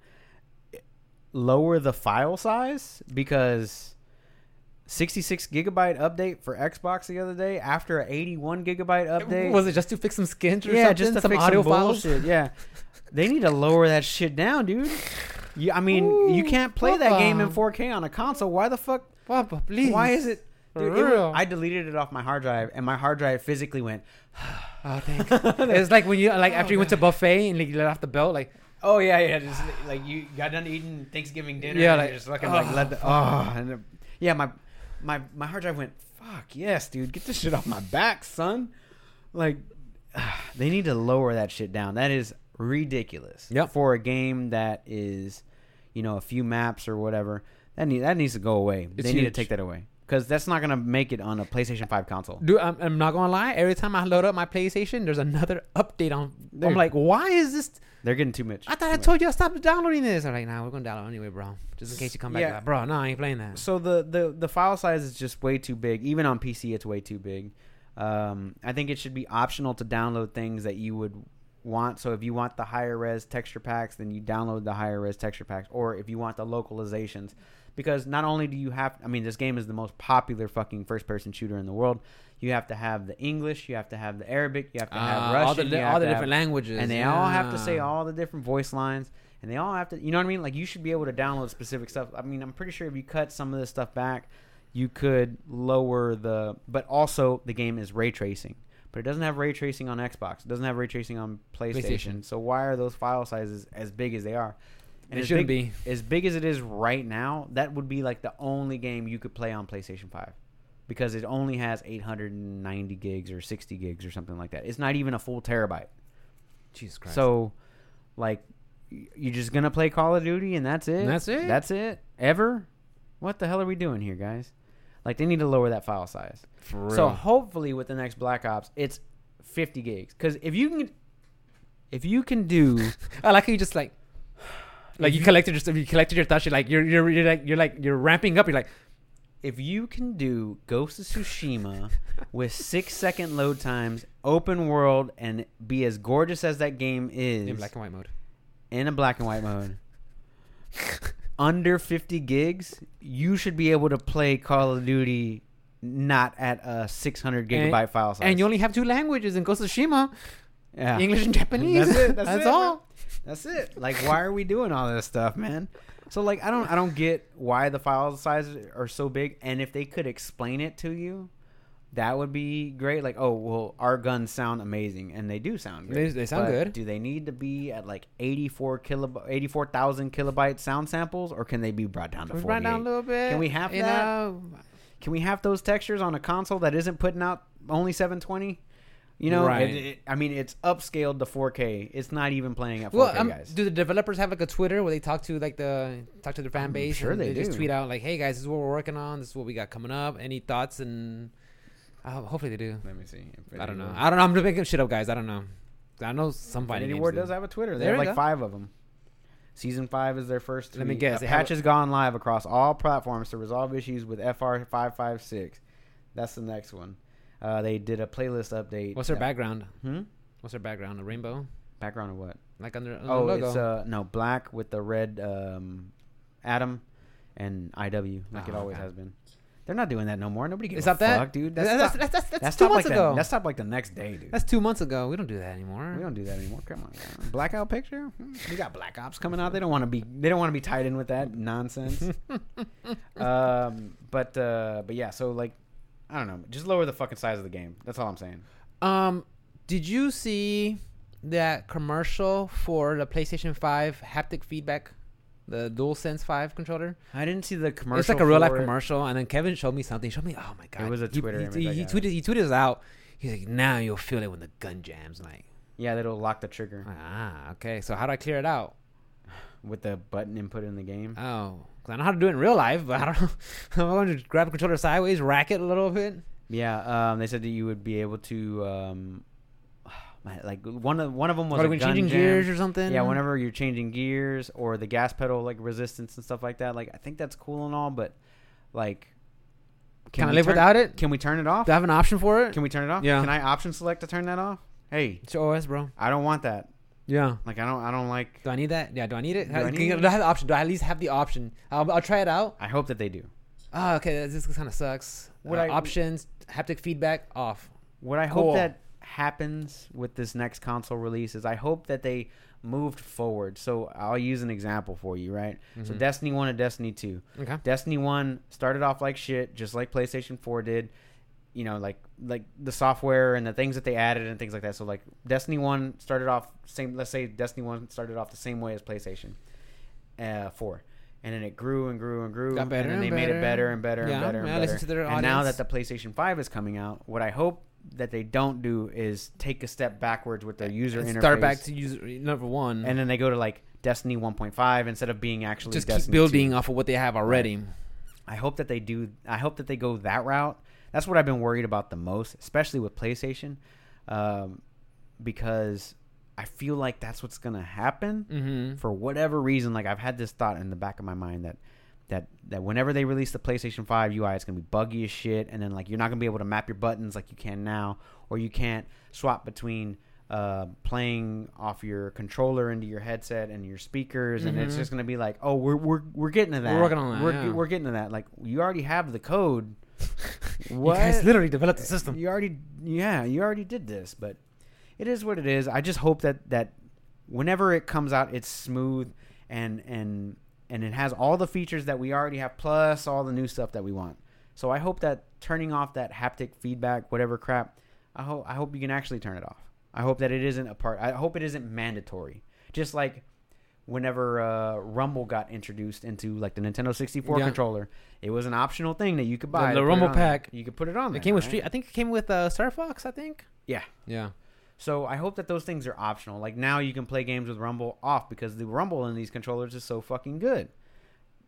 S2: Lower the file size because 66 gigabyte update for Xbox the other day after an 81 gigabyte update.
S1: Was *laughs* it just to fix some skins or
S2: yeah,
S1: something?
S2: just to
S1: some
S2: fix
S1: audio
S2: some
S1: files.
S2: bullshit. Yeah, they need to lower that shit down, dude. You, I mean, you
S1: Ooh,
S2: can't play that game in
S1: Papa.
S2: 4K on a console. Why the fuck?
S1: Papa, please.
S2: Why is it?
S1: For
S2: Dude, it was-
S1: real.
S2: I deleted it off my hard drive, and my hard drive physically went.
S1: Oh, *laughs* thank. it's like when you like after you went to buffet and like, you let off the belt, like
S2: Oh yeah, yeah. Just like you got done eating Thanksgiving dinner.
S1: Yeah,
S2: and
S1: like,
S2: you're just looking like let the oh, and the- yeah, my my my hard drive went. Fuck yes, dude, get this shit off my back, son. Like *sighs* they need to lower that shit down. That is ridiculous.
S1: Yep.
S2: For a game that is, you know, a few maps or whatever, that need that needs to go away.
S1: It's
S2: they need to
S1: huge.
S2: take that away because that's not gonna make it on a PlayStation Five console.
S1: dude, I'm, I'm not gonna lie. Every time I load up my PlayStation, there's another update on. I'm
S2: Dude.
S1: like, why is this?
S2: They're getting too much.
S1: I thought I told you I stopped downloading this. I'm like, nah, we're gonna download anyway, bro. Just in case you come back,
S2: Yeah.
S1: like, bro. No, I ain't playing that.
S2: so the, the the file size is just way too big even on pc it's way too big um, i think it should be optional to download things that you would want so if you want the higher res texture packs then you download the higher res texture packs or if you want the localizations because not only do you have i mean this game is the most popular fucking first person shooter in the world you have to have the english you have to have the arabic you have to have
S1: Uh,
S2: russian
S1: all the
S2: you
S1: di-
S2: have
S1: all the
S2: to have-
S1: different languages,
S2: and they all have to say
S1: Yeah.
S2: all the different voice lines and they all have to you know what i mean like you should be able to download specific stuff i mean i'm pretty sure if you cut some of this stuff back you could lower the but also the game is ray tracing but it doesn't have ray tracing on Xbox. It doesn't have ray tracing on PlayStation.
S1: PlayStation.
S2: So why are those file sizes as big as they are?
S1: it
S2: as
S1: shouldn't
S2: big,
S1: be.
S2: as big as it is right now. That would be like the only game you could play on PlayStation Five, because it only has 890 gigs or 60 gigs or something like that. It's not even a full terabyte.
S1: Jesus Christ.
S2: So, like, y- you're just gonna play Call of Duty and that's it.
S1: And that's it?
S2: That's it. Ever? What the hell are we doing here, guys? Like, they need to lower that file size.
S1: For real.
S2: So hopefully, with the next Black Ops, it's 50 gigs. Because if you can, if you
S1: *laughs*
S2: can do,
S1: *laughs* I like how you just like, like you collected your you collected your thoughts. You're like you're you're, you're like you're like you're ramping up. You're like
S2: if you can do Ghost of Tsushima with six second load times, open world, and be as gorgeous as that game is
S1: in black and white mode.
S2: in a black and white mode under 50 gigs you should be able to play call of duty not at a 600
S1: And-
S2: gigabyte file size
S1: And you only have two languages in Ghost of Tsushima,
S2: yeah.
S1: English and Japanese. *laughs*
S2: That's it, that's it,
S1: all.
S2: that's it like why are we doing all this stuff man so like i don't i don't get why the file sizes are so big and if they could explain it to you that would be great like oh well our guns sound amazing and they do sound great
S1: They- they sound
S2: but
S1: good.
S2: do they need to be at like 84 kilobyte 84000 kilobyte sound samples or can they be brought down to
S1: We
S2: 48
S1: run down a little bit.
S2: Can we have
S1: you
S2: that?
S1: know?
S2: can we have those textures on a console that isn't putting out only 720 you know
S1: Right.
S2: it, it, i mean it's upscaled to 4k it's not even playing at 4k
S1: Well, um,
S2: guys
S1: do the developers have like a Twitter where they talk to like the talk to their fan base?
S2: sure
S1: and
S2: they
S1: just
S2: do.
S1: tweet out like, "Hey guys, this is what we're working on. This is what we got coming up. Any thoughts?" And uh, hopefully they do.
S2: let me see
S1: I don't know. I don't know. I'm just making shit up, guys. I don't know. I know some fighting
S2: Infinity
S1: games
S2: War
S1: do.
S2: does have a Twitter. They
S1: There
S2: have
S1: we
S2: like
S1: go.
S2: five of them. Season five is their first.
S1: Let me
S2: tweet.
S1: guess,
S2: A
S1: they have
S2: patch
S1: a-
S2: has gone live across all platforms to resolve issues with FR five five six. That's the next one. Uh, they did a playlist update.
S1: What's their
S2: that-
S1: background?
S2: Hmm?
S1: What's their background? A rainbow,
S2: background of what?
S1: like under, under
S2: Oh,
S1: the logo.
S2: it's uh no black with the red um, atom and IW like it
S1: Oh,
S2: always
S1: okay.
S2: has been. They're not doing that no more. Nobody gives
S1: Is
S2: a
S1: that that,
S2: fuck, dude.
S1: That's
S2: That's,
S1: that's, that's,
S2: stopped-
S1: that's, two
S2: that stopped
S1: months
S2: like
S1: ago.
S2: The, that
S1: that's,
S2: stopped like the next day, dude.
S1: two months ago. We don't do that anymore.
S2: We don't do that anymore. Come on, blackout picture. Hmm, We got black ops coming out. They don't want to be. They don't want to be tied in with that
S1: *laughs*
S2: nonsense. um, but uh, but yeah. So like, I don't know. Just lower the fucking size of the game. That's all I'm saying.
S1: Um, did you see that commercial for the PlayStation Five haptic feedback, the DualSense Five controller?
S2: I didn't see the commercial.
S1: it's like a real life
S2: for it.
S1: commercial. And then Kevin showed me something. He showed me, oh my god,
S2: was a
S1: He-
S2: Twitter
S1: He,
S2: image
S1: he,
S2: I
S1: he
S2: got.
S1: tweeted. He tweeted us out. He's like, now you'll feel it when the gun jams. I'm Like,
S2: Yeah, that'll lock the trigger
S1: ah, okay. So how do I clear it out?
S2: with the button input in the game.
S1: Oh, 'cause I know how to do it in real life, but I don't. *laughs* I'm going to grab the controller sideways, rack it a little bit.
S2: Yeah. Um, they said that you would be able to. Um, *sighs* man, like one of one of them was
S1: Or
S2: a
S1: when
S2: gun
S1: changing
S2: jam.
S1: gears or something.
S2: Yeah, whenever you're changing gears or the gas pedal like resistance and stuff like that, like I think that's cool and all, but like,
S1: Can I
S2: we
S1: live
S2: turn-
S1: without it?
S2: Can we turn it off?
S1: Do I have an option for it?
S2: Can we turn it off?
S1: Yeah.
S2: Can I option select to turn that off? Hey,
S1: It's your OS, bro.
S2: I don't want that.
S1: Yeah.
S2: Like I don't. I don't like.
S1: Do I need that? Yeah. Do I need it?
S2: Do
S1: How-
S2: I
S1: can
S2: need
S1: you-
S2: it?
S1: do I have the option? Do I at least have the option? I'll, I'll try it out.
S2: I hope that they do.
S1: Oh, okay. This kind of sucks.
S2: Would
S1: Uh,
S2: I-
S1: options, haptic feedback off.
S2: What I
S1: Cool.
S2: hope that happens with this next console release is I hope that they moved forward. So I'll use an example for you, right? So Destiny One and Destiny Two.
S1: Mm-hmm. Okay.
S2: Destiny One started off like shit, just like PlayStation Four did. You know, like like the software and the things that they added and things like that. So like Destiny One started off same. Let's say Destiny One started off the same way as PlayStation uh, Four, and then it grew and grew and grew.
S1: Got better
S2: and
S1: and
S2: then they made
S1: better.
S2: it better and better
S1: Yeah,
S2: and better and
S1: I listened
S2: better.
S1: to their
S2: and now
S1: audience.
S2: that the PlayStation Five is coming out, what I hope that they don't do is take a step backwards with their user
S1: And
S2: interface.
S1: Start back to user number one,
S2: and then they go to like Destiny 1.5 instead of being actually
S1: just
S2: Destiny
S1: keep
S2: 2.
S1: building off of what they have already.
S2: I hope that they do. I hope that they go that route. That's what I've been worried about the most, especially with PlayStation, um, because I feel like that's what's gonna happen
S1: Mm-hmm.
S2: for whatever reason. Like I've had this thought in the back of my mind that that that whenever they release the PlayStation Five UI, it's gonna be buggy as shit, and then like you're not gonna be able to map your buttons like you can now, or you can't swap between. Uh, playing off your controller into your headset and your speakers, and it's
S1: Mhm.
S2: just gonna be like, oh, we're we're we're getting to that.
S1: We're working on that,
S2: We're,
S1: yeah.
S2: we're getting to that. Like you already have the code.
S1: *laughs* You guys literally developed the system.
S2: Eh, You already, yeah, you already did this, but it is what it is. I just hope that that whenever it comes out, it's smooth and and and it has all the features that we already have, plus all the new stuff that we want. So I hope that turning off that haptic feedback, whatever crap, I hope I hope you can actually turn it off. I hope that it isn't a part. I hope it isn't mandatory. Just like whenever uh, Rumble got introduced into like the Nintendo 64
S1: Yeah.
S2: controller, it was an optional thing that you could buy.
S1: The-
S2: to
S1: the
S2: put it
S1: Rumble
S2: on there.
S1: Pack.
S2: You could put it on.
S1: It
S2: there,
S1: came with
S2: right?
S1: Street. I think it came with uh, Star Fox. I think.
S2: Yeah.
S1: Yeah.
S2: So I hope that those things are optional. Like now you can play games with Rumble off because the Rumble in these controllers is so fucking good.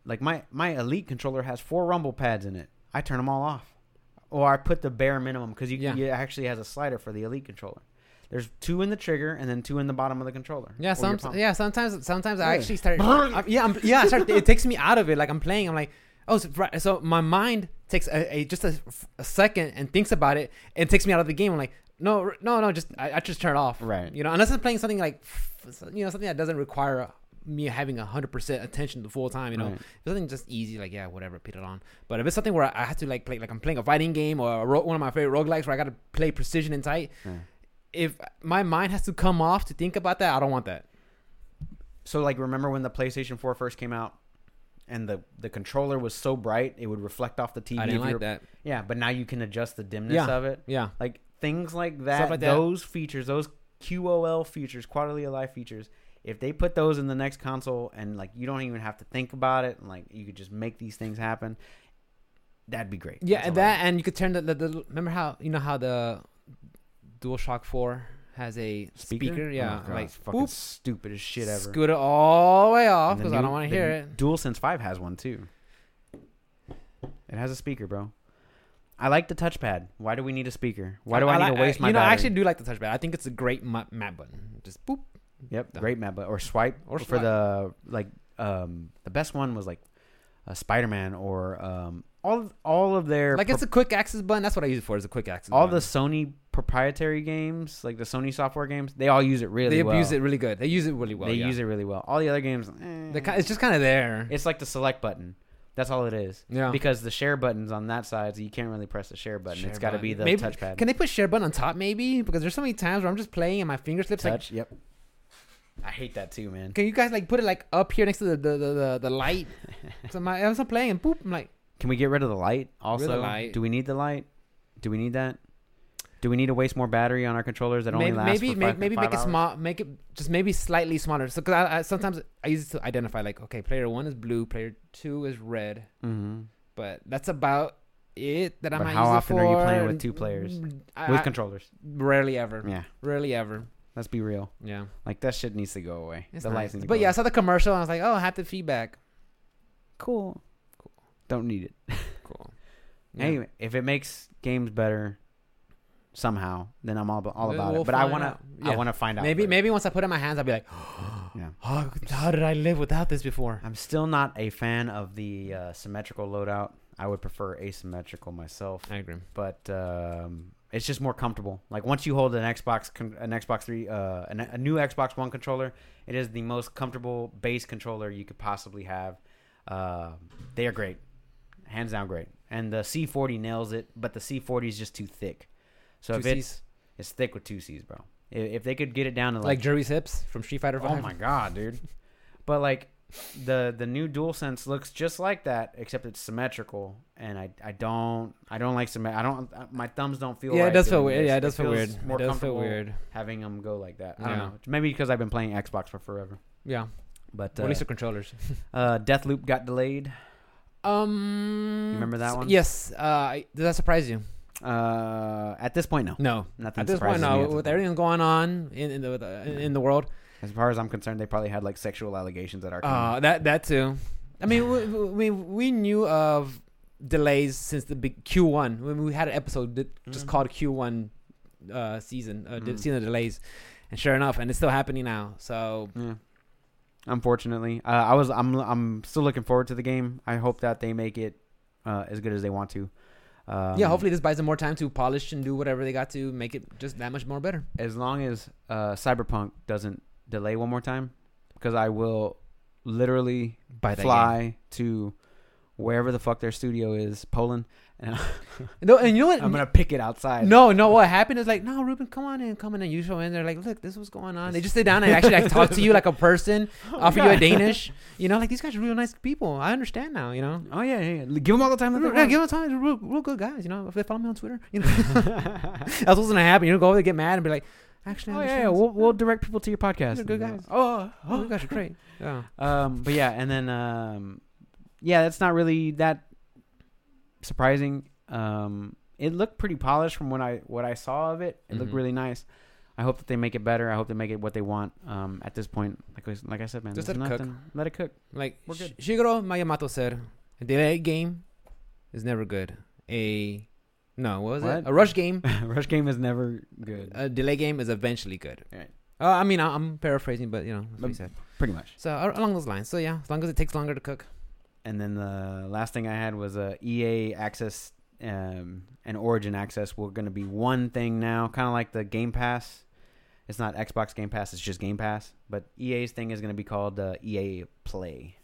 S2: Like my my Elite controller has four Rumble pads in it. I turn them all off, or I put the bare minimum because you,
S1: Yeah.
S2: you- it actually has a slider for the Elite controller. There's two in the trigger and then two in the bottom of the controller.
S1: Yeah,
S2: or your
S1: some,
S2: palm.
S1: yeah. Sometimes, sometimes I
S2: Yeah.
S1: actually
S2: *laughs*
S1: start. I- yeah, I'm, yeah. I start, it takes me out of it. Like I'm playing, I'm like, oh, so, right, so my mind takes a, a just a, a second and thinks about it, and takes me out of the game. I'm like, no, r- no, no. Just I, I just turn it off.
S2: Right.
S1: You know, unless I'm playing something like, f- you know, something that doesn't require me having hundred percent attention the full time. You know,
S2: Right.
S1: if it's something just easy, like yeah, whatever, put it on. But if it's something where I, I have to like play, like I'm playing a fighting game or a ro- one of my favorite roguelikes where I got to play precision and tight.
S2: Yeah.
S1: If my mind has to come off to think about that, I don't want that.
S2: So like remember when the PlayStation 4 first came out, and the the controller was so bright it would reflect off the TV.
S1: I
S2: if
S1: didn't
S2: you
S1: like
S2: were-
S1: that.
S2: Yeah, but now you can adjust the dimness
S1: Yeah.
S2: of it.
S1: Yeah.
S2: like things like that,
S1: like that.
S2: those features those qol features quality of life features if they put those in the next console and like you don't even have to think about it and like you could just make these things happen that'd be great
S1: Yeah,
S2: That's
S1: and
S2: all I
S1: that and you could turn the, the, the remember how you know how the DualShock 4 has a
S2: want.
S1: speaker, yeah,
S2: Oh my God,
S1: like
S2: it's fucking
S1: boop,
S2: stupid as shit ever
S1: scoot it all the way off
S2: And the
S1: because I
S2: new-
S1: don't want
S2: the
S1: to hear it.
S2: DualSense 5 has one too it has a speaker bro I like the touchpad. Why do we need a speaker? Why do I, need
S1: like- uh,
S2: to waste my
S1: You know,
S2: battery?
S1: I actually do like the touchpad. I think it's a great ma- map button. Just boop.
S2: Yep,
S1: Done.
S2: great map, but or swipe
S1: Or
S2: or for the like um the best one was like uh, Spider Man or um all of, all of their
S1: Like it's a quick access button. That's what I use it for. Is a quick access.
S2: pro- all the
S1: button.
S2: Sony proprietary games like the Sony software games they all use it really
S1: they
S2: well.
S1: abuse it really good. They use it really well.
S2: they
S1: yeah.
S2: use it really well. All the other games,
S1: The
S2: eh.
S1: ki- it's just kind of there.
S2: it's like the select button. That's all it is.
S1: Yeah.
S2: Because the share button's on that side, so you can't really press the share button.
S1: Share
S2: it's got to be
S1: button.
S2: the
S1: Maybe-
S2: touchpad.
S1: Can they put share button on top maybe? Because there's so many times where I'm just playing and my finger slips. Like,
S2: Touch. yep. I hate that too, man.
S1: can you guys like put it like up here next to the the the, the, the light?
S2: *laughs*
S1: so my, I was playing and boop. I'm like.
S2: Can we get rid of the light? Also,
S1: the light.
S2: do we need the light? Do we need that? Do we need to waste more battery on our controllers that only
S1: maybe
S2: last
S1: maybe
S2: for
S1: make,
S2: five,
S1: maybe
S2: five
S1: make it
S2: hours?
S1: small make it just maybe slightly smaller so because I, I sometimes i used to identify like okay player one is blue player two is red
S2: Mhm.
S1: but that's about it that i
S2: But
S1: might
S2: how
S1: use it
S2: often are you playing
S1: for. Mm,
S2: with two players?
S1: I-
S2: With
S1: I-
S2: controllers,
S1: rarely ever
S2: yeah.
S1: rarely ever
S2: Let's be real.
S1: yeah
S2: Like that shit needs to go away.
S1: It's
S2: the
S1: nice.
S2: lights need to
S1: but
S2: go
S1: yeah i
S2: away.
S1: saw the commercial and i was like oh haptic feedback
S2: cool. Don't need it.
S1: cool Yeah.
S2: Anyway, if it makes games better somehow, then I'm all, all
S1: We'll-
S2: about
S1: we'll
S2: it. But I
S1: find
S2: wanna,
S1: out. Yeah.
S2: I wanna find out.
S1: maybe
S2: first.
S1: maybe once i put it in my hands i'll be like *gasps*
S2: Yeah.
S1: oh, how did i live without this before
S2: I'm still not a fan of the uh, symmetrical loadout. I would prefer asymmetrical myself.
S1: i agree
S2: but um, it's just more comfortable. Like once you hold an Xbox, con- an Xbox Three, uh, an, a new Xbox One controller, it is the most comfortable base controller you could possibly have. Uh, they are great, hands down great. And the C40 nails it, but the C40 is just too thick. So
S1: Two
S2: if it's
S1: Cs.
S2: it's thick with two C's, bro. I- If they could get it down to
S1: like
S2: like,
S1: Jerry's hips from street fighter 5
S2: oh my god, dude. But like the the new DualSense looks just like that, except it's symmetrical, and I, I don't I don't like symmet. I don't uh, my thumbs don't feel
S1: yeah
S2: right
S1: it does feel
S2: doing
S1: weird
S2: this.
S1: yeah it does feel
S2: feels
S1: weird
S2: More
S1: it does feel
S2: comfortable
S1: weird
S2: having them go like that. I
S1: Yeah.
S2: don't know. Maybe because I've been playing Xbox for forever.
S1: yeah
S2: But
S1: or at
S2: uh,
S1: least the controllers
S2: uh, Deathloop got delayed.
S1: Um,
S2: remember that
S1: s-
S2: one?
S1: Yes. Uh, I- did that surprise you?
S2: Uh, at this point, no,
S1: No.
S2: nothing.
S1: At this point,
S2: surprises me
S1: no.
S2: at this
S1: With
S2: point.
S1: everything going on in, in the with, uh, in, in the world,
S2: as far as I'm concerned, they probably had like sexual allegations at our.
S1: uh, that that too. I mean, we, we we knew of delays since the big Q1 when we had an episode that just
S2: Mhm.
S1: called Q1 uh, season uh, de-
S2: Mhm.
S1: season of delays, and sure enough, and it's still happening now. So
S2: Yeah. Unfortunately, uh, I was I'm I'm still looking forward to the game. I hope that they make it uh, as good as they want to. Um,
S1: yeah, hopefully this buys them more time to polish and do whatever they got to make it just that much more better.
S2: as long as uh, Cyberpunk doesn't delay one more time, because I will literally
S1: By that
S2: fly to wherever the fuck their studio is, Poland, And
S1: No, and you know what?
S2: I'm gonna pick it outside.
S1: no, no. What happened is like, no, Ruben, come on in, come in. And you show in. They're like, look, this is what's going on. They just sit down and actually like talk to you like a person,
S2: *laughs* Oh,
S1: offer you
S2: yeah.
S1: a Danish. You know, like these guys are real nice people. I understand now. You know,
S2: Oh yeah, yeah, yeah. Give them all the time that they
S1: yeah,
S2: want.
S1: give them time. They're real, real good guys. You know, if they follow me on Twitter, you know, *laughs*
S2: *laughs*
S1: that's what's gonna happen. You know, go over there, get mad, and be like, actually, I
S2: oh yeah,
S1: understand
S2: yeah.
S1: this.
S2: We'll, we'll direct people to your podcast.
S1: They're good
S2: And, uh,
S1: guys.
S2: Oh,
S1: Oh,
S2: oh.
S1: you guys are
S2: *laughs*
S1: great. Yeah.
S2: Um, but yeah, and then um, yeah, that's not really that surprising. Um, it looked pretty polished from what I what I saw of it. It looked
S1: Mhm.
S2: really nice. I hope that they make it better. I hope they make it what they want. Um, at this point, like I, like I said, man,
S1: Just
S2: there's
S1: let it cook.
S2: nothing- Let it cook. *laughs*
S1: Like
S2: We're
S1: Sh-
S2: good.
S1: Shigeru Miyamoto said, a delayed game is never good. A no, what was it?
S2: What?
S1: A rush game,
S2: Rush game is never good.
S1: a delay game is eventually good.
S2: Right.
S1: Uh, I mean, I, I'm paraphrasing, but you know, that's what he
S2: Um,
S1: said.
S2: Pretty much.
S1: So a- along those lines. So yeah, as long as it takes longer to cook.
S2: And then the last thing I had was uh, EA access um, and Origin access were going to be one thing now, kind of like the Game Pass. It's not Xbox Game Pass; it's just Game Pass. But EA's thing is going to be called uh, EA Play.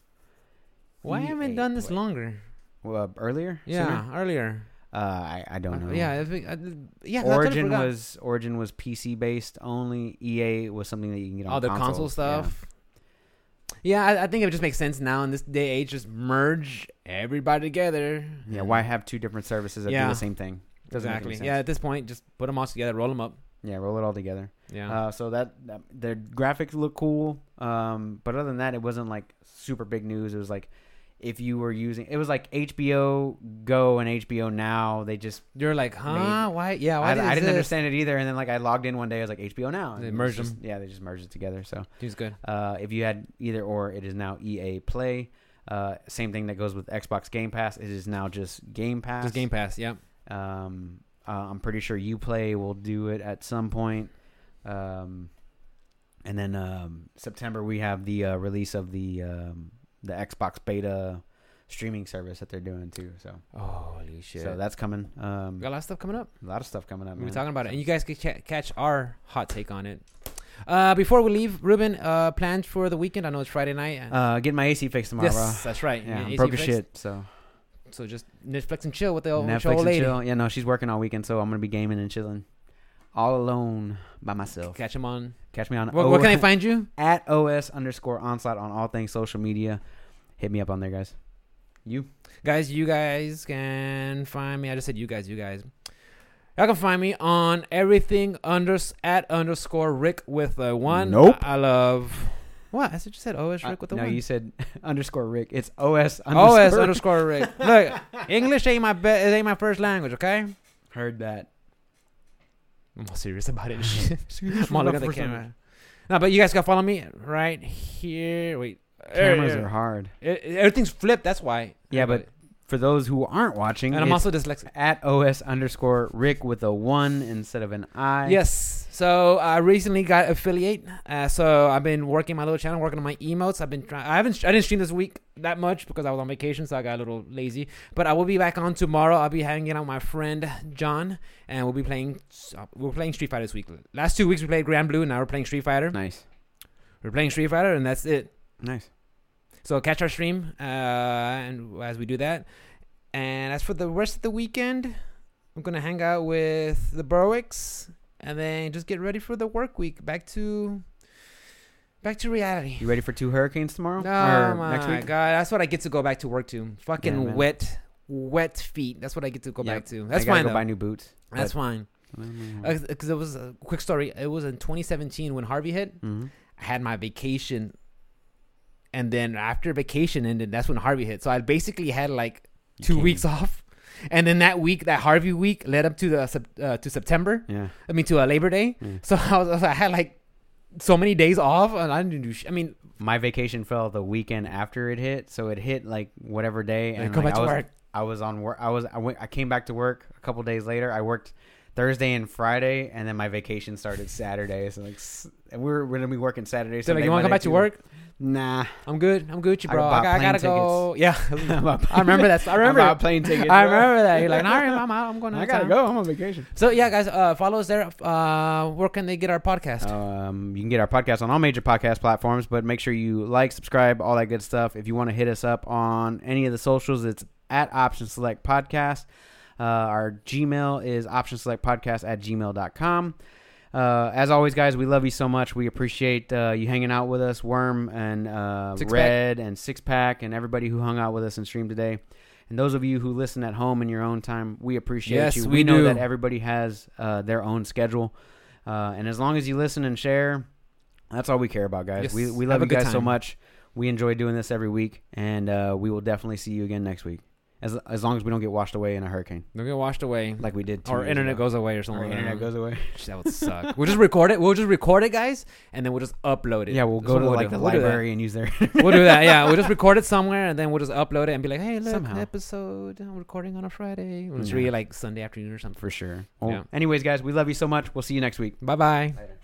S1: Why haven't
S2: EA
S1: done this
S2: Play.
S1: longer?
S2: Well, uh, earlier,
S1: Yeah,
S2: sooner?
S1: earlier.
S2: Uh, I I don't know.
S1: Yeah, I think, I, yeah. 'cause I totally
S2: Origin
S1: forgot.
S2: was Origin was PC based only. EA was something that you can get on
S1: all Oh, the console, stuff. Yeah, I, I think it just makes sense now in this day and age. Just merge everybody together.
S2: Yeah. Yeah, why have two different services that
S1: Yeah.
S2: do the same thing? Doesn't make any
S1: exactly.
S2: sense.
S1: Yeah, at this point, just put them all together, roll them up.
S2: Yeah, roll it all together.
S1: Yeah.
S2: Uh, so that, that their graphics look cool, um, but other than that, it wasn't like super big news. It was like if you were using, it was like HBO Go and HBO Now. They just
S1: You're like, huh? Why? Yeah. Why
S2: I,
S1: did
S2: I didn't
S1: this?
S2: understand it either. And then like I logged in one day, I was like HBO Now.
S1: They
S2: and it's
S1: merged
S2: just-
S1: them.
S2: Yeah, they just merged it together. So
S1: He's good.
S2: uh, if you had either or, it is now EA Play. Uh, same thing that goes with Xbox Game Pass. It is now just Game Pass.
S1: Just Game Pass. Yeah.
S2: Um, uh, I'm pretty sure UPlay will do it at some point. Um, and then um, September we have the uh, release of the um, the Xbox beta streaming service that they're doing too. So
S1: Holy shit.
S2: so that's coming. Um,
S1: got a lot of stuff coming up.
S2: a lot of stuff coming up.
S1: We're
S2: man.
S1: talking about it, and you guys can ca- catch our hot take on it. Uh, before we leave, Ruben, uh, plans for the weekend? I know it's Friday night. and-
S2: Uh, get my AC fixed tomorrow.
S1: yes,
S2: bro.
S1: that's right.
S2: Yeah, I'm
S1: AC
S2: broke as
S1: fixed.
S2: shit. So
S1: So just Netflix and chill with the old, with your
S2: Netflix
S1: old
S2: and
S1: lady.
S2: chill. Yeah, no, she's working all weekend, so I'm gonna be gaming and chilling, all alone by myself.
S1: Catch him on.
S2: Catch me on.
S1: Where, where can I
S2: OS
S1: find you?
S2: at os underscore onslaught on all things social media. Hit me up on there, guys. You
S1: Guys, you guys can find me. I just said you guys, you guys. Y'all can find me on everything under at underscore Rick with a one.
S2: Nope. Uh,
S1: I, I love what I said. You said OS Rick with a
S2: no,
S1: one.
S2: you said *laughs* underscore Rick. It's
S1: *laughs*
S2: os underscore.
S1: OS
S2: *laughs*
S1: underscore Rick. Look, English ain't my be- it ain't my first language. Okay.
S2: Heard that.
S1: I'm all serious about
S2: *laughs*
S1: it. I'm all looking at the camera. No, but you guys gotta follow me right here. Wait,
S2: Cameras
S1: Eh,
S2: are hard.
S1: eh, eh, everything's flipped. That's why.
S2: Yeah, but for those who aren't watching,
S1: and I'm
S2: it's
S1: also dyslexic.
S2: at os underscore Rick with a one instead of an i.
S1: Yes. So I recently got affiliate. Uh, so I've been working my little channel, working on my emotes. I've been trying. I haven't. I didn't stream this week that much because I was on vacation, so I got a little lazy. But I will be back on tomorrow. I'll be hanging out with my friend John, and we'll be playing. uh, We're playing Street Fighter this week. Last two weeks we played Grand Blue. Now we're playing Street Fighter.
S2: Nice.
S1: We're playing Street Fighter, and that's it.
S2: Nice.
S1: So catch our stream, uh, and as we do that, and as for the rest of the weekend, I'm gonna hang out with the Berwicks, and then just get ready for the work week. Back to, back to reality.
S2: You ready for two hurricanes tomorrow?
S1: Oh
S2: or
S1: my
S2: next week?
S1: god, that's what I get to go back to work to. Fucking
S2: man.
S1: wet, wet feet. That's what I get to go
S2: Yep.
S1: back to.
S2: I
S1: That's
S2: gotta
S1: fine
S2: Go
S1: though.
S2: buy new boots.
S1: that's fine.
S2: fine.
S1: Because it was a quick story. It was in 2017 when Harvey hit.
S2: Mm-hmm.
S1: I had my vacation, and then after vacation ended, that's when Harvey hit. So I basically had like two weeks off, and then that week, that Harvey week, led up to the Sep- uh, to September.
S2: Yeah.
S1: I mean, to uh, Labor Day.
S2: Yeah.
S1: *laughs* So I, was, I had like so many days off, and I didn't do. Sh- I mean,
S2: my vacation fell the weekend after it hit, so it hit like whatever day,
S1: Yeah,
S2: and
S1: go back
S2: like, I
S1: to
S2: was
S1: work.
S2: I was on work. I was I went I came back to work a couple days later. I worked Thursday and Friday, and then my vacation started Saturday. So like s- and we we're, we're gonna be working Saturday.
S1: so
S2: Sunday,
S1: like, you want to come
S2: Monday,
S1: back to
S2: Tuesday.
S1: work?
S2: Nah, *laughs*
S1: I'm good. I'm Gucci,
S2: I
S1: bro. I,
S2: bought
S1: got, I
S2: plane
S1: gotta go. Yeah, *laughs* I
S2: *laughs* I
S1: remember that. I remember.
S2: about plane tickets.
S1: I
S2: bro.
S1: remember that. You're like,
S2: *laughs*
S1: nah, I'm out. I'm going.
S2: I
S1: out
S2: gotta
S1: of town."
S2: go. I'm on vacation.
S1: So yeah, guys, uh, follow us there. Uh, where can they get our podcast?
S2: Um, you can get our podcast on all major podcast platforms, but make sure you like, subscribe, all that good stuff. If you want to hit us up on any of the socials, it's at Option Select Podcast. Uh, our Gmail is optionselectpodcast at gmail.com. Uh, as always, guys, we love you so much. We appreciate uh, you hanging out with us, Worm and uh,
S1: Six Pack.
S2: Red and Six Pack, and everybody who hung out with us and streamed today. And those of you who listen at home in your own time, we appreciate
S1: Yes,
S2: you.
S1: we
S2: know
S1: do.
S2: that everybody has uh, their own schedule, uh, and as long as you listen and share, that's all we care about, guys.
S1: Yes,
S2: We we
S1: have
S2: love
S1: a
S2: you
S1: good
S2: guys so
S1: time.
S2: much. We enjoy doing this every week, and uh, we will definitely see you again next week. As as long as we don't get washed away in a hurricane,
S1: They'll get washed away.
S2: like we did. Two
S1: Our
S2: years
S1: internet
S2: ago.
S1: goes away or something.
S2: Our
S1: like that.
S2: internet goes away.
S1: That would suck. we'll just record it. We'll just record it, guys, and then we'll just upload it.
S2: Yeah, we'll
S1: That's
S2: go
S1: what
S2: to
S1: we'll
S2: like
S1: do.
S2: the
S1: We'll do that.
S2: library and use their *laughs*
S1: We'll do that. Yeah, we'll just record it somewhere, and then we'll just upload it and be like, "Hey, look,
S2: Somehow. Mm.
S1: episode. I'm recording on a Friday. It's
S2: Yeah.
S1: really like Sunday afternoon or something."
S2: for sure. Well,
S1: Yeah.
S2: Anyways, guys, we love you so much. We'll see you next week.
S1: Bye bye.
S2: Later.